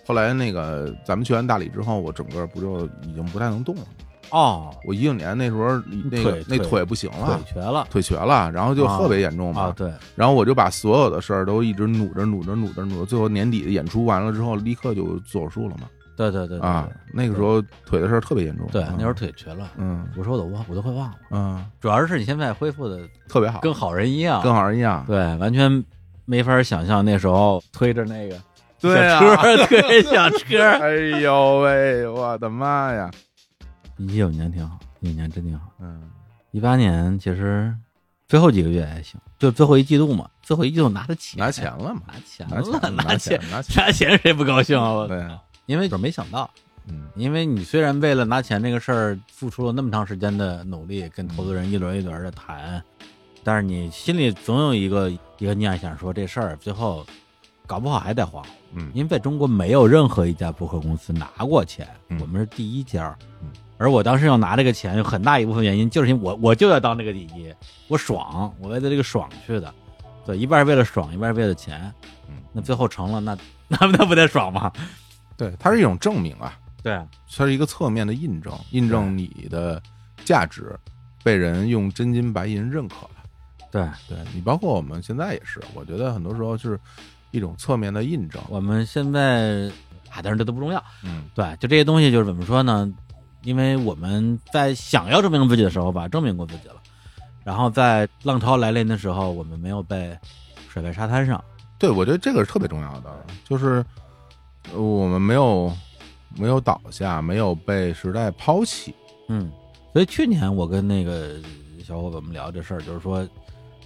B: 后来那个咱们去完大理之后，我整个不就已经不太能动了。
A: 哦，
B: 我一九年那时候那个
A: 腿
B: 那
A: 腿
B: 腿不行
A: 腿
B: 了。
A: 瘸了
B: 腿瘸了，然后就
A: 啊
B: 特别严重嘛，
A: 啊！对，
B: 然后我就把所有的事儿都一直努着努着努着努着，最后年底的演出完了之后，立刻就做手术了嘛，
A: 对对对对
B: 啊，那个时候腿的事儿特别严重，
A: 对，
B: 嗯
A: 那时候，腿瘸了，
B: 嗯
A: 我说我都忘，我都会忘了。
B: 嗯，
A: 主要是你现在恢复的
B: 特别好，
A: 跟好人一样，
B: 跟好人一样，
A: 对，完全没法想象那时候推着那个
B: 对
A: 小
B: 啊，
A: 车，推着小 车。
B: 哎呦喂，我的妈呀，
A: 一九年挺好，一九年真挺好。
B: 嗯
A: 一八年其实最后几个月还行，就最后一季度嘛，最后一季度拿的钱，
B: 拿钱了嘛，
A: 拿钱
B: 拿
A: 了，
B: 钱，
A: 拿
B: 钱，，拿钱，
A: 拿钱谁不高兴啊？我
B: 对，
A: 因为没想到。
B: 嗯，
A: 因为你虽然为了拿钱这个事儿付出了那么长时间的努力，跟投资人一轮一轮的谈，但是你心里总有一个一个念想，说这事儿最后搞不好还得黄。
B: 嗯
A: 因为在中国没有任何一家播客公司拿过钱，
B: 嗯
A: 我们是第一家。
B: 嗯
A: 而我当时要拿这个钱，有很大一部分原因就是因为我我就要当这个第一，我爽，我为了这个爽去的，对，一半是为了爽，一半是为了钱。
B: 嗯
A: 那最后成了，那 那那不得爽吗？
B: 对，它是一种证明啊，
A: 对啊，
B: 它是一个侧面的印证，印证你的价值被人用真金白银认可了。
A: 对。
B: 对你，包括我们现在也是，我觉得很多时候是一种侧面的印证。
A: 我们现在啊，但是这都不重要。
B: 嗯
A: 对，就这些东西，就是怎么说呢？因为我们在想要证明自己的时候吧，证明过自己了。然后在浪潮来临的时候，我们没有被甩在沙滩上。
B: 对，我觉得这个是特别重要的，就是呃我们没有没有倒下，没有被时代抛弃。
A: 嗯，所以去年我跟那个小伙伴们聊这事儿，就是说，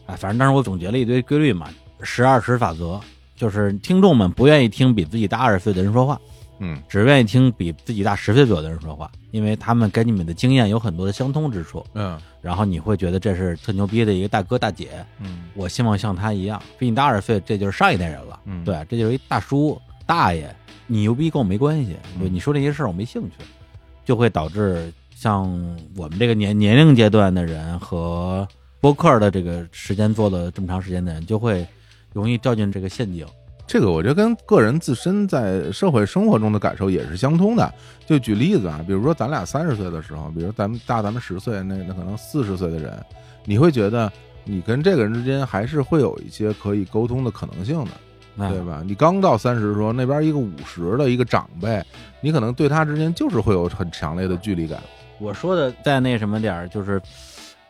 A: 哎，反正当时我总结了一堆规律嘛，十二十法则，就是听众们不愿意听比自己大二十岁的人说话，
B: 嗯
A: 只愿意听比自己大十岁左右的人说话，因为他们跟你们的经验有很多的相通之处，
B: 嗯
A: 然后你会觉得这是特牛逼的一个大哥大姐，
B: 嗯
A: 我希望像他一样，比你大二十岁，这就是上一代人了，
B: 嗯
A: 对，这就是一大叔大爷，你牛逼跟我没关系，
B: 嗯
A: 对你说这些事儿我没兴趣，就会导致像我们这个年年龄阶段的人和播客的这个时间做了这么长时间的人，就会容易掉进这个陷阱。
B: 这个我觉得跟个人自身在社会生活中的感受也是相通的。就举例子啊，比如说咱俩三十岁的时候，比如咱们大咱们十岁，那那可能四十岁的人，你会觉得你跟这个人之间还是会有一些可以沟通的可能性的。
A: 那
B: 对吧？你刚到三十的时候，那边一个五十的一个长辈，你可能对他之间就是会有很强烈的距离感。
A: 我说的再那什么点儿，就是，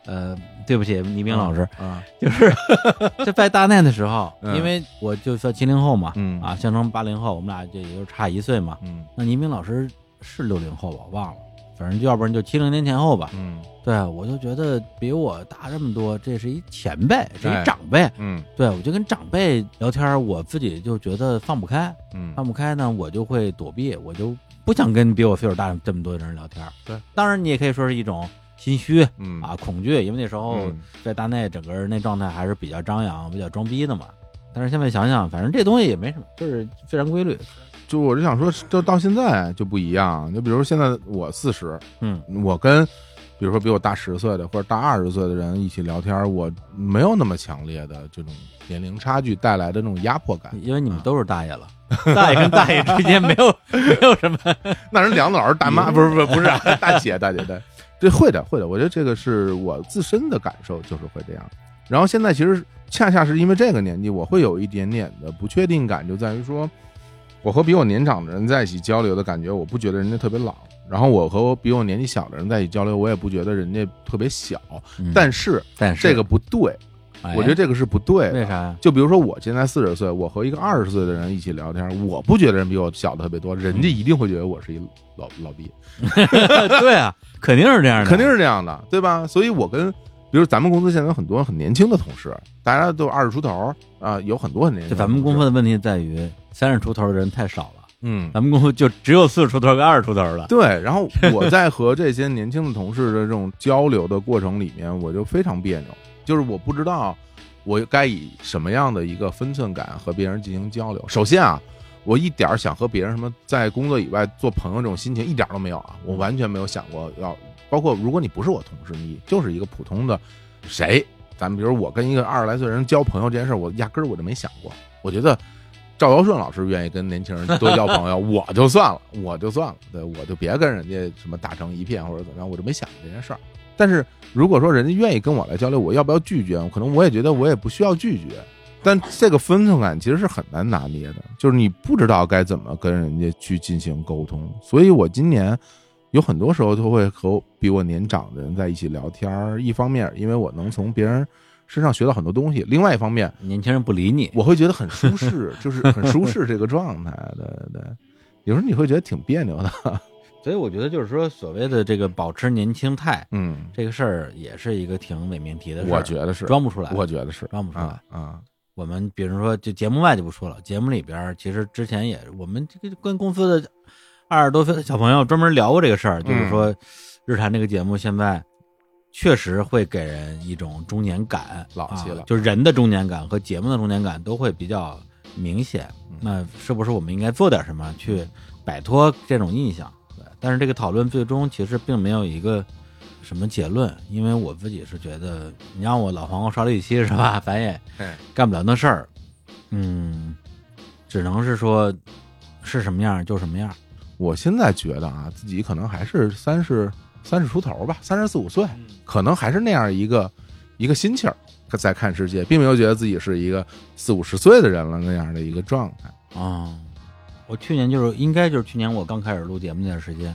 A: 呃，对不起，倪斌老师，
B: 啊，
A: 就是 就在大内的时候，
B: 嗯
A: 因为我就算七零后嘛，
B: 嗯
A: 啊，象征八零后，我们俩就也就差一岁嘛。
B: 嗯
A: 那倪斌老师是六零后吧，我忘了，反正就要不然就七零年前后吧。
B: 嗯
A: 对，啊我就觉得比我大这么多，这是一前辈，是
B: 哎
A: 一长辈。
B: 嗯
A: 对，我就跟长辈聊天，我自己就觉得放不开，
B: 嗯
A: 放不开呢，我就会躲避，我就不想跟比我岁数大这么多的人聊天。
B: 对，
A: 当然你也可以说是一种心虚
B: 嗯
A: 啊、恐惧，因为那时候
B: 嗯
A: 在大内整个人那状态还是比较张扬、比较装逼的嘛。但是现在想想，反正这东西也没什么，就是自然规律。
B: 就我就想说，就到现在就不一样。就比如现在我四十，
A: 嗯，
B: 我跟比如说比我大十岁的或者大二十岁的人一起聊天，我没有那么强烈的这种年龄差距带来的那种压迫感。
A: 因为你们都是大爷了，啊 大爷跟大爷之间没 有没有什么。
B: 那人梁老师大妈不是不是不是 大姐大姐对，这会的会的，我觉得这个是我自身的感受，就是会这样。然后现在其实恰恰是因为这个年纪，我会有一点点的不确定感，就在于说，我和比我年长的人在一起交流的感觉，我不觉得人家特别老；然后我和比我年纪小的人在一起交流，我也不觉得人家特别小。但是
A: 嗯但是
B: 这个不对，
A: 哎
B: 我觉得这个是不对的。
A: 为啥呀？
B: 就比如说我现在四十岁，我和一个二十岁的人一起聊天，我不觉得人比我小的特别多，人家一定会觉得我是一老老逼，
A: 对啊，肯定是这样的，
B: 肯定是这样的，对吧？所以我跟，比如咱们公司现在有很多很年轻的同事，大家都二十出头啊、有很多很年
A: 就
B: 轻的
A: 咱
B: 同
A: 们
B: 事。
A: 公司的问题在于，三十出头的人太少了，
B: 嗯，
A: 咱们公司就只有四十出头跟二十出头了。
B: 对。然后我在和这些年轻的同事的这种交流的过程里面，我就非常别扭，就是我不知道我该以什么样的一个分寸感和别人进行交流。首先啊，我一点儿想和别人什么在工作以外做朋友这种心情一点儿都没有啊，我完全没有想过要。包括如果你不是我同事，你就是一个普通的谁，咱们比如我跟一个二十来岁人交朋友这件事儿，我压根儿我就没想过。我觉得赵尧舜老师愿意跟年轻人多交朋友，我就算了，我就算了，对，我就别跟人家什么打成一片或者怎么样，我就没想过这件事儿。但是如果说人家愿意跟我来交流，我要不要拒绝？可能我也觉得我也不需要拒绝，但这个分寸感其实是很难拿捏的，就是你不知道该怎么跟人家去进行沟通。所以我今年有很多时候都会和比我年长的人在一起聊天儿，一方面因为我能从别人身上学到很多东西，另外一方面
A: 年轻人不理你，
B: 我会觉得很舒适，就是很舒适这个状态。对对对，有时候你会觉得挺别扭的。
A: 所以我觉得就是说，所谓的这个保持年轻态
B: 嗯，
A: 这个事儿，也是一个挺伪命题的事儿。
B: 我觉得是，
A: 装不出来，
B: 我觉得是
A: 装不出来
B: 啊。啊，
A: 我们比如说，就节目外就不说了，节目里边儿其实之前也我们这个跟公司的二十多岁的小朋友专门聊过这个事儿，就是说，日坛这个节目现在确实会给人一种中年感，
B: 老气了
A: 啊，就是人的中年感和节目的中年感都会比较明显
B: 嗯。
A: 那是不是我们应该做点什么去摆脱这种印象？对，但是这个讨论最终其实并没有一个什么结论，因为我自己是觉得，你让我老黄瓜刷绿漆是吧？ 咱也
B: 哎
A: 干不了那事儿，嗯，只能是说是什么样儿就什么样儿。
B: 我现在觉得啊，自己可能还是三十三十出头吧，三十四五岁，可能还是那样一个一个心气儿在看世界，并没有觉得自己是一个四五十岁的人了那样的一个状态。
A: 啊、我去年就是应该就是去年我刚开始录节目那段时间，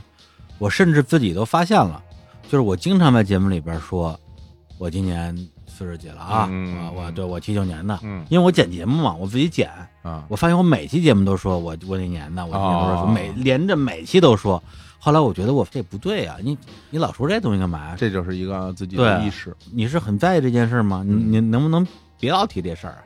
A: 我甚至自己都发现了，就是我经常在节目里边说，我今年岁数几了啊，
B: 嗯
A: 我我对我七九年的，
B: 嗯
A: 因为我剪节目嘛，我自己剪，
B: 啊，
A: 我发现我每期节目都说我我那年的，我那年都说、
B: 哦
A: 每连着每期都说，后来我觉得我这不对啊，你你老说这东西干嘛呀？
B: 这就是一个自己的
A: 对
B: 意识，
A: 你是很在意这件事吗？你
B: 嗯
A: 你能不能别老提这事儿啊？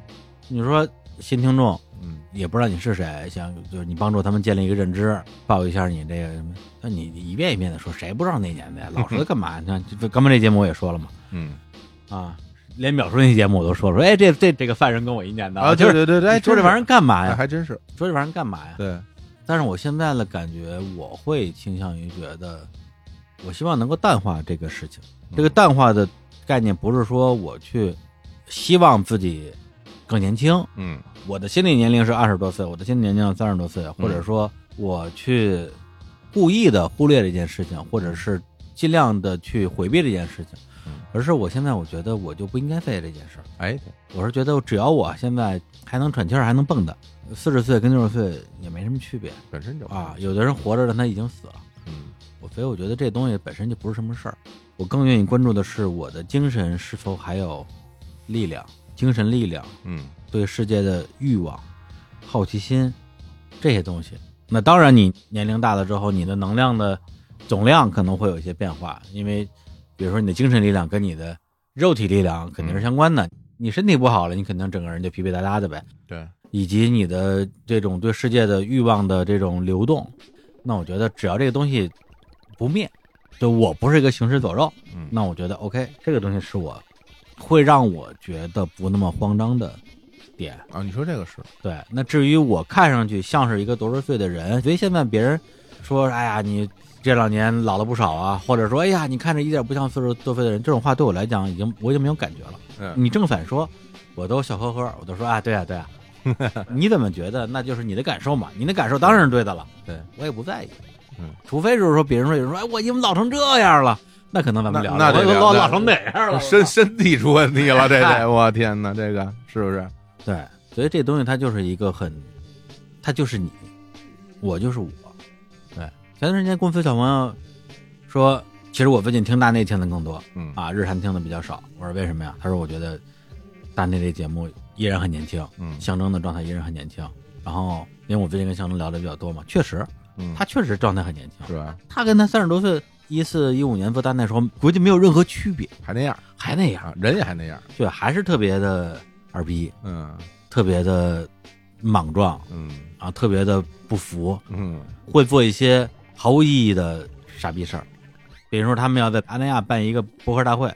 A: 你说新听众
B: 嗯
A: 也不知道你是谁，想就是你帮助他们建立一个认知，报一下你这个什么？那你你一遍一遍的说，谁不知道那年的呀？老说干嘛？你看，这刚才这节目我也说了嘛，
B: 嗯
A: 啊，连表叔那节目我都说了，说哎，这这这个犯人跟我一年的
B: 啊，
A: 就
B: 对
A: 是
B: 对对对，
A: 你说这玩意
B: 意
A: 儿干嘛
B: 儿
A: 呀？
B: 还真是
A: 说这玩意儿干嘛呀？
B: 对，
A: 但是我现在的感觉，我会倾向于觉得，我希望能够淡化这个事情。这个淡化的概念不是说我去希望自己更年轻，
B: 嗯
A: 我的心理年龄是二十多岁，我的心理年龄三十多岁，或者说我去故意的忽略这件事情，或者是尽量的去回避这件事情
B: 嗯，
A: 而是我现在我觉得我就不应该在意这件事儿。
B: 哎
A: 我是觉得只要我现在还能喘气儿，还能蹦跶，四十岁跟六十岁也没什么区别。
B: 本身就
A: 啊，有的人活着，但他已经死了。
B: 嗯
A: 我所以我觉得这东西本身就不是什么事儿。我更愿意关注的是我的精神是否还有力量，精神力量
B: 嗯
A: 对世界的欲望、好奇心这些东西。那当然，你年龄大了之后，你的能量的总量可能会有一些变化，因为比如说你的精神力量跟你的肉体力量肯定是相关的。你身体不好了，你肯定整个人就疲惫哒哒的呗。
B: 对
A: 以及你的这种对世界的欲望的这种流动，那我觉得只要这个东西不灭，就我不是一个行尸走肉，
B: 嗯
A: 那我觉得 OK，这个东西是我会让我觉得不那么慌张的点。
B: 啊，你说这个是
A: 对，那至于我看上去像是一个多少岁的人，所以现在别人说，哎呀，你这两年老了不少啊，或者说，哎呀，你看着一点不像四十多岁的人，这种话对我来讲已经我已经没有感觉了。
B: 嗯
A: 你正反说，我都笑呵呵，我都说啊，对啊， 对啊。你怎么觉得？那就是你的感受嘛，你的感受当然是对的了。
B: 对
A: 我也不在意，
B: 嗯，
A: 除非就是说别人说有人说，哎，我已经老成这样了，那可能咱们
B: 那
A: 聊
B: 那
A: 聊，
B: 得
A: 我
B: 聊
A: 老
B: 那
A: 老成哪样了？
B: 身身体出问题了，这
A: 嗨
B: 得我天哪，这个是不是？
A: 对，所以这东西它就是一个很，它就是你，我就是我。对，前段时间公司小朋友说，其实我最近听大内听的更多
B: 嗯
A: 啊，日韩听的比较少。我说为什么呀？他说我觉得大内这节目依然很年轻，
B: 嗯
A: 象征的状态依然很年轻。然后因为我最近跟象征聊的比较多嘛，确实
B: 嗯，
A: 他确实状态很年轻，
B: 是吧？
A: 他跟他三十多岁一四一五年做大内的时候，估计没有任何区别，
B: 还那样
A: 还那样，
B: 啊，人也还那样，
A: 对，还是特别的二逼，
B: 嗯
A: 特别的莽撞。
B: 嗯
A: 啊，特别的不服，
B: 嗯
A: 会做一些毫无意义的傻逼事儿。比如说，他们要在阿那亚办一个博客大会，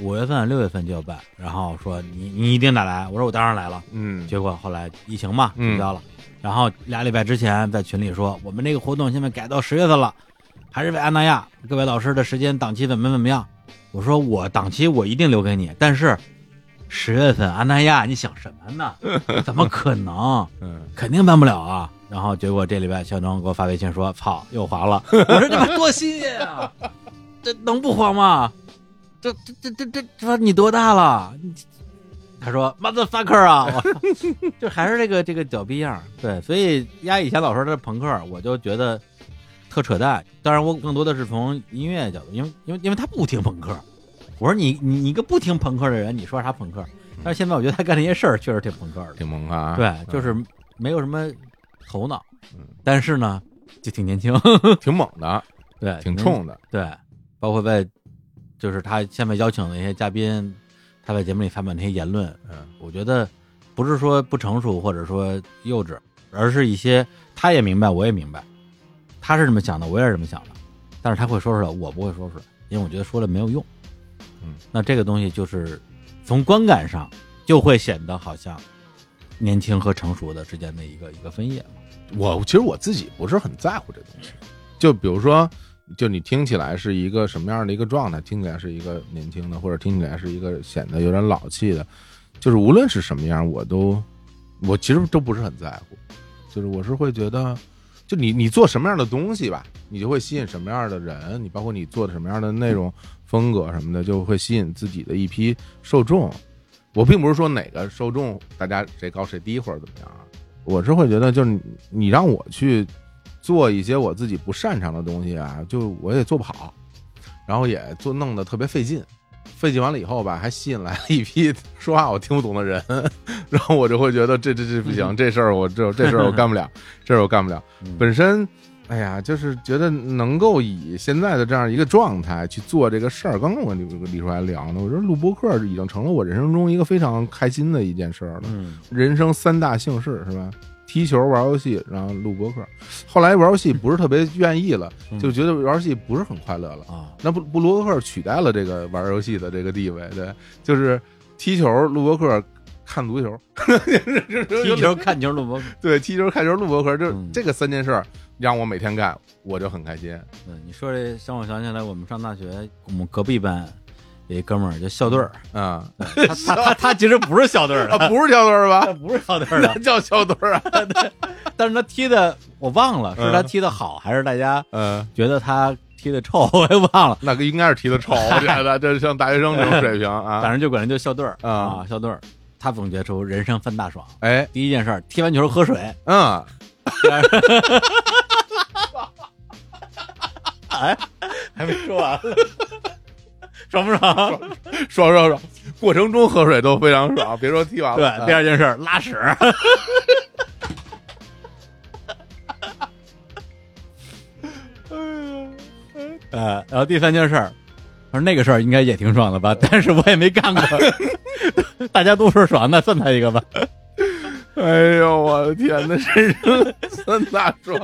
A: 五月份、六月份就要办，然后说你你一定得来，我说我当然来了。
B: 嗯，
A: 结果后来疫情嘛，
B: 嗯
A: 取消了。然后俩礼拜之前在群里说，我们这个活动现在改到十月份了，还是为安那亚，各位老师的时间档期怎么怎么样？我说我档期我一定留给你，但是十月份安那亚，你想什么呢？怎么可能？
B: 嗯
A: 肯定办不了啊。然后结果这礼拜小张给我发微信说：“操，又黄了。”我说：“这妈多新鲜啊！ 这能不黄吗？这这这这这这你多大了？”你他说：“motherfucker 啊！” 我操就还是这个这个屌逼样儿。对，所以丫以前老说他是朋克，我就觉得特扯淡。当然，我更多的是从音乐角度，因为因为因为他不听朋克。我说你你你一个不听朋克的人，你说啥朋克？但是现在我觉得他干这些事儿确实挺朋克的。
B: 挺萌啊，
A: 对，就
B: 嗯
A: 是没有什么头脑，
B: 嗯
A: 但是呢，就挺年 轻，
B: 挺猛的，
A: 对，
B: 挺，冲的，
A: 对，包括在就是他下面邀请的一些嘉宾，他在节目里发表那些言论，
B: 嗯
A: 我觉得不是说不成熟或者说幼稚，而是一些他也明白，我也明白，他是这么想的，我也是这么想的，但是他会说出来，我不会说出来，因为我觉得说了没有用。
B: 嗯，
A: 那这个东西就是从观感上就会显得好像年轻和成熟的之间的一个一个分野嘛。
B: 我其实我自己不是很在乎这东西，就比如说，就你听起来是一个什么样的一个状态，听起来是一个年轻的，或者听起来是一个显得有点老气的，就是无论是什么样，我都我其实都不是很在乎，就是我是会觉得，就你你做什么样的东西吧，你就会吸引什么样的人，你包括你做的什么样的内容风格什么的，就会吸引自己的一批受众。我并不是说哪个受众大家谁高谁低或者怎么样啊，我是会觉得就是你你让我去做一些我自己不擅长的东西啊，就我也做不好，然后也做弄得特别费劲，费劲完了以后吧，还吸引来了一批 说话我听不懂的人，然后我就会觉得这这这不行，这事儿我这这事儿我干不了，这事儿我干不了。本身，哎呀，就是觉得能够以现在的这样一个状态去做这个事儿，刚刚我跟李李叔还聊呢，我说录播客已经成了我人生中一个非常开心的一件事儿了。
A: 嗯
B: 人生三大幸事是吧？踢球、玩游戏，然后录播客。后来玩游戏不是特别愿意了，
A: 嗯
B: 就觉得玩游戏不是很快乐了。
A: 啊，
B: 那不不，录播客取代了这个玩游戏的这个地位，对，就是踢球、录播客、看足球， 就是
A: 踢球看球录 播，
B: 对踢球、看球、录播客，就是
A: 嗯
B: 这个三件事儿让我每天干，我就很开心。
A: 嗯你说这让我想起来，我们上大学，我们隔壁班有一哥们儿叫校队儿，
B: 啊、
A: 他他他他其实不是校队儿的，
B: 啊，不是校队儿
A: 他
B: 吧？
A: 不是校队 儿
B: 那
A: 的，
B: 叫校队儿啊。
A: 但是他踢的我忘了，是他
B: 嗯
A: 踢的好还是大家
B: 嗯，
A: 觉得他踢的臭，我也忘了。
B: 那个应该是踢的丑，我觉得这像大学生这种水平
A: 反
B: 啊。
A: 正就管人叫校队儿
B: 啊
A: 啊，校队儿。他总结出人生三大爽，
B: 哎，
A: 第一件事儿踢完球喝水，
B: 嗯，
A: 哎， 还没说 完了，爽不爽？
B: 爽爽爽！过程中喝水都非常爽， 别说踢完了。
A: 对，第二件事儿拉屎， 呃，然后第三件事儿，我说那个事儿应该也挺爽的吧，但是我也没干过， 大家都说爽，那算他一个吧。
B: 哎呦我的天呐，真是三大爽！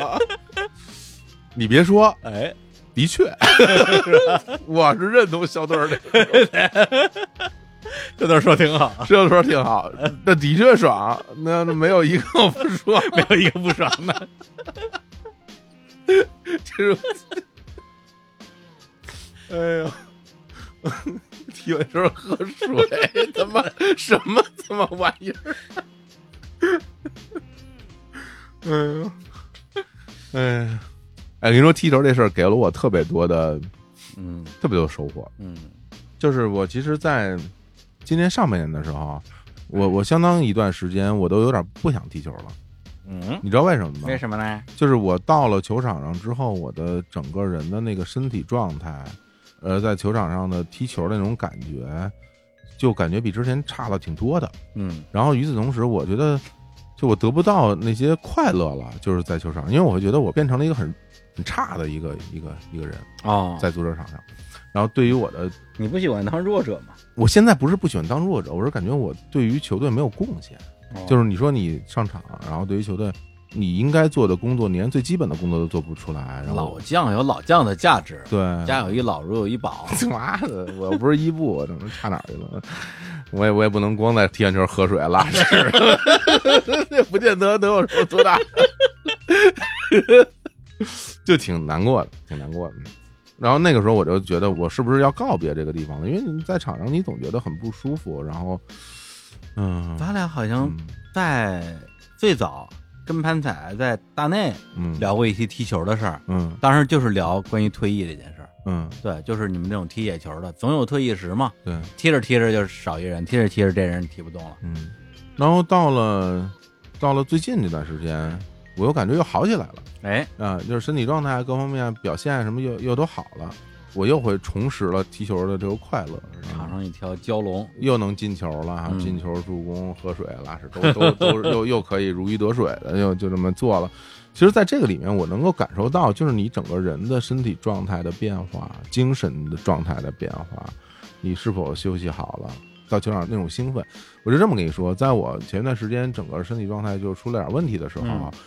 B: 你别说，
A: 哎，
B: 的确， 我是认同小队儿的，
A: 这段说挺好，
B: 这说挺好，那的确爽，那没有一个不说，
A: 没有一个不爽 的。
B: 这是，哎呦。踢完球喝水，他妈什么他妈玩意儿？ 哎呦，哎呀，哎，跟你说踢球这事儿给了我特别多的
A: 嗯
B: 特别多收获。
A: 嗯
B: 就是我其实，在今年上半年的时候，啊我我相当一段时间我都有点不想踢球了，
A: 嗯，
B: 你知道为什么吗？
A: 什么呢？
B: 就是我到了球场上之后，我的整个人的那个身体状态，呃，在球场上的踢球的那种感觉，就感觉比之前差了挺多的。
A: 嗯
B: 然后与此同时，我觉得就我得不到那些快乐了，就是在球场上，因为我会觉得我变成了一个很很差的一个一个一个人
A: 哦，
B: 在足球场上。然后对于我的，
A: 你不喜欢当弱者吗？
B: 我现在不是不喜欢当弱者，我是感觉我对于球队没有贡献。就是你说你上场，然后对于球队，你应该做的工作，你连最基本的工作都做不出来，然后
A: 老将有老将的价值，
B: 对，
A: 家有一老，如有一宝。
B: 妈的， 我又不是伊布，我怎么差哪儿去了？我也我也不能光在踢完球喝水拉屎， 这不见得能有什么多大， 就挺难过的，挺难过的。然后那个时候我就觉得，我是不是要告别这个地方了？因为你在场上，你总觉得很不舒服，然后，嗯，
A: 咱俩好像
B: 嗯
A: 在最早跟潘彩在大内
B: 嗯
A: 聊过一期踢球的事儿，
B: 嗯
A: 当时就是聊关于退役这件事儿。
B: 嗯，
A: 对，就是你们这种踢野球的，总有退役时嘛。
B: 对。
A: 踢着踢着就少一人，踢着踢着这人踢不动了。
B: 嗯，然后到了到了最近这段时间，我又感觉又好起来了
A: 哎，
B: 啊、就是身体状态各方面啊表现什么又又都好了，我又会重拾了踢球的这个快乐，
A: 场上一条蛟龙，
B: 又能进球了，还有
A: 嗯
B: 进球、助攻、喝水、拉屎都都都又又可以如鱼得水的，又就这么做了。其实，在这个里面，我能够感受到，就是你整个人的身体状态的变化、精神的状态的变化，你是否休息好了，到球场那种兴奋。我就这么跟你说，在我前段时间整个身体状态就出了点问题的时候，啊
A: 嗯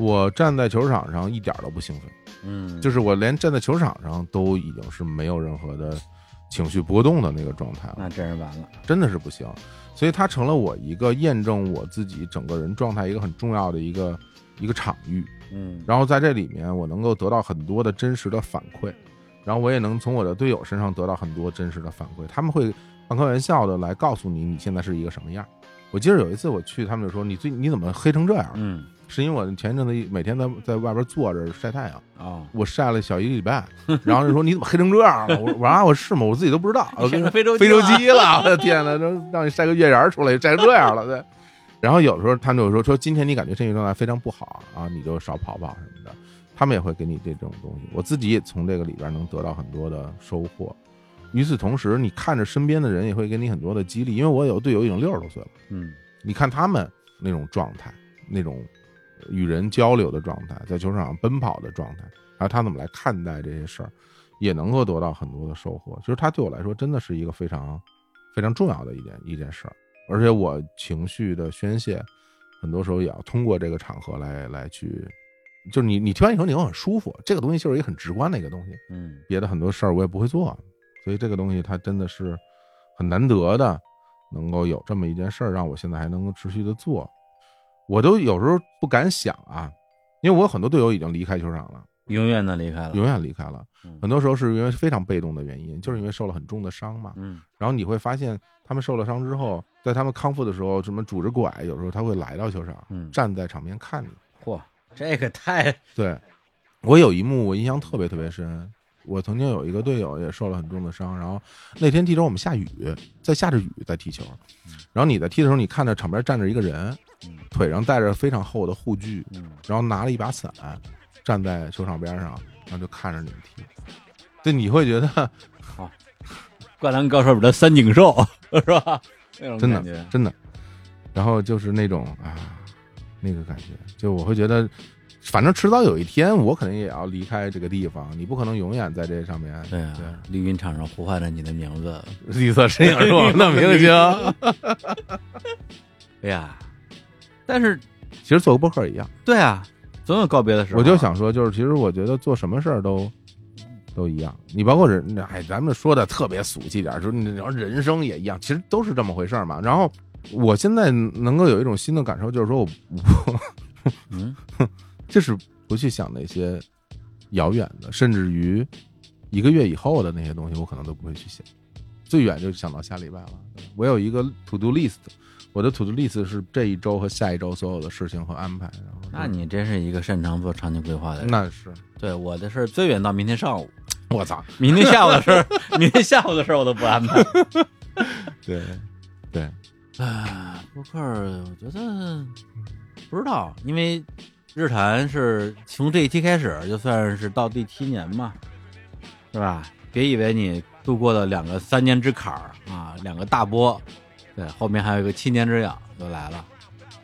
B: 我站在球场上一点都不兴奋。
A: 嗯，
B: 就是我连站在球场上都已经是没有任何的情绪波动的那个状态了，
A: 那真是完了。
B: 真的是不行。所以它成了我一个验证我自己整个人状态一个很重要的一个一个场域。
A: 嗯，
B: 然后在这里面，我能够得到很多的真实的反馈，然后我也能从我的队友身上得到很多真实的反馈，他们会半开玩笑的来告诉你你现在是一个什么样。我记得有一次我去，他们就说你最你怎么黑成这样？
A: 嗯，
B: 是因为我前一阵子一每天在在外边坐着晒太阳，
A: 哦，
B: 我晒了小一个礼拜，然后就说你怎么黑成这样了？我说啊，我是吗？我自己都不知道，我
A: 上非洲
B: 非洲
A: 了，
B: 鸡了，我的天呐，都让你晒个月牙出来，晒成这样了。对，然后有时候他们就说说今天你感觉身体状态非常不好啊，你就少跑跑什么的。他们也会给你这种东西。我自己也从这个里边能得到很多的收获。与此同时，你看着身边的人也会给你很多的激励，因为我有队友已经六十多岁了，
A: 嗯
B: 你看他们那种状态，那种与人交流的状态，在球场上奔跑的状态，还有他怎么来看待这些事儿，也能够得到很多的收获。其实他对我来说真的是一个非常非常重要的一件一件事儿，而且我情绪的宣泄，很多时候也要通过这个场合来来去，就是你你听完以后你会很舒服，这个东西就是一个很直观的一个东西。
A: 嗯
B: 别的很多事儿我也不会做，所以这个东西它真的是很难得的，能够有这么一件事儿让我现在还能够持续的做，我都有时候不敢想啊，因为我有很多队友已经离开球场了，
A: 永远的离开了，
B: 永远离开了
A: 嗯，
B: 很多时候是因为非常被动的原因，就是因为受了很重的伤嘛。
A: 嗯
B: 然后你会发现他们受了伤之后，在他们康复的时候，什么拄着拐，有时候他会来到球场，
A: 嗯，
B: 站在场边看你。
A: 嚯，这个太
B: 对，我有一幕我印象特别特别深。我曾经有一个队友也受了很重的伤，然后那天踢球我们下雨，在下着雨在踢球，然后你在踢的时候，你看着场边站着一个人
A: 嗯，
B: 腿上戴着非常厚的护具，
A: 嗯
B: 然后拿了一把伞，站在球场边上，然后就看着你们踢。对，你会觉得
A: 灌篮高手里的三井寿是吧？那种
B: 真
A: 感
B: 的
A: 觉，
B: 真的，然后就是那种啊，那个感觉，就我会觉得，反正迟早有一天我肯定也要离开这个地方，你不可能永远在这上面。
A: 对啊，绿茵场上呼唤着你的名 字，
B: 绿色身哎影 是我们的明星。
A: 哎呀，但是
B: 其实做个播客一样，
A: 对啊，总有告别的时候。啊
B: 我就，想说，就是其实我觉得做什么事儿都都一样。你包括人，哎，咱们说的特别俗气点儿，说你要人生也一样，其实都是这么回事儿嘛。然后我现在能够有一种新的感受，就是说我我
A: 嗯
B: 就是不去想那些遥远的，甚至于一个月以后的那些东西，我可能都不会去想。最远就想到下礼拜了。我有一个 to do list，我的 to do list 是这一周和下一周所有的事情和安排。然后就
A: 那你真是一个擅长做长期规划的人。
B: 那是
A: 对我的事儿最远到明天上午，
B: 我操，
A: 明天下午的事儿，明天下午的事儿我都不安排。
B: 对对，
A: 啊，播客儿我觉得不知道，因为日坛是从这一期开始就算是到第七年嘛，是吧？别以为你度过了两个三年之坎儿啊，两个大波，对，后面还有一个七年之痒又来了。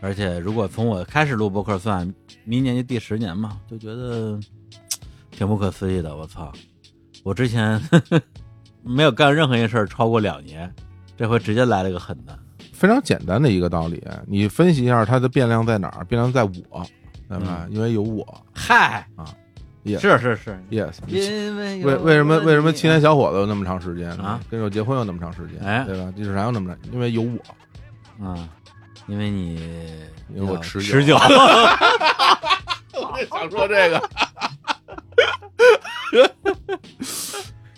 A: 而且如果从我开始录播客算，明年就第十年嘛，就觉得挺不可思议的。我操，我之前 没有干任何一件事儿超过两年，这回直接来了个狠的。
B: 非常简单的一个道理。你分析一下它的变量在哪儿？变量在我，对
A: 嗯
B: 吧？因为有我
A: 嗨
B: 啊也
A: 是是是，
B: ，yes。
A: 因为有啊
B: 为为什么为什么
A: 你
B: 青年小伙子有那么长时间
A: 啊？
B: 跟手结婚有那么长时间，
A: 哎
B: 对吧？就是啥有那么长，因为有我，
A: 啊？因为你
B: 因为我
A: 要
B: 持久
A: 持久，
B: 我也想说这个。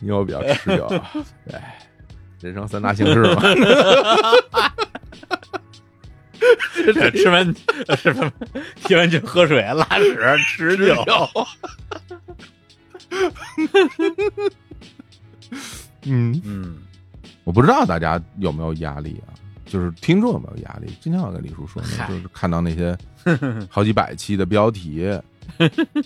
B: 因为我比较持 久，哎，人生三大幸事嘛。
A: 吃完吃完踢完球喝水拉屎持久，
B: 嗯，
A: 嗯，
B: 我不知道大家有没有压力啊，就是听众有没有压力？经常有跟李叔说呢，
A: 嗨
B: 就是看到那些好几百期的标题，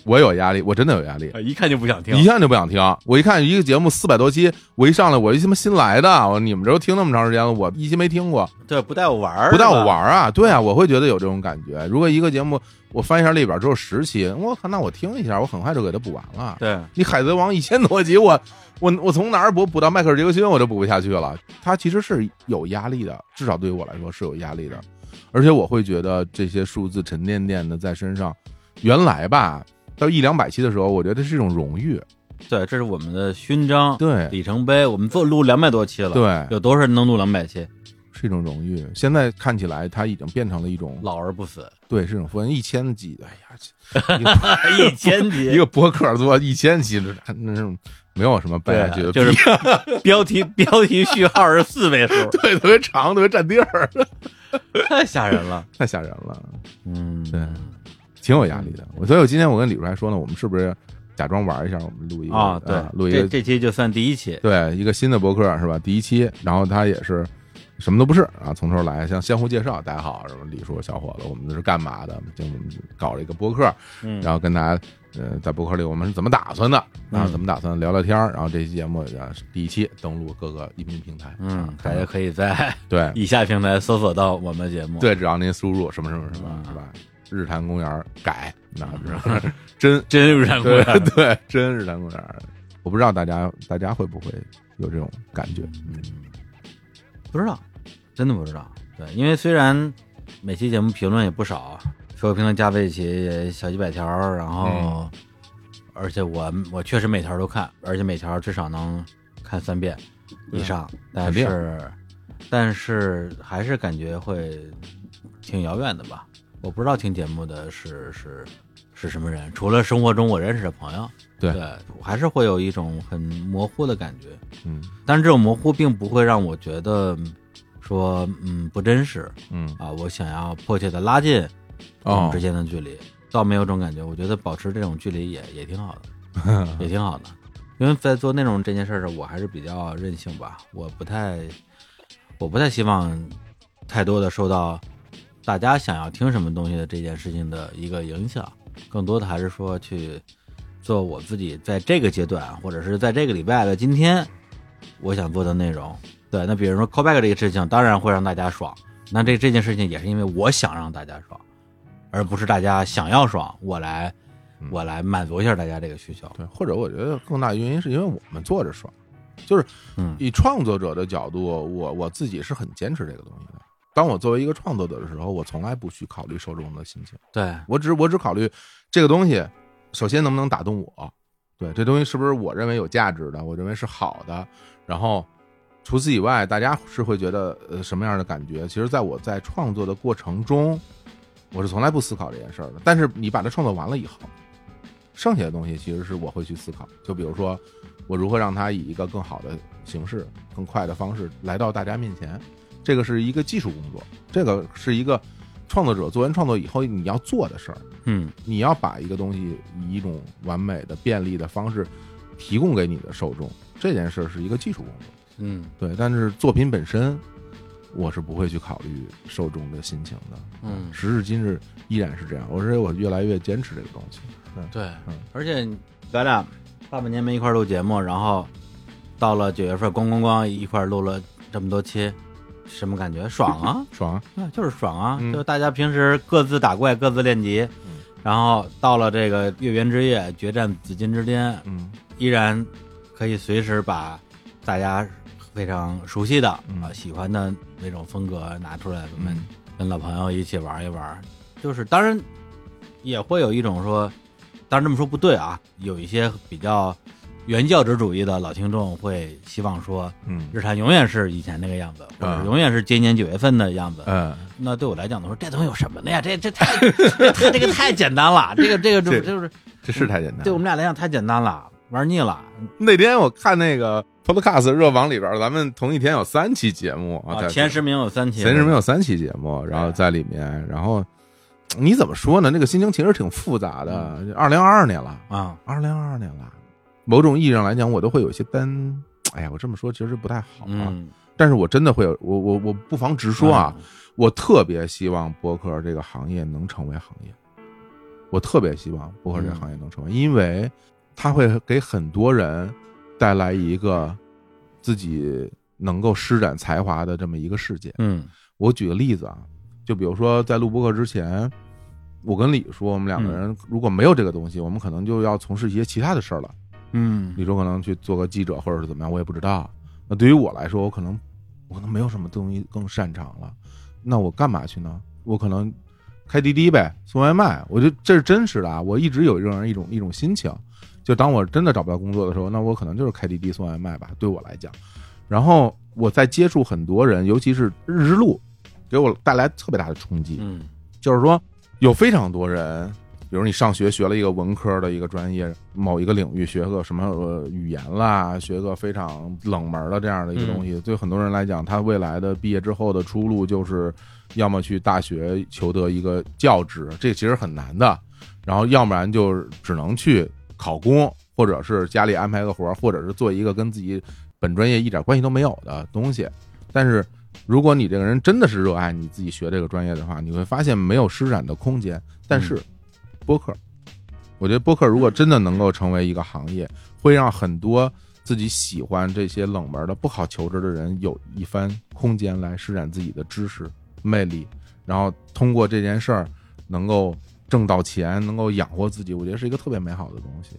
B: 我有压力，我真的有压力。
A: 啊一看就不想听
B: 一，下就不想听。我一看一个节目四百多期，我一上来我一他妈新来的，我说你们这都听那么长时间了，我一期没听过，
A: 对，不带我玩儿，
B: 不带我玩儿啊？对啊，我会觉得有这种感觉。如果一个节目我翻一下列表只有十期，我靠，那我听一下，我很快就给它补完了
A: 是吧，。对，
B: 你《海贼王》一千多集，我 我我从哪儿补补到迈克尔·杰克逊，我就补不下去了。他其实是有压力的，至少对于我来说是有压力的，而且我会觉得这些数字沉甸甸的在身上。原来吧，到一两百期的时候，我觉得是一种荣誉，
A: 对，这是我们的勋章，
B: 对
A: 里程碑，我们做录两百多期了，，
B: 对，
A: 有多少人能录两百期？
B: 是一种荣誉。现在看起来，它已经变成了一种
A: 老而不死，
B: 对，是一种福音。一千集，哎呀，
A: 一千
B: 一
A: 集，
B: 个博客做一千集，那那是没有什么
A: 对
B: 掰下去的，
A: 啊，就是 标题标题序号是四位数，
B: 对特别长，特别占地儿，
A: 太吓人了，
B: 太吓人了。
A: 嗯，
B: 对，挺有压力的。我所以，我今天我跟李叔还说呢，我们是不是假装玩一下？我们录一个
A: 啊，对
B: 啊，录一
A: 这
B: 个
A: 这期就算第一期，
B: 对一个新的博客是吧？第一期，然后他也是什么都不是啊，从头来，像相互介绍，大家好，什么李叔小伙子，我们是干嘛的？就我们搞了一个博客，
A: 嗯
B: 然后跟大家呃在博客里我们是怎么打算的，然后
A: 嗯
B: 怎么打算聊聊天儿，然后这期节目啊第一期登录各个音频平台，啊
A: 嗯，大家可以在
B: 对
A: 以下平台搜索到我们节目。，
B: 对，只要您输入什么什么什么
A: 嗯
B: 是吧？日坛公园儿改，那是 真
A: 真有人啊过
B: 对
A: 来了
B: 对，真日坛公园儿。我不知道大家大家会不会有这种感觉，嗯
A: 不知道，真的不知道。对，因为虽然每期节目评论也不少，所有评论加在一起也小几百条，然后、而且我我确实每条都看，而且每条至少能看三遍以上，但
B: 肯定
A: 是但是还是感觉会挺遥远的吧。我不知道听节目的是是是什么人，除了生活中我认识的朋友，
B: 对
A: 对，我还是会有一种很模糊的感觉。
B: 嗯
A: 但是这种模糊并不会让我觉得嗯说嗯不真实
B: 嗯
A: 啊，我想要迫切的拉近我们
B: 哦
A: 之，间的距离，倒没有这种感觉。我觉得保持这种距离也也挺好的，也挺好的。因为在做内容这件事儿上，我还是比较任性吧，我不太我不太希望太多的受到大家想要听什么东西的这件事情的一个影响，更多的还是说去做我自己在这个阶段，或者是在这个礼拜的今天，我想做的内容。对，那比如说 callback 这个事情，当然会让大家爽。那这这件事情也是因为我想让大家爽，而不是大家想要爽，我来
B: 嗯
A: 我来满足一下大家这个需求。
B: 对，或者我觉得更大原因是因为我们做着爽，就是
A: 嗯
B: 以创作者的角度，我我自己是很坚持这个东西的。当我作为一个创作者的时候，我从来不去考虑受众的心情，
A: 对，
B: 我只我只考虑这个东西，首先能不能打动我，对，这东西是不是我认为有价值的，我认为是好的，然后。除此以外，大家是会觉得呃什么样的感觉？其实，在我在创作的过程中，我是从来不思考这件事儿的。但是你把它创作完了以后，剩下的东西其实是我会去思考。就比如说，我如何让它以一个更好的形式、更快的方式来到大家面前，这个是一个技术工作，这个是一个创作者做完创作以后你要做的事儿。
A: 嗯
B: 你要把一个东西以一种完美的、便利的方式提供给你的受众，这件事儿是一个技术工作。
A: 嗯
B: 对，但是作品本身，我是不会去考虑受众的心情的。
A: 嗯，
B: 时至今日依然是这样，而且我越来越坚持这个东西。
A: 对
B: 嗯，
A: 而且咱俩大半年没一块儿录节目，然后到了九月份，咣咣咣一块儿录了这么多期，什么感觉？爽啊！
B: 爽啊，
A: 啊，就是爽啊！
B: 嗯
A: 就是大家平时各自打怪，各自练级，然后到了这个月圆之夜决战紫金之巅，
B: 嗯
A: 依然可以随时把大家非常熟悉的、啊
B: 嗯
A: 喜欢的那种风格拿出来，我们
B: 嗯
A: 跟老朋友一起玩一玩。就是当然也会有一种说，当然这么说不对啊，有一些比较原教旨主义的老听众会希望说，
B: 嗯
A: 日产永远是以前那个样子，或者
B: 啊
A: 永远是今年九月份的样子。
B: 嗯，
A: 那对我来讲，我说这东西有什么的呀？这这太这太这个太简单了，这个这个这
B: 这
A: 就是
B: 这是太嗯简单了。
A: 对我们俩来讲太简单了，玩腻了。
B: 那天我看那个 Podcast 热榜里边儿，咱们同一天有三期节目
A: 啊，
B: 在
A: 前十名有三期，
B: 哦前十名有三期节目，然后在里面，然后你怎么说呢？那个心情其实挺复杂的。二零二二年了，
A: 啊，
B: 二零二二年了，某种意义上来讲，我都会有一些担。哎呀，我这么说其实不太好啊，
A: 嗯，
B: 但是我真的会有，我我我不妨直说啊，我特别希望播客这个行业能成为行业，我特别希望播客这个行业能成为，因为它会给很多人带来一个自己能够施展才华的这么一个世界。
A: 嗯，
B: 我举个例子啊，就比如说在录播客之前，我跟李叔，我们两个人如果没有这个东西，我们可能就要从事一些其他的事儿了。
A: 嗯
B: 李叔可能去做个记者或者是怎么样，我也不知道。那对于我来说，我可能我可能没有什么东西更擅长了，那我干嘛去呢？我可能开滴滴呗，送外卖。我就这是真实的啊，我一直有这样一种一种心情，就当我真的找不到工作的时候，那我可能就是开滴滴送外卖吧，对我来讲。然后我在接触很多人，尤其是日之路，给我带来特别大的冲击。
A: 嗯
B: 就是说有非常多人，比如你上学学了一个文科的一个专业，某一个领域学个什么呃语言啦，学个非常冷门的这样的一个东西，对很多人来讲，他未来的毕业之后的出路就是要么去大学求得一个教职，这其实很难的，然后要不然就是只能去考公，或者是家里安排个活儿，或者是做一个跟自己本专业一点关系都没有的东西。但是如果你这个人真的是热爱你自己学这个专业的话，你会发现没有施展的空间。但是，播客，我觉得播客如果真的能够成为一个行业，会让很多自己喜欢这些冷门的、不好求职的人有一番空间来施展自己的知识魅力，然后通过这件事儿能够挣到钱，能够养活自己。我觉得是一个特别美好的东西，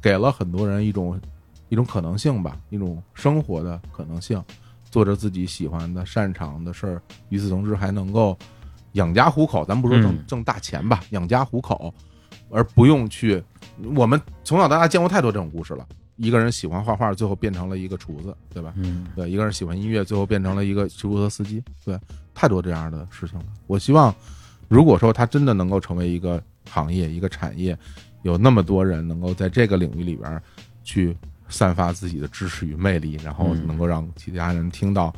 B: 给了很多人一种一种可能性吧，一种生活的可能性。做着自己喜欢的、擅长的事儿，与此同时还能够养家糊口。咱不说挣
A: 嗯
B: 挣大钱吧，养家糊口，而不用去。我们从小到大见过太多这种故事了。一个人喜欢画画，最后变成了一个厨子，对吧？
A: 嗯，
B: 对，一个人喜欢音乐，最后变成了一个出租车司机，对，太多这样的事情了。我希望，如果说它真的能够成为一个行业、一个产业，有那么多人能够在这个领域里边儿去散发自己的知识与魅力，然后
A: 嗯
B: 能够让其他人听到，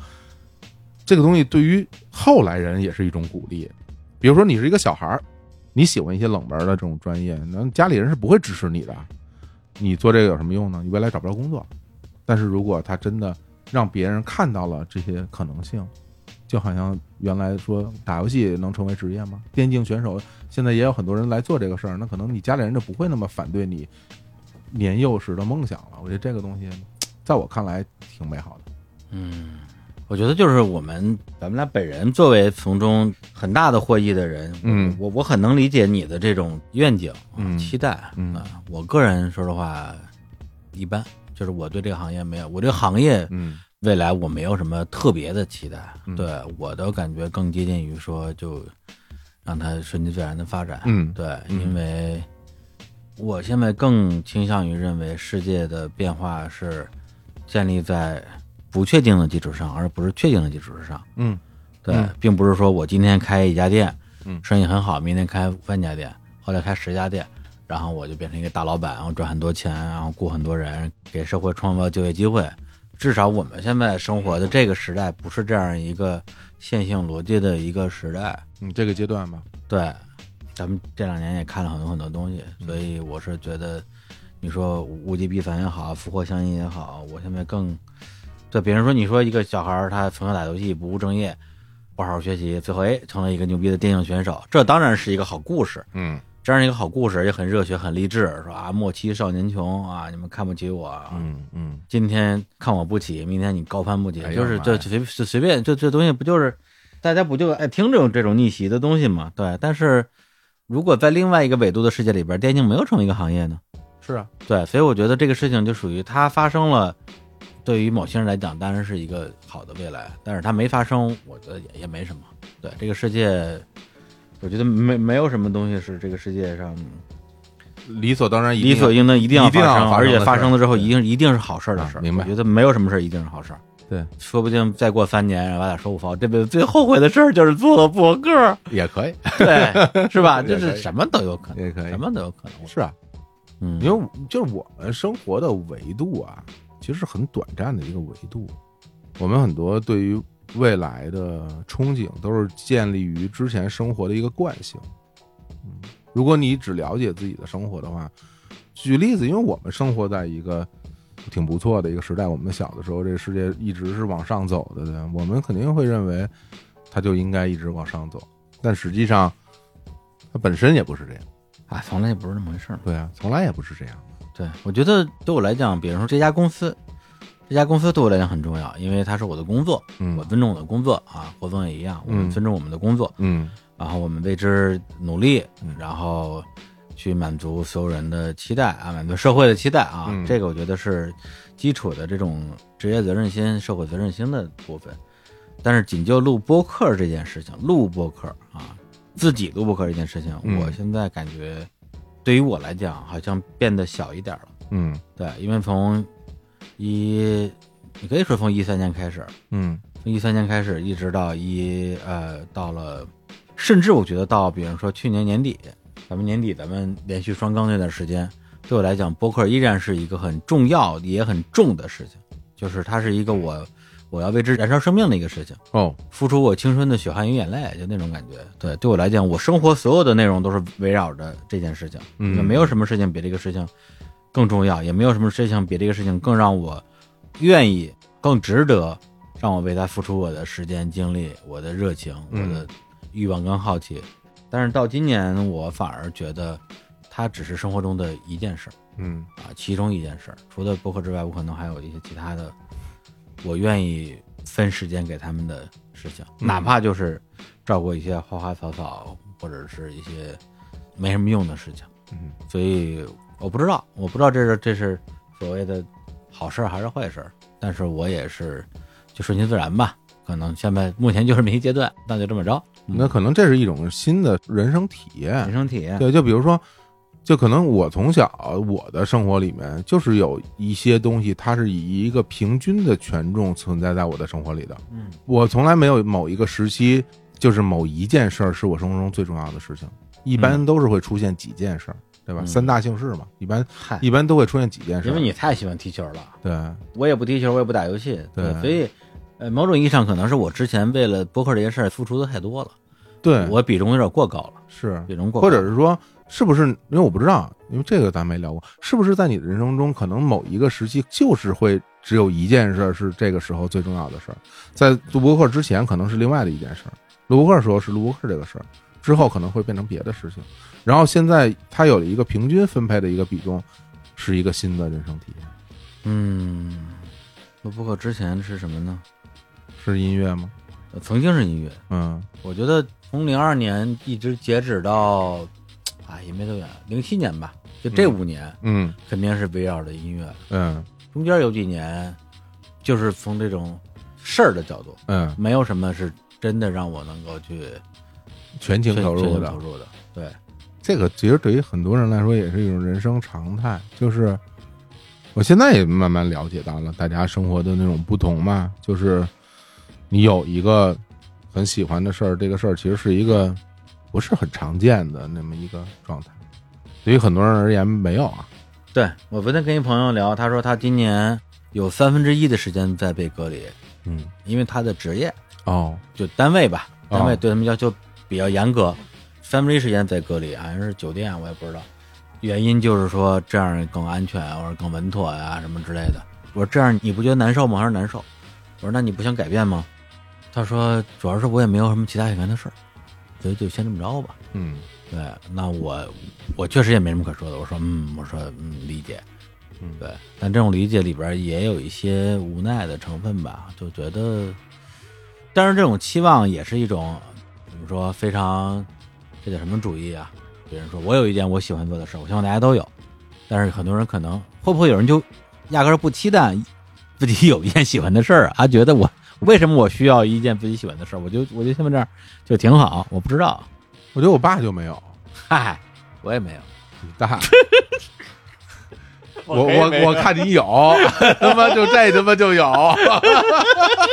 B: 这个东西对于后来人也是一种鼓励。比如说，你是一个小孩儿，你喜欢一些冷门的这种专业，那家里人是不会支持你的。你做这个有什么用呢？你未来找不着工作。但是如果他真的让别人看到了这些可能性，就好像原来说打游戏能成为职业吗？电竞选手现在也有很多人来做这个事儿，那可能你家里人就不会那么反对你年幼时的梦想了。我觉得这个东西，在我看来挺美好的。
A: 我觉得就是我们咱们俩本人作为从中很大的获益的人，
B: 嗯
A: 我我很能理解你的这种愿景、啊
B: 嗯
A: 期待
B: 嗯
A: 啊。我个人说实话，一般，就是我对这个行业没有，我对行业
B: 嗯
A: 未来我没有什么特别的期待，
B: 嗯
A: 对我的感觉更接近于说就让它顺其自然的发展，
B: 嗯
A: 对，
B: 嗯
A: 因为我现在更倾向于认为世界的变化是建立在不确定的基础上，而不是确定的基础之上。
B: 嗯
A: 对，
B: 嗯
A: 并不是说我今天开一家店，
B: 嗯
A: 生意很好，明天开三家店，后来开十家店，然后我就变成一个大老板，然后赚很多钱，然后雇很多人，给社会创造就业机会。至少我们现在生活的
B: 嗯
A: 这个时代不是这样一个线性逻辑的一个时代。
B: 嗯，这个阶段吧，
A: 对，咱们这两年也看了很多很多东西，所以我是觉得，你说物极必反也好，福祸相依也好，我现在更对别人说，你说一个小孩儿他从小打游戏不务正业，不好好学习，最后哎成了一个牛逼的电竞选手，这当然是一个好故事，
B: 嗯
A: 这样一个好故事也很热血很励志，说啊莫欺少年穷啊，你们看不起我啊，
B: 嗯嗯
A: 今天看我不起，明天你高攀不起，
B: 哎呀
A: 就是
B: 妈
A: 这
B: 呀
A: 随随随便这这东西不就是大家不就爱听这种这种逆袭的东西嘛？对，但是如果在另外一个纬度的世界里边，电竞没有成为一个行业呢？
B: 是啊，
A: 对，所以我觉得这个事情就属于它发生了，对于某些人来讲当然是一个好的未来，但是它没发生，我觉得也也没什么。对，这个世界，我觉得没没有什么东西是这个世界上
B: 理所当然，一定
A: 理所应当一定要
B: 一定要
A: 生，
B: 发
A: 而
B: 生
A: 且
B: 的
A: 发
B: 事儿
A: 生了之后
B: 对
A: 一定一定是好事儿的
B: 啊
A: 事儿。
B: 明白
A: 我觉得没有什么事儿一定是好事儿。
B: 对
A: 说不定再过三年，完了说我操，这辈子最后悔的事儿就是做了博客儿，
B: 也可以，
A: 对，是吧？
B: 也可
A: 就
B: 以
A: 是什么都有可能，
B: 也可以
A: 什，么都有可能。
B: 是啊，
A: 嗯，
B: 因为我就是我们生活的维度啊，其实是很短暂的一个维度。我们很多对于未来的憧憬都是建立于之前生活的一个惯性。嗯，如果你只了解自己的生活的话，举例子，因为我们生活在一个挺不错的一个时代，我们小的时候，这个世界一直是往上走的，对吧我们肯定会认为它就应该一直往上走，但实际上它本身也不是这样。
A: 啊，从来也不是那么回事儿嘛。
B: 对啊，从来也不是这样。
A: 对，我觉得对我来讲，比如说这家公司，这家公司对我来讲很重要，因为它是我的工作，
B: 嗯
A: 我尊重我的工作啊，活总也一样，我们
B: 嗯
A: 尊重我们的工作，
B: 嗯
A: 然后我们为之努力
B: 嗯，
A: 然后去满足所有人的期待啊，满足社会的期待啊，
B: 嗯
A: 这个我觉得是基础的这种职业责任心、社会责任心的部分。但是仅就录播客这件事情，录播客啊，自己录播客这件事情，
B: 嗯
A: 我现在感觉对于我来讲，好像变得小一点了。
B: 嗯。
A: 对，因为从一，你可以说从一三年开始，
B: 嗯
A: 从一三年开始，一直到一呃，到了，甚至我觉得到，比如说去年年底，咱们年底咱们连续双更那段时间，对我来讲，播客依然是一个很重要也很重的事情，就是它是一个我我要为之燃烧生命的一个事情，
B: 哦，
A: 付出我青春的血汗与眼泪，就那种感觉。对，对我来讲，我生活所有的内容都是围绕着这件事情，
B: 嗯
A: 也没有什么事情比这个事情更重要，也没有什么事情比这个事情更让我愿意、更值得让我为他付出我的时间、精力、我的热情、我
B: 嗯
A: 的欲望跟好奇。但是到今年，我反而觉得它只是生活中的一件事儿
B: 嗯
A: 啊，其中一件事儿。除了播客之外，我可能还有一些其他的，我愿意分时间给他们的事情，
B: 嗯
A: 哪怕就是照顾一些花花草草，或者是一些没什么用的事情。
B: 嗯，
A: 所以我不知道，我不知道这是这是所谓的好事儿还是坏事儿，但是我也是就顺其自然吧。可能现在目前就是没阶段，那就这么着。嗯
B: 那可能这是一种新的人生体验
A: 人。生体验，
B: 对，就比如说，就可能我从小我的生活里面就是有一些东西，它是以一个平均的权重存在在我的生活里的。
A: 嗯
B: 我从来没有某一个时期，就是某一件事儿是我生活中最重要的事情，一般都是会出现几件事儿，对吧？
A: 嗯
B: 三大姓氏嘛，一般
A: 嗨，
B: 一般都会出现几件事
A: 因
B: 儿。
A: 为你太喜欢踢球了，
B: 对，
A: 我也不踢球，我也不打游戏，
B: 对
A: 所以。呃，某种意义上，可能是我之前为了播客这件事儿付出的太多了，
B: 对，
A: 我比重有点过高了，
B: 是，
A: 比重过高，
B: 或者是说，是不是？因为我不知道，因为这个咱没聊过，是不是在你的人生中，可能某一个时期就是会只有一件事儿是这个时候最重要的事儿，在录播客之前可能是另外的一件事儿，录播客的时候是录播客这个事儿，之后可能会变成别的事情，然后现在它有了一个平均分配的一个比重，是一个新的人生体验，
A: 嗯，录播客之前是什么呢？
B: 是音乐吗？
A: 呃曾经是音乐，
B: 嗯
A: 我觉得从零二年一直截止到，啊，也没多远，零七年吧，就这
B: 嗯
A: 五年
B: 嗯
A: 肯定是围绕着音乐。
B: 嗯
A: 中间有几年，就是从这种事儿的角度，
B: 嗯，
A: 没有什么是真的让我能够去
B: 全情
A: 全
B: 投入
A: 全
B: 的
A: 投，入的。对，
B: 这个其实对于很多人来说也是一种人生常态，就是我现在也慢慢了解到了大家生活的那种不同嘛，就是你有一个很喜欢的事儿，这个事儿其实是一个不是很常见的那么一个状态，对于很多人而言没有啊，
A: 对我昨天跟一朋友聊，他说他今年有三分之一的时间在被隔离，
B: 嗯，
A: 因为他的职业
B: 哦，
A: 就单位吧，
B: 哦
A: 单位对他们要求比较严格，三分之一时间在隔离，好像是酒店，我也不知道。原因就是说这样更安全，或者更稳妥呀、什么之类的。我说这样你不觉得难受吗？还是难受？我说那你不想改变吗？他说主要是我也没有什么其他想干的事儿，所以就先这么着吧。
B: 嗯
A: 对，那我我确实也没什么可说的。我说嗯，我说嗯，理解，
B: 嗯
A: 对。但这种理解里边儿也有一些无奈的成分吧，就觉得，但是这种期望也是一种怎么说非常这叫什么主义啊？别人说我有一件我喜欢做的事儿，我希望大家都有，但是很多人可能会不会有人就压根儿不期待自己有一件喜欢的事儿啊？觉得我为什么我需要一件自己喜欢的事儿？我就我就现在这样就挺好，我不知道，
B: 我觉得我爸就没有，
A: 嗨，我也没有。
B: 你大。我我我看你有， 他妈就这他妈就有，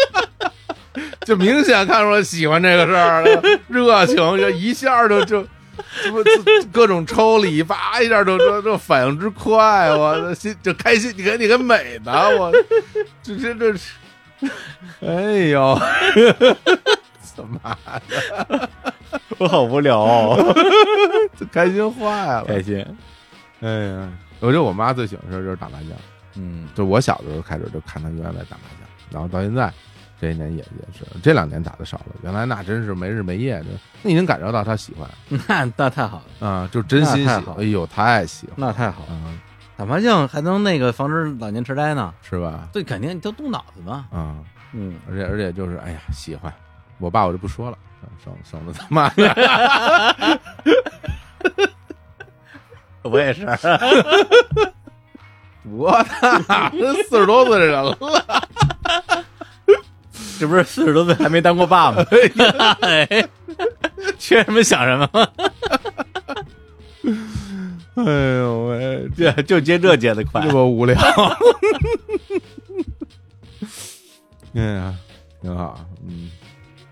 B: 就明显看出来喜欢这个事儿了，热情就一下就就。这不这各种抽离，叭一下就就就反应之快，我的心就开心。你看你看美的，我这这这，哎呦， 怎么啊
A: 我好无聊、哦，
B: 就开心坏了？
A: 开心。
B: 哎呀，我觉得我妈最喜欢的事儿就是打麻将。
A: 嗯
B: 就我小的时候开始就看他永远在打麻将，然后到现在这一年也也是，这两年打的少了，原来那真是没日没夜的，那你能感受到他喜欢
A: 那 那太好了，
B: 啊、就真心喜
A: 那太好
B: 欢，
A: 了
B: 哎呦太喜欢
A: 那太好
B: 啊、。嗯
A: 打麻将还能那个防止老年痴呆呢，
B: 是吧？
A: 对，肯定都动脑子嘛
B: 啊、。
A: 嗯，
B: 而且而且就是哎呀喜欢，我爸我就不说了，嗯省省得他妈的
A: 我也是。
B: 多大， 这四十多岁的人了，
A: 这不是四十多岁还没当过爸 吗？哎缺什么想什么，
B: 哎呦喂，
A: 就就接这接的 快
B: 这么无聊。 哎呀，挺好，嗯，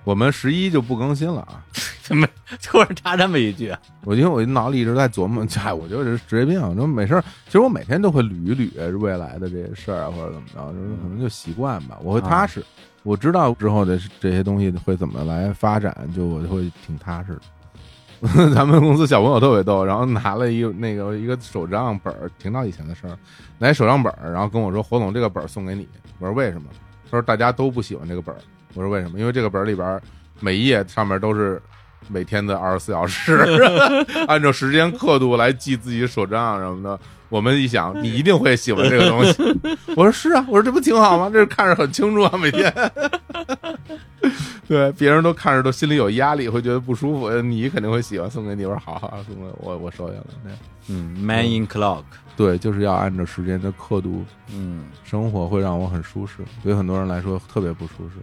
B: 我们十一就不更新了啊。
A: 怎么突然插这么一句？
B: 我因为我脑里一直在琢磨， 哎，我就是职业病，我说没事儿。其实我每天都会捋一捋未来的这些事儿啊，或者怎么着，就是可能就习惯吧，我会踏实。我知道之后的这些东西会怎么来发展，就我就会挺踏实的。 咱们公司小朋友特别逗，然后拿了一个那个一个手账本儿，挺早以前的事儿，拿一手账本儿，然后跟我说：“火总，这个本儿送给你。”我说：“为什么？”他他说大家都不喜欢这个本儿。我说为什么？因为这个本儿里边儿每一页上面都是每天的二十四小时， 按照时间刻度来记自己手账什么的。我们一想，你一定会喜欢这个东西。 我说是啊，我说这不挺好吗？这看着很清楚啊，每天。 对，别人都看着都心里有压力，会觉得不舒服。你肯定会喜欢，送给你。我说好，好送给我我我收下了。对
A: 嗯，Man in Clock，
B: 对，就是要按照时间的刻度
A: 嗯
B: 生活，会让我很舒适。对很多人来说特别不舒适。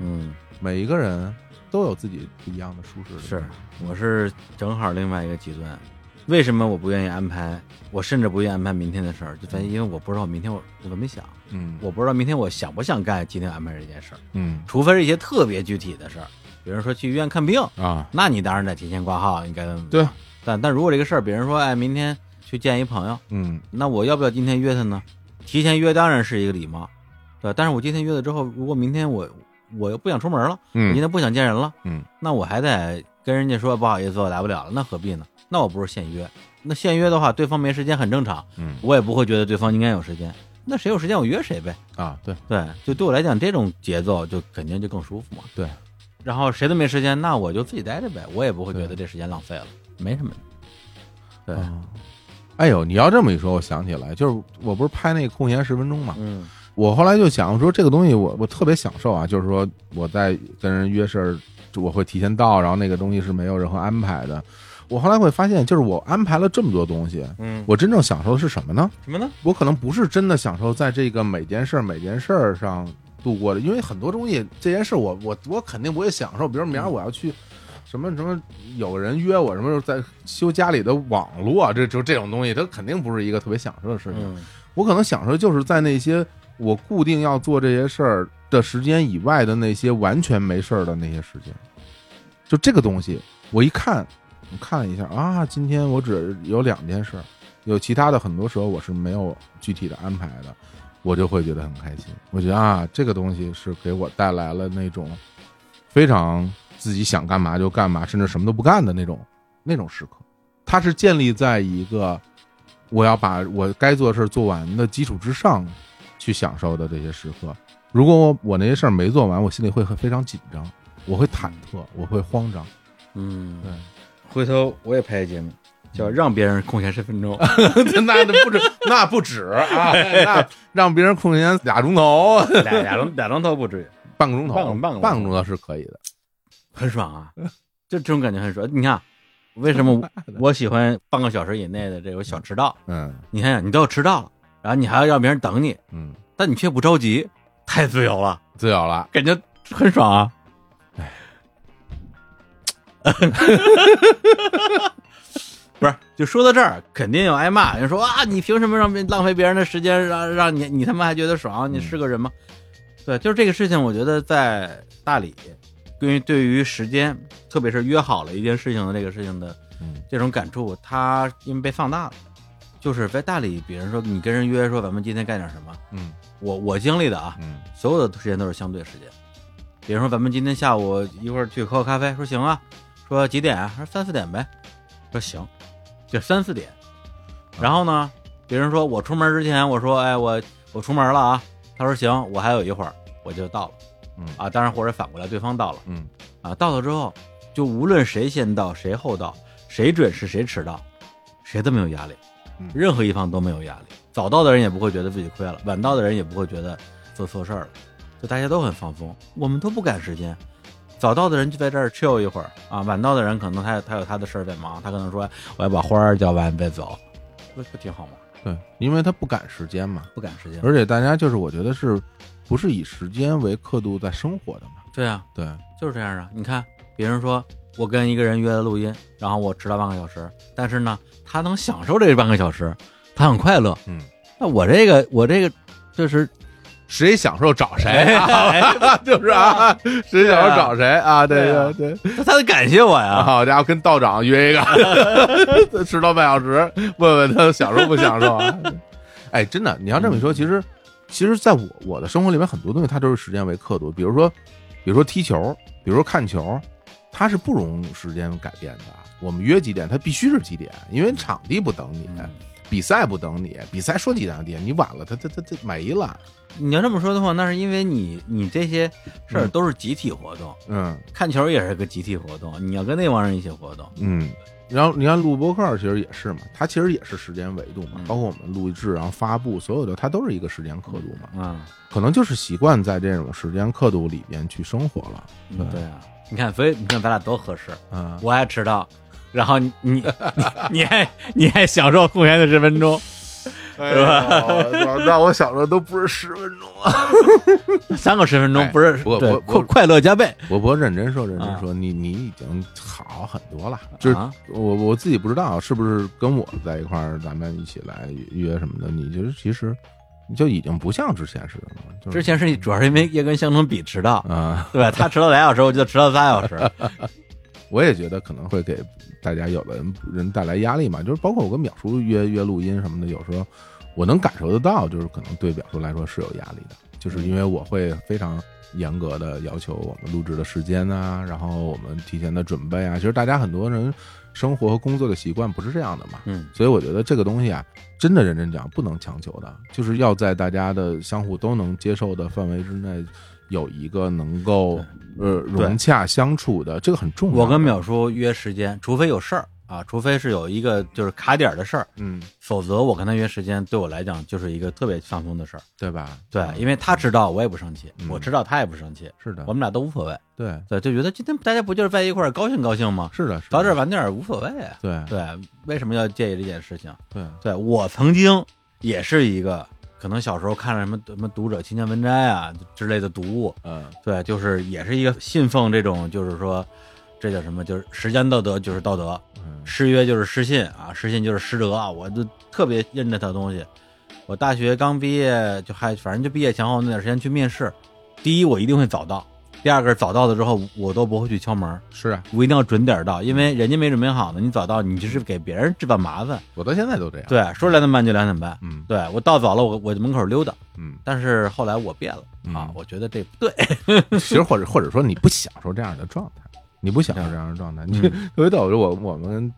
A: 嗯，
B: 每一个人都有自己不一样的舒适的地
A: 是
B: 方，，
A: 我是正好另外一个极端。为什么我不愿意安排？我甚至不愿意安排明天的事儿，就反正因为我不知道明天我我怎么想，
B: 嗯，
A: 我不知道明天我想不想干今天安排这件事儿，
B: 嗯
A: 除非是一些特别具体的事儿，比如说去医院看病，
B: 啊，
A: 那你当然得提前挂号，你该怎么？
B: 对，
A: 但但如果这个事儿，比如说哎，明天去见一朋友，
B: 嗯
A: 那我要不要今天约他呢？提前约当然是一个礼貌，对吧？但是我今天约了之后，如果明天我我又不想出门了，我今
B: 嗯
A: 天不想见人了，
B: 嗯，
A: 那我还得跟人家说不好意思，我来不了了，那何必呢？那我不如现约。那现约的话，对方没时间很正常，
B: 嗯
A: 我也不会觉得对方应该有时间。那谁有时间我约谁呗。
B: 啊，对
A: 对，就对我来讲，这种节奏就肯定就更舒服嘛。
B: 对，
A: 然后谁都没时间，那我就自己待着呗，我也不会觉得这时间浪费了，没什么。对，
B: 啊哎呦，你要这么一说，我想起来，就是我不是拍那个空闲十分钟嘛，
A: 嗯
B: 我后来就想说这个东西我，我特别享受啊，就是说我在跟人约事儿，我会提前到，然后那个东西是没有任何安排的。我后来会发现，就是我安排了这么多东西，
A: 嗯，
B: 我真正享受的是什么呢？
A: 什么呢？
B: 我可能不是真的享受在这个每件事儿每件事儿上度过的，因为很多东西这件事儿我我我肯定不会享受，比如明儿我要去。什么什么，有人约我什么时候在修家里的网络、这就这种东西，它肯定不是一个特别享受的事情。
A: 嗯
B: 我可能享受就是在那些我固定要做这些事儿的时间以外的那些完全没事儿的那些时间。就这个东西，我一看，我看了一下啊，今天我只有两件事儿，有其他的很多时候我是没有具体的安排的，我就会觉得很开心。我觉得啊，这个东西是给我带来了那种非常自己想干嘛就干嘛，甚至什么都不干的那种那种时刻。它是建立在一个我要把我该做的事儿做完的基础之上，去享受的这些时刻。如果我我那些事儿没做完，我心里会很非常紧张，我会忐忑，我会慌张。
A: 嗯，
B: 对，
A: 回头我也拍一节目，叫让别人空闲十分 钟。
B: 那不止，那不止 啊，
A: 哎
B: 那让别人空闲俩钟头、
A: 俩俩钟俩钟头不至于，
B: 半个钟头、
A: 半个半个
B: 半个钟头是可以的。
A: 很爽啊，就这种感觉很爽。你看，为什么 我我喜欢半个小时以内的这种小迟到？
B: 嗯
A: 你看想，你都要迟到了，然后你还要让别人等你，
B: 嗯，
A: 但你却不着急，太自由了，
B: 自由了。
A: 感觉很爽啊。 不是，就说到这儿，肯定有挨骂。人说啊，你凭什么让别浪费别人的时间，让让你你他妈还觉得爽？你是个人吗？对，就是这个事情，我觉得在大理，对于对于时间，特别是约好了一件事情的这个事情的
B: 嗯
A: 这种感触，它因为被放大了。就是在大理，比如说你跟人约说咱们今天干点什么，
B: 嗯
A: 我我经历的啊，
B: 嗯
A: 所有的时间都是相对时间。比如说，咱们今天下午一会儿去喝个咖啡，说行啊，说几点啊？说三四点呗，说行，就三四点。然后呢，别人说我出门之前，我说哎我我出门了啊，他说行，我还有一会儿我就到了
B: 嗯
A: 啊。当然或者反过来，对方到了
B: 嗯
A: 啊，到了之后就无论谁先到谁后到，谁准时谁迟到，谁都没有压力
B: 嗯，
A: 任何一方都没有压力。早到的人也不会觉得自己亏了，晚到的人也不会觉得做错事儿了，就大家都很放松，我们都不赶时间。早到的人就在这儿 chill 一会儿啊，晚到的人可能他他有他的事儿在忙，他可能说我要把花儿浇完再走，不不挺好吗？
B: 对，因为他不赶时间嘛，
A: 不赶时间，
B: 而且大家就是我觉得是不是以时间为刻度在生活的嘛？
A: 对啊，
B: 对，
A: 就是这样啊。你看，别人说我跟一个人约了录音，然后我迟到半个小时，但是呢，他能享受这半个小时，他很快乐。
B: 嗯，
A: 那我这个我这个就是
B: 谁享受找谁
A: 哎
B: 啊？ 就是啊，谁想要找谁啊？对
A: 对啊
B: 对，
A: 他得感谢我呀。
B: 好家伙，跟道长约一个， 迟到半小时，问问他享受不享受啊？ 哎，真的，你要这么一说，其实，其实在我我的生活里面，很多东西它都是时间为刻度，比如说，比如说踢球，比如说看球，它是不容时间改变的。我们约几点，它必须是几点，因为场地不等你。
A: 嗯
B: 比赛不等你，比赛说几两点，你晚了，他他他他没了。
A: 你要这么说的话，那是因为你你这些事儿
B: 嗯
A: 都是集体活动，
B: 嗯
A: 看球也是个集体活动，你要跟那帮人一起活动，
B: 嗯。然后你看录播课，其实也是嘛，它其实也是时间维度嘛
A: 嗯，
B: 包括我们录制，然后发布，所有的它都是一个时间刻度嘛。
A: 啊，
B: 可能就是习惯在这种时间刻度里边去生活了。
A: 嗯对啊，你看，所以你看咱俩多合适，
B: 嗯，
A: 我爱迟到。然后你你 你你还你还享受空闲的十分钟，
B: 哎呦，那我小时候都不是十分钟啊！
A: 三个十分钟
B: 哎
A: 不是
B: 不
A: 对
B: 不
A: 快
B: 不
A: 快乐加倍
B: 我不认真说，认真说，你你已经好很多了。就是
A: 啊
B: 我我自己不知道是不是跟我在一块儿，咱们一起来约什么的，你就是其实你就已经不像之前似的了。就是
A: 之前是主要是因为叶根相城比迟到，
B: 啊、
A: 对吧？他迟到俩小时，我就迟到仨小时。
B: 我也觉得可能会给大家有的人人带来压力嘛，就是包括我跟淼叔约约录音什么的，有时候我能感受得到，就是可能对淼叔来说是有压力的，就是因为我会非常严格的要求我们录制的时间啊，然后我们提前的准备啊，其实大家很多人生活和工作的习惯不是这样的嘛，
A: 嗯，
B: 所以我觉得这个东西啊，真的认真讲不能强求的，就是要在大家的相互都能接受的范围之内，有一个能够呃
A: 对
B: 融洽相处的，这个很重要的。
A: 我跟淼叔约时间，除非有事儿啊，除非是有一个就是卡点儿的事儿，
B: 嗯，
A: 否则我跟他约时间对我来讲就是一个特别放松的事儿。
B: 对吧？
A: 对，因为他迟到我也不生气，
B: 嗯
A: 我迟到他也不生气，
B: 是的
A: 我，们俩都无所谓。
B: 对，
A: 对，就觉得今天大家不就是在一块儿高兴高兴吗？
B: 是的，是的
A: 早点晚点儿无所谓啊。
B: 对
A: 对，为什么要介意这件事情？
B: 对，
A: 对我曾经也是一个，可能小时候看了什么什么读者青年文摘啊之类的读物，
B: 嗯
A: 对，就是也是一个信奉这种，就是说这叫什么，就是时间道德就是道德，
B: 嗯
A: 失约就是失信啊，失信就是失德啊，我就特别认这套东西。我大学刚毕业就还反正就毕业前后那段时间去面试，第一我一定会早到，第二个是早到了之后我都不会去敲门，
B: 是啊，
A: 我一定要准点儿到，因为人家没准备好呢，你早到你就是给别人制造麻烦。
B: 我到现在都这样。，
A: 对，说两点半就两点半。
B: 嗯
A: 对我到早了，我我就门口溜达。
B: 嗯，
A: 但是后来我变了啊
B: 嗯，
A: 我觉得这不对。
B: 其实或者或者说你不享受这样的状态，你不享受这样的状态，你
A: 嗯
B: 特别逗。就我我们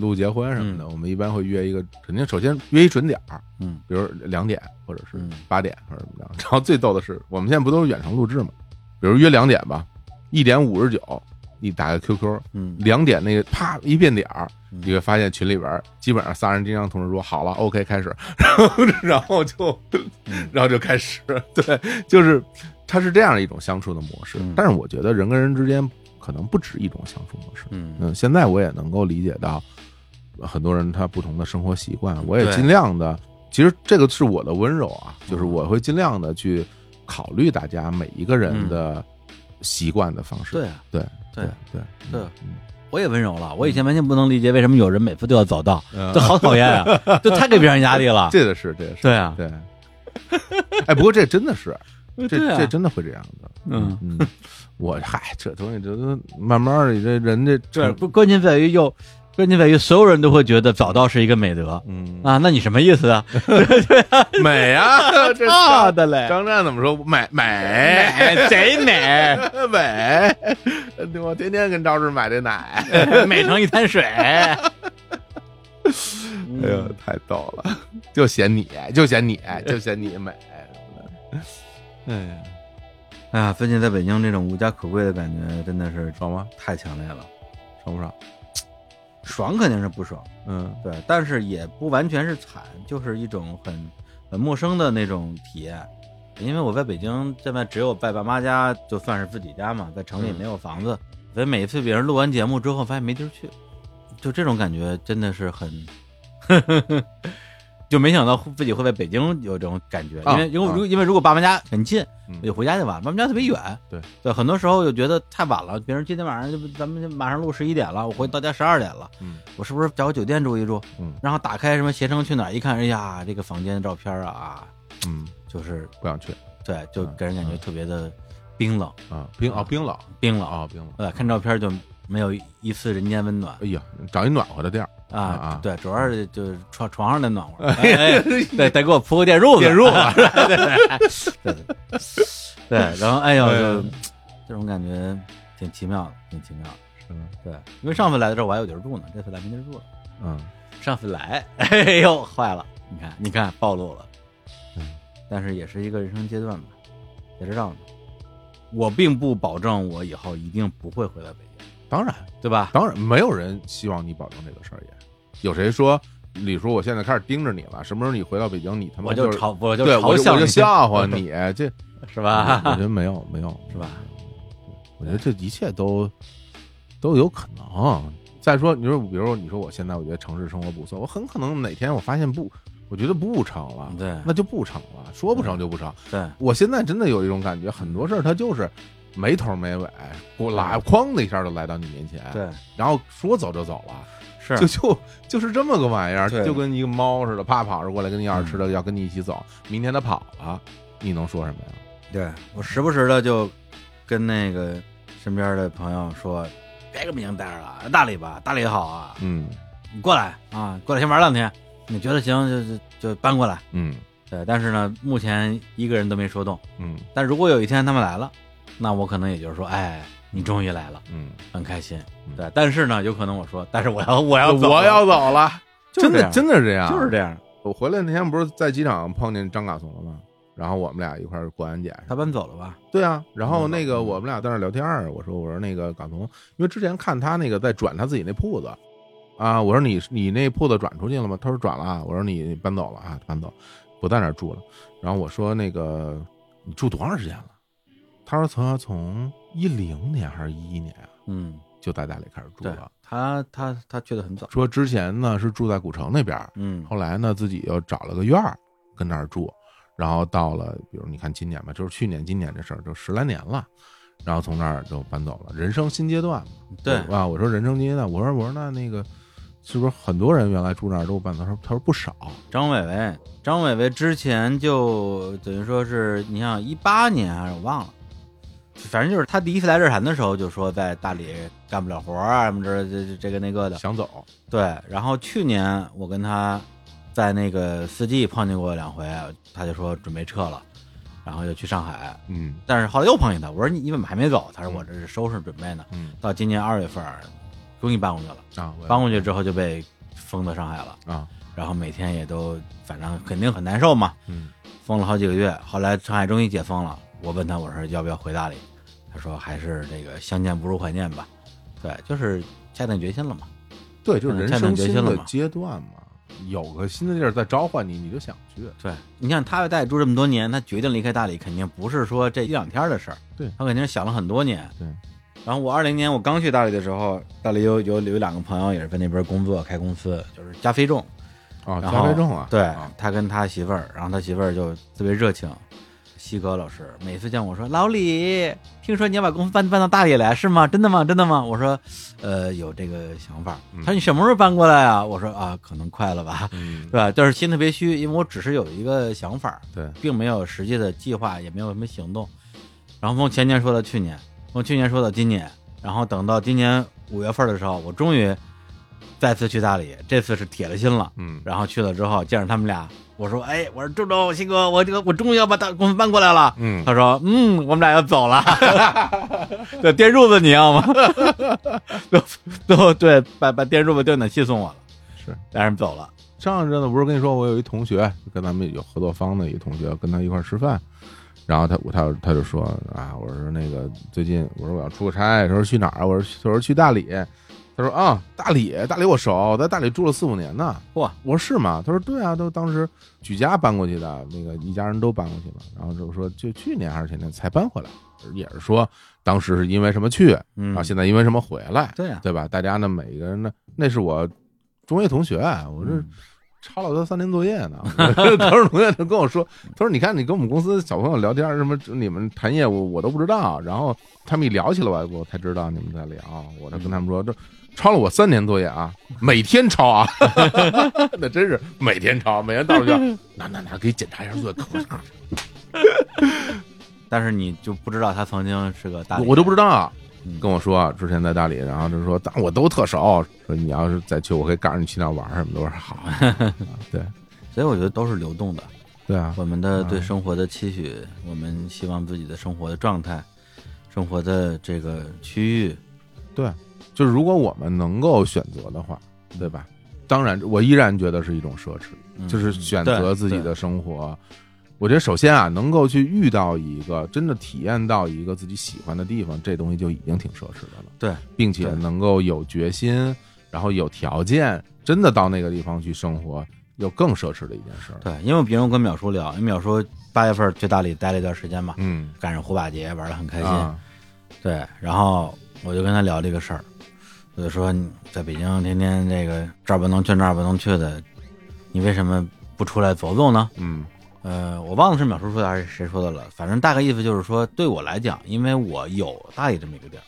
B: 录结婚什么的，我们一般会约一个，肯定首先约一准点儿，
A: 嗯
B: 比如两点或者是
A: 嗯
B: 八点或者怎么样。然后最逗的是，我们现在不都是远程录制嘛，比如约两点吧，一点五十九，你打个 QQ，
A: 嗯
B: 两点那个啪一变点儿，
A: 嗯
B: 你会发现群里边儿基本上仨人经常同时说好了，OK 开始， 然后然后就
A: 嗯
B: 然后就开始，对，就是它是这样一种相处的模式
A: 嗯。
B: 但是我觉得人跟人之间可能不止一种相处模式。
A: 嗯
B: 嗯，现在我也能够理解到呃很多人他不同的生活习惯，我也
A: 对嗯
B: 尽量的，其实这个是我的温柔啊，就是我会尽量的去考虑大家每一个人的习惯的方式。
A: 对啊
B: 对
A: 嗯对啊
B: 对嗯
A: 对啊，我也温柔了。我以前完全不能理解为什么有人每次都要早到，
B: 嗯
A: 这好讨厌 啊！这太给别人压力了。
B: 这个是这个是
A: 对啊，
B: 对。 哎，不过这真的是，这
A: 对啊
B: 这真的会这样的。
A: 嗯
B: 嗯，我嗨，这东西这都慢慢的，这人这
A: 对，不关键在于又关键在于所有人都会觉得早到是一个美德
B: 嗯
A: 啊，那你什么意思啊？
B: 美啊，这
A: 啊
B: 张
A: 的嘞，
B: 张湛怎么说？美美
A: 美谁美？
B: 美，我天天跟超市买这奶。
A: 美成一滩 水。哎嗯
B: 哎呦，太逗了！就嫌你，就嫌你，就嫌你美。哎呀，
A: 哎呀，最近在北京这种无家可归的感觉真的是
B: 爽吗？
A: 太强烈了，
B: 爽不爽？
A: 爽肯定是不爽，
B: 嗯
A: 对，但是也不完全是惨，就是一种很很陌生的那种体验。因为我在北京现在只有在爸妈家，就算是自己家嘛，在城里
B: 嗯
A: 没有房子，所以每一次别人录完节目之后，发现没地儿去，就这种感觉真的是很， 就没想到自己会在北京有这种感觉，因为
B: 啊
A: 如果
B: 啊
A: 如果因为如果爸妈家很近，
B: 嗯
A: 我就回家就完了，爸妈家特别远，
B: 对
A: 对，很多时候就觉得太晚了，别人今天晚上就咱们就马上录十一点了，我回到家十二点了，
B: 嗯
A: 我是不是找个酒店住一住？
B: 嗯
A: 然后打开什么携程去哪儿一看，哎呀，这个房间的照片啊，
B: 嗯，
A: 就是
B: 不想去
A: 对，就
B: 嗯
A: 给人感觉特别的冰冷，
B: 啊，冰啊冰冷
A: 冰冷。
B: 啊冰冷。
A: 呃对，看照片就没有一丝人间温暖
B: 哎呀，找一暖和的地儿。
A: 啊
B: 啊。
A: 对，主要是就是床床上的暖和，哎，哎对，得给我铺个电褥子，
B: 电褥啊
A: 对，对对，然后哎呦，
B: 哎呦
A: 就这种感觉挺奇妙的，挺奇妙的。
B: 是吗？
A: 对，因为上次来的时候我还有地儿住呢，这次来没地儿住了。
B: 嗯，
A: 上不来。 哎呦，坏了！你看，你看，暴露了。嗯，但是也是一个人生阶段吧，也知道呢。我并不保证我以后一定不会回到北京，
B: 当然，
A: 对吧？
B: 当然，没有人希望你保证这个事儿也。有谁说李叔，我现在开始盯着你了？什么时候你回到北京，你他妈
A: 我
B: 就是
A: 嘲，我就
B: 对我
A: 嘲
B: 就
A: 笑
B: 我就
A: 你，啊
B: 笑话 你，哎这
A: 是
B: 我觉
A: 吧？
B: 得没有没有，
A: 是吧？
B: 我觉得这一切都都有可能。再说，你说，比如你说，我现在我觉得城市生活不错，我很可能哪天我发现不，我觉得不成了，
A: 嗯对
B: 啊那就不成了，说不成就不成。
A: 对，
B: 我现在真的有一种感觉，很多事儿它就是没头没尾，
A: 嗯
B: 我来哐的一下就来到你面前，，
A: 对，
B: 然后说走就走了。
A: 是
B: 哎就就就是这么个玩意儿，
A: 对
B: 就跟一个猫似的，啪跑着过来跟你要是吃的，要跟你一起走。明天它跑了，你能说什么呀？
A: 对我时不时的就跟那个身边的朋友说，别跟北京待着了，啊大理吧，大理好啊，
B: 嗯
A: 你过来啊，过来先玩两天，你觉得行就就就搬过来。
B: 嗯
A: 对，但是呢，目前一个人都没说动。
B: 嗯
A: 但如果有一天他们来了，那我可能也就是说，哎，你终于来了，
B: 嗯，
A: 很开心。
B: 嗯
A: 对，但是呢，有可能我说，但是我要我要走
B: 我
A: 了
B: 要走啊了，
A: 就是这
B: 真的
A: 样
B: 真的是这样，
A: 就是这样，
B: 我回来那天不是在机场碰见张嘎怂了吗？然后我们俩一块儿过安检，
A: 他搬走了吧？
B: 对啊，然后
A: 嗯
B: 那个
A: 嗯
B: 我们俩在那儿聊天儿，我说我说那个港童，因为之前看他那个在转他自己那铺子，啊，我说你你那铺子转出去了吗？他说转了啊，我说你搬走了啊，搬走，不在那儿住了。然后我说那个你住多长时间了？他说从从一零年还是一一年啊，
A: 嗯，
B: 就在家里开始住
A: 对
B: 了。，
A: 他他他去的很早。
B: 说之前呢是住在古城那边儿，
A: 嗯，
B: 后来呢，自己又找了个院儿跟那儿住，然后到了，比如你看今年吧，就是去年、今年这事儿，就十来年了，然后从那儿就搬走了，人生新阶段嘛。
A: 对，
B: 啊，我说人生新阶段，我说我说那那个是不是很多人原来住那儿都搬走？他说他说不少，
A: 张伟伟，张伟伟之前就等于说是，你想一八年还是我忘了，反正就是他第一次来日坛的时候就说在大理干不了活儿啊什么之类的这这个那个的。
B: 想走，
A: 对，然后去年我跟他在那个四季碰见过两回，他就说准备撤了，然后又去上海，
B: 嗯
A: 但是后来又碰见他，我说你你怎么还没走？他说
B: 嗯
A: 我这是收拾准备呢，
B: 嗯
A: 到今年二月份儿终于搬过去了，
B: 啊，我也
A: 搬过去之后就被封到上海了。
B: 啊，
A: 然后每天也都反正肯定很难受嘛，
B: 嗯
A: 封了好几个月。后来上海终于解封了，我问他我说要不要回大理，他说还是这个相见不如怀念吧。对，就是下定决心了嘛。
B: 对，就是人
A: 嗯下定
B: 生
A: 决
B: 新
A: 心了
B: 的
A: 嘛
B: 阶段嘛，有个新的地儿在召唤你，你就想去，
A: 对，你看他在大理住这么多年，他决定离开大理，肯定不是说这一两天的事儿，
B: 对
A: 他肯定是想了很多年。
B: 对。
A: 然后我二零年我刚去大理的时候，大理有有有两个朋友也是在那边工作开公司，就是加菲众，
B: 啊，
A: 然
B: 加
A: 后
B: 菲重啊，
A: 对
B: 啊
A: 他跟他媳妇儿，然后他媳妇儿就特别热情。西哥老师每次见我说：“老李，听说你要把公司搬搬到大理来是吗？真的吗？真的吗？”我说：“呃，有这个想法。”
B: 嗯
A: 他说：“你什么时候搬过来啊？”我说：“啊，可能快了吧，
B: 嗯
A: 对吧？”就是心特别虚，因为我只是有一个想法，
B: 对，
A: 并没有实际的计划，也没有什么行动。然后从前年说到去年，从去年说到今年，然后等到今年五月份的时候，我终于再次去大理，这次是铁了心了。
B: 嗯
A: 然后去了之后见着他们俩，我说：“哎，我说周周新哥，我这个我终于要把大公司搬过来了。”
B: 嗯
A: 他说：“嗯，我们俩要走了。” 对，电褥子你要吗？都都对，把把电褥子就暖气送我了，
B: 是。
A: 俩人走了。
B: 上一阵子不是跟你说，我有一同学跟咱们有合作方的一同学，跟他一块儿吃饭，然后他我他他就说啊，我说那个最近我说我要出个差，他说去哪儿啊？我说他说去大理，他说啊大理大理我熟，我在大理住了四五年呢。
A: 嚯，
B: 我说是吗？他说对啊，都当时举家搬过去的，那个一家人都搬过去了，然后就说就去年还是前年才搬回来，也是说当时是因为什么去，
A: 嗯
B: 然啊后现在因为什么回来，
A: 对啊呀、
B: 对吧？大家呢，每个人呢，那是我中学同学，啊我这
A: 嗯
B: 抄了他三年作业呢。 当时同学就跟我说，他说：“你看，你跟我们公司小朋友聊天，什么你们谈业务，我都不知道。然后他们一聊起来，我我才知道你们在聊。我就跟他们说，这抄了我三年作业啊，每天抄啊， 那真是每天抄，每天到学校 拿拿拿，给检查一下作业。咔咔咔
A: 但是你就不知道他曾经是个大理
B: 我
A: 人，
B: 我都不知道啊
A: 嗯。
B: 跟我说之前在大理，然后就说，但我都特熟。说你要是再去，我可以告诉你去哪儿玩什么的。我说好，啊对
A: 所以我觉得都是流动的。
B: 对啊，
A: 我们的对生活的期许，我们希望自己的生活的状态、生活的这个区域，
B: 啊就是如果我们能够选择的话，对吧？当然，我依然觉得是一种奢侈，
A: 嗯
B: 就是选择
A: 对
B: 自己
A: 对
B: 的生活。我觉得首先啊，能够去遇到一个真的体验到一个自己喜欢的地方，这东西就已经挺奢侈的了。
A: 对，
B: 并且
A: 对
B: 能够有决心，然后有条件，真的到那个地方去生活，有更奢侈的一件事儿。
A: 对，因为比如我跟淼叔聊，因为淼叔八月份去大理待了一段时间嘛，
B: 嗯，
A: 赶上火把节玩的很开心。
B: 啊，
A: 对，然后我就跟他聊这个事儿，我就说你在北京天天这个这儿不能去那儿不能去的，你为什么不出来走走呢？
B: 嗯
A: 呃，我忘了是淼叔说的还是谁说的了，反正大概意思就是说，对我来讲，因为我有大理这么一个地儿，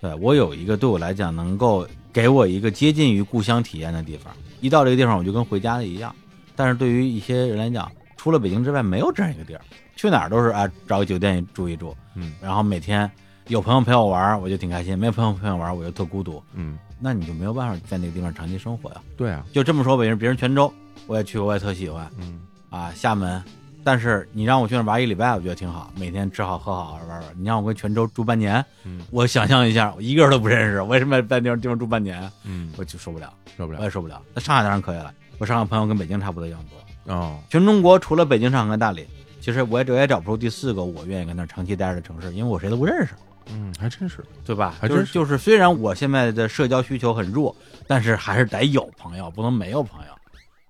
A: 对我有一个对我来讲能够给我一个接近于故乡体验的地方，一到这个地方我就跟回家的一样。但是对于一些人来讲，除了北京之外没有这样一个地儿，去哪儿都是啊找个酒店住一住，
B: 嗯
A: 然后每天有朋友陪我玩儿，我就挺开心；没有朋友陪我玩儿，我就特孤独。
B: 嗯，
A: 那你就没有办法在那个地方长期生活呀。
B: 对啊，
A: 就这么说，北京，别人泉州我也去过，我也特喜欢
B: 嗯
A: 啊，厦门。但是你让我去那儿玩一礼拜，我觉得挺好，每天吃好喝好玩玩。你让我跟泉州住半年，
B: 嗯
A: 我想象一下，我一个人都不认识，我为什么要在那地方地方住半年？
B: 嗯，
A: 我就受不了，
B: 受不
A: 我
B: 了
A: 也受不了。那上海当然可以了，我上海朋友跟北京差不多一样多。
B: 哦，
A: 全中国除了北京、上海跟大理，其实我也我也找不出第四个我愿意跟那儿长期待着的城市，因为我谁都不认识。
B: 嗯，还真是，
A: 对吧？
B: 还
A: 就
B: 真
A: 是
B: 是
A: 就是，虽然我现在的社交需求很弱，但是还是得有朋友，不能没有朋友。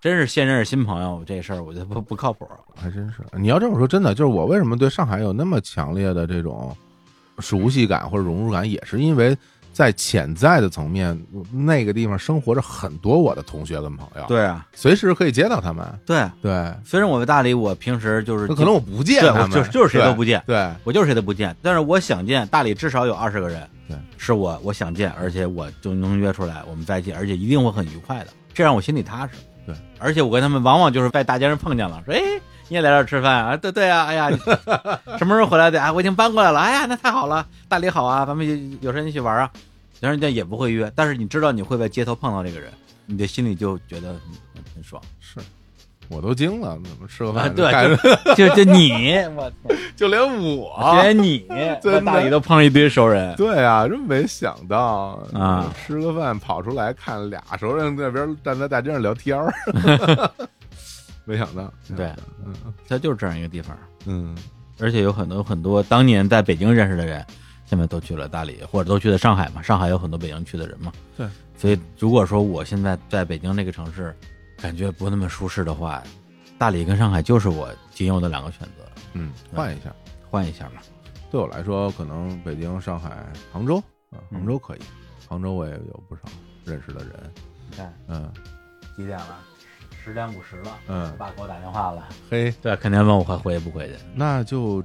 A: 真是先认识新朋友这事儿，我觉得不不靠谱。
B: 还真是。你要这么说，真的就是我为什么对上海有那么强烈的这种熟悉感或者融入感，也是因为在潜在的层面，那个地方生活着很多我的同学跟朋友，，
A: 对啊，
B: 随时可以接到他们，
A: 对。
B: 对，
A: 虽然我在大理，我平时就是
B: 那可能我不见
A: 对
B: 他
A: 我
B: 们，
A: 就是就是谁
B: 对
A: 都不见，
B: 对，
A: 我就是谁都不见，但是我想见大理至少有二十个人，
B: 对，
A: 是我我想见，而且我就能约出来，我们在一起，而且一定会很愉快的，这让我心里踏实。
B: 对，
A: 而且我跟他们往往就是在大街上碰见了，说哎。你也来这儿吃饭啊？对对啊，哎 呀，你什么时候回来的啊？我已经搬过来了。哎呀，那太好了，大理好啊，咱们有有时间一起玩啊。然后人家也不会约，但是你知道你会在街头碰到这个人，你的心里就觉得很很 爽。
B: 是，我都惊了，怎么吃个
A: 啊
B: 饭、
A: 对
B: 干
A: 就就你，我
B: 就连
A: 操，
B: 我，
A: 连你
B: 真
A: 在
B: 的
A: 大理都碰上一堆熟 人。
B: 对啊，真没想到
A: 啊
B: 吃个饭跑出来看俩熟人在那边站在大街上聊天儿， 没想到，
A: 对，
B: 嗯
A: 它就是这样一个地方，
B: 嗯，
A: 而且有很多很多当年在北京认识的人，现在都去了大理，或者都去了上海嘛。上海有很多北京去的人嘛。
B: 对，
A: 所以如果说我现在在北京这个城市感觉不那么舒适的话，大理跟上海就是我仅有的两个选择，
B: 嗯，换一下，
A: 换一下吧。
B: 对我来说，可能北京、上海、杭州啊，
A: 嗯
B: 杭州可以，杭州我也有不少认识的人，
A: 你看
B: 嗯
A: 几点了？十点五十了，
B: 嗯，
A: 爸给我打电话了。
B: 嘿，
A: 对，啊肯定问我还回不回去，
B: 那就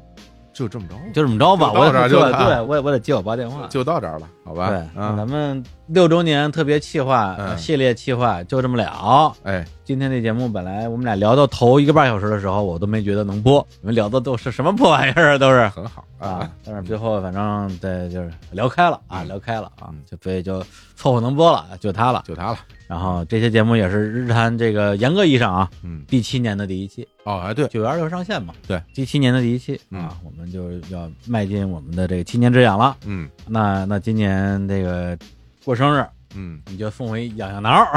B: 就这么着吧，
A: 就这么着吧。
B: 就到
A: 我
B: 这
A: 得
B: 儿就
A: 对，
B: 谈
A: 对我也我得接我爸电话。
B: 就到这儿吧，好吧，
A: 对，那
B: 啊，
A: 咱们六周年特别企划、
B: 嗯
A: 系列企划就这么了。
B: 哎，
A: 今天这节目本来我们俩聊到头一个半小时的时候，我都没觉得能播，你们聊的都是什么破玩意儿啊，都是
B: 很好
A: 啊。但是最后反正对，就是聊开了啊，
B: 嗯
A: 聊开了啊
B: 嗯，
A: 就所以就凑合能播了，就它了。
B: 就他了，
A: 然后这期节目也是日坛这个严格意义上啊，
B: 嗯，
A: 第七年的第一期，
B: 哦，哎，对，
A: 九月二十六上线嘛，
B: 对，嗯
A: 第七年的第一期啊，我们就要迈进我们的这个七年之痒了。
B: 嗯
A: 那那今年这个过生日，
B: 嗯，
A: 你就送我一痒痒挠，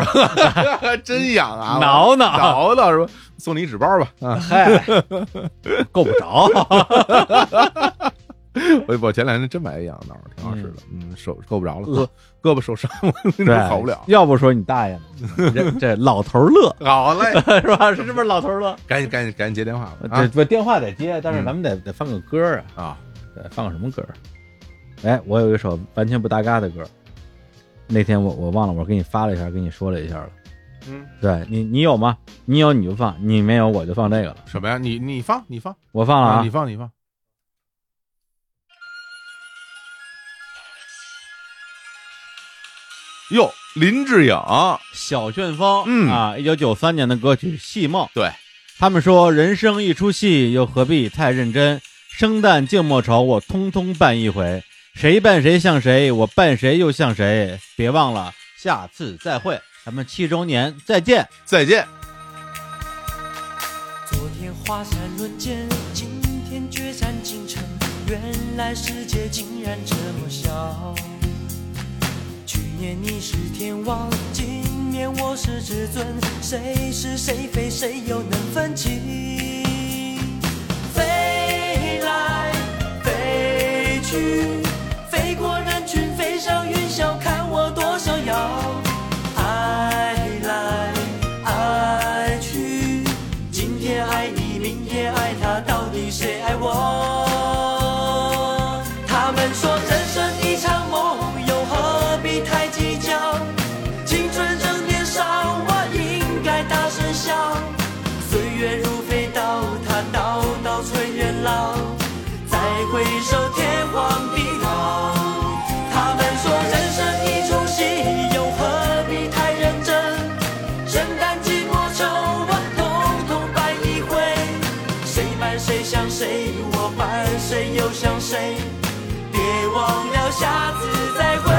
B: 真痒啊，
A: 挠 挠
B: 挠挠是吧？送你一纸包吧，啊，
A: 嗨，够不 着。
B: 我我前两天真买一痒挠，挺好使的，嗯，手够不着了，胳 胳膊受伤了，
A: 对，
B: 好不了。
A: 要不说你大爷呢， 这这老头儿 乐
B: 好嘞，
A: 是吧？是不是老头儿乐？
B: 赶紧赶紧赶紧接电话吧
A: 这
B: 啊
A: 不电话得接，但是
B: 嗯
A: 咱们得得放个歌儿啊，
B: 啊！
A: 对，放个什么歌儿？哎，我有一首完全不搭嘎的歌儿，那天我我忘了，我给你发了一下，跟你说了一下了。
B: 嗯，
A: 对你你有吗？你有你就放，你没有我就放这个了。
B: 什么呀？你你放你放
A: 我放了
B: 啊！
A: 啊
B: 你，放你放，哟，林志颖，
A: 小旋风，
B: 嗯
A: 啊，一九九三年的歌曲《戏梦》。
B: 对，
A: 他们说人生一出戏，又何必太认真？生旦净末丑，我通通扮一回。谁扮谁像谁，我扮谁又像谁。别忘了，下次再会，咱们七周年再见。
B: 再见。
C: 昨天华山论剑，今天决战京城。原来世界竟然这么小。去年你是天王，今年我傲视至尊，谁是谁非，谁又能分清？飞来飞去，飞过人群，飞上云霄，看我多逍遥。爱来爱去，今天爱你，明天爱他，到底谁爱我？他们说人生一场梦，又何必太计较？青春正年少，我应该大声笑。岁月如飞刀，它刀刀催人老。再回首，天荒地老。他们说人生一出戏，又何必太认真？圣诞寂寞愁，我统统摆一回。谁伴谁像谁，我伴谁又像谁？别忘了下次再会。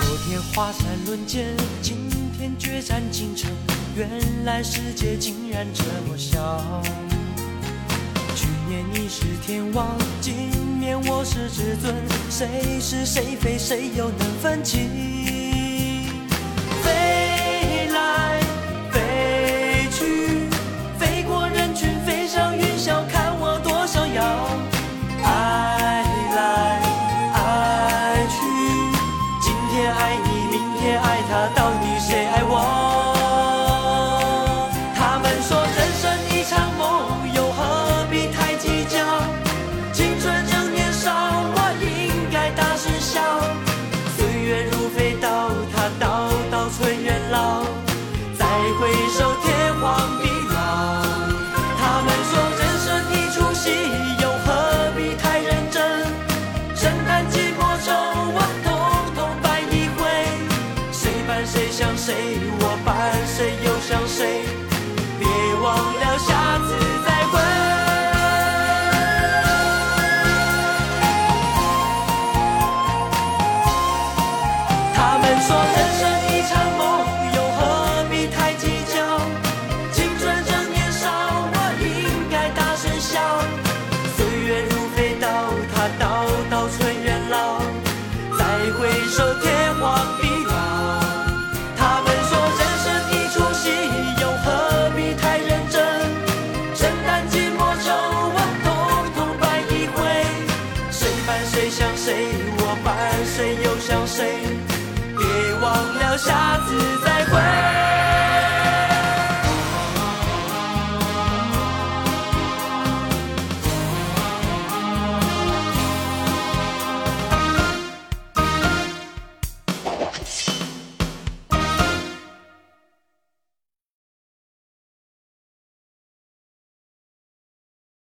C: 昨天华山论剑，今天决战京城。原来世界竟然这么小。去年你是天王，今年我是至尊，谁是谁非，谁又能分清？飞来飞去，飞过人群，飞上云霄，看我多逍遥。爱来爱去。今天爱你，明天爱他，到底谁爱我？他们说人生一场梦，又何必太计较？青春正年少，我应该大声笑。岁月如飞刀，它刀刀催人老。再回首，天荒地老。他们说人生一出戏，又何必太认真？圣诞寂寞愁，我统统摆一回。谁伴谁像谁，我伴谁又像谁？别忘了下次再会。他们说人生一场梦，又何必太计较？青春正年少，我应该大声笑。岁月如飞刀，它刀刀催人老。再回首，天荒地老。他们说人生一出戏，又何必太认真？圣诞寂寞愁，我统统摆一回。谁伴谁像谁，我伴谁又像谁，别忘了下次再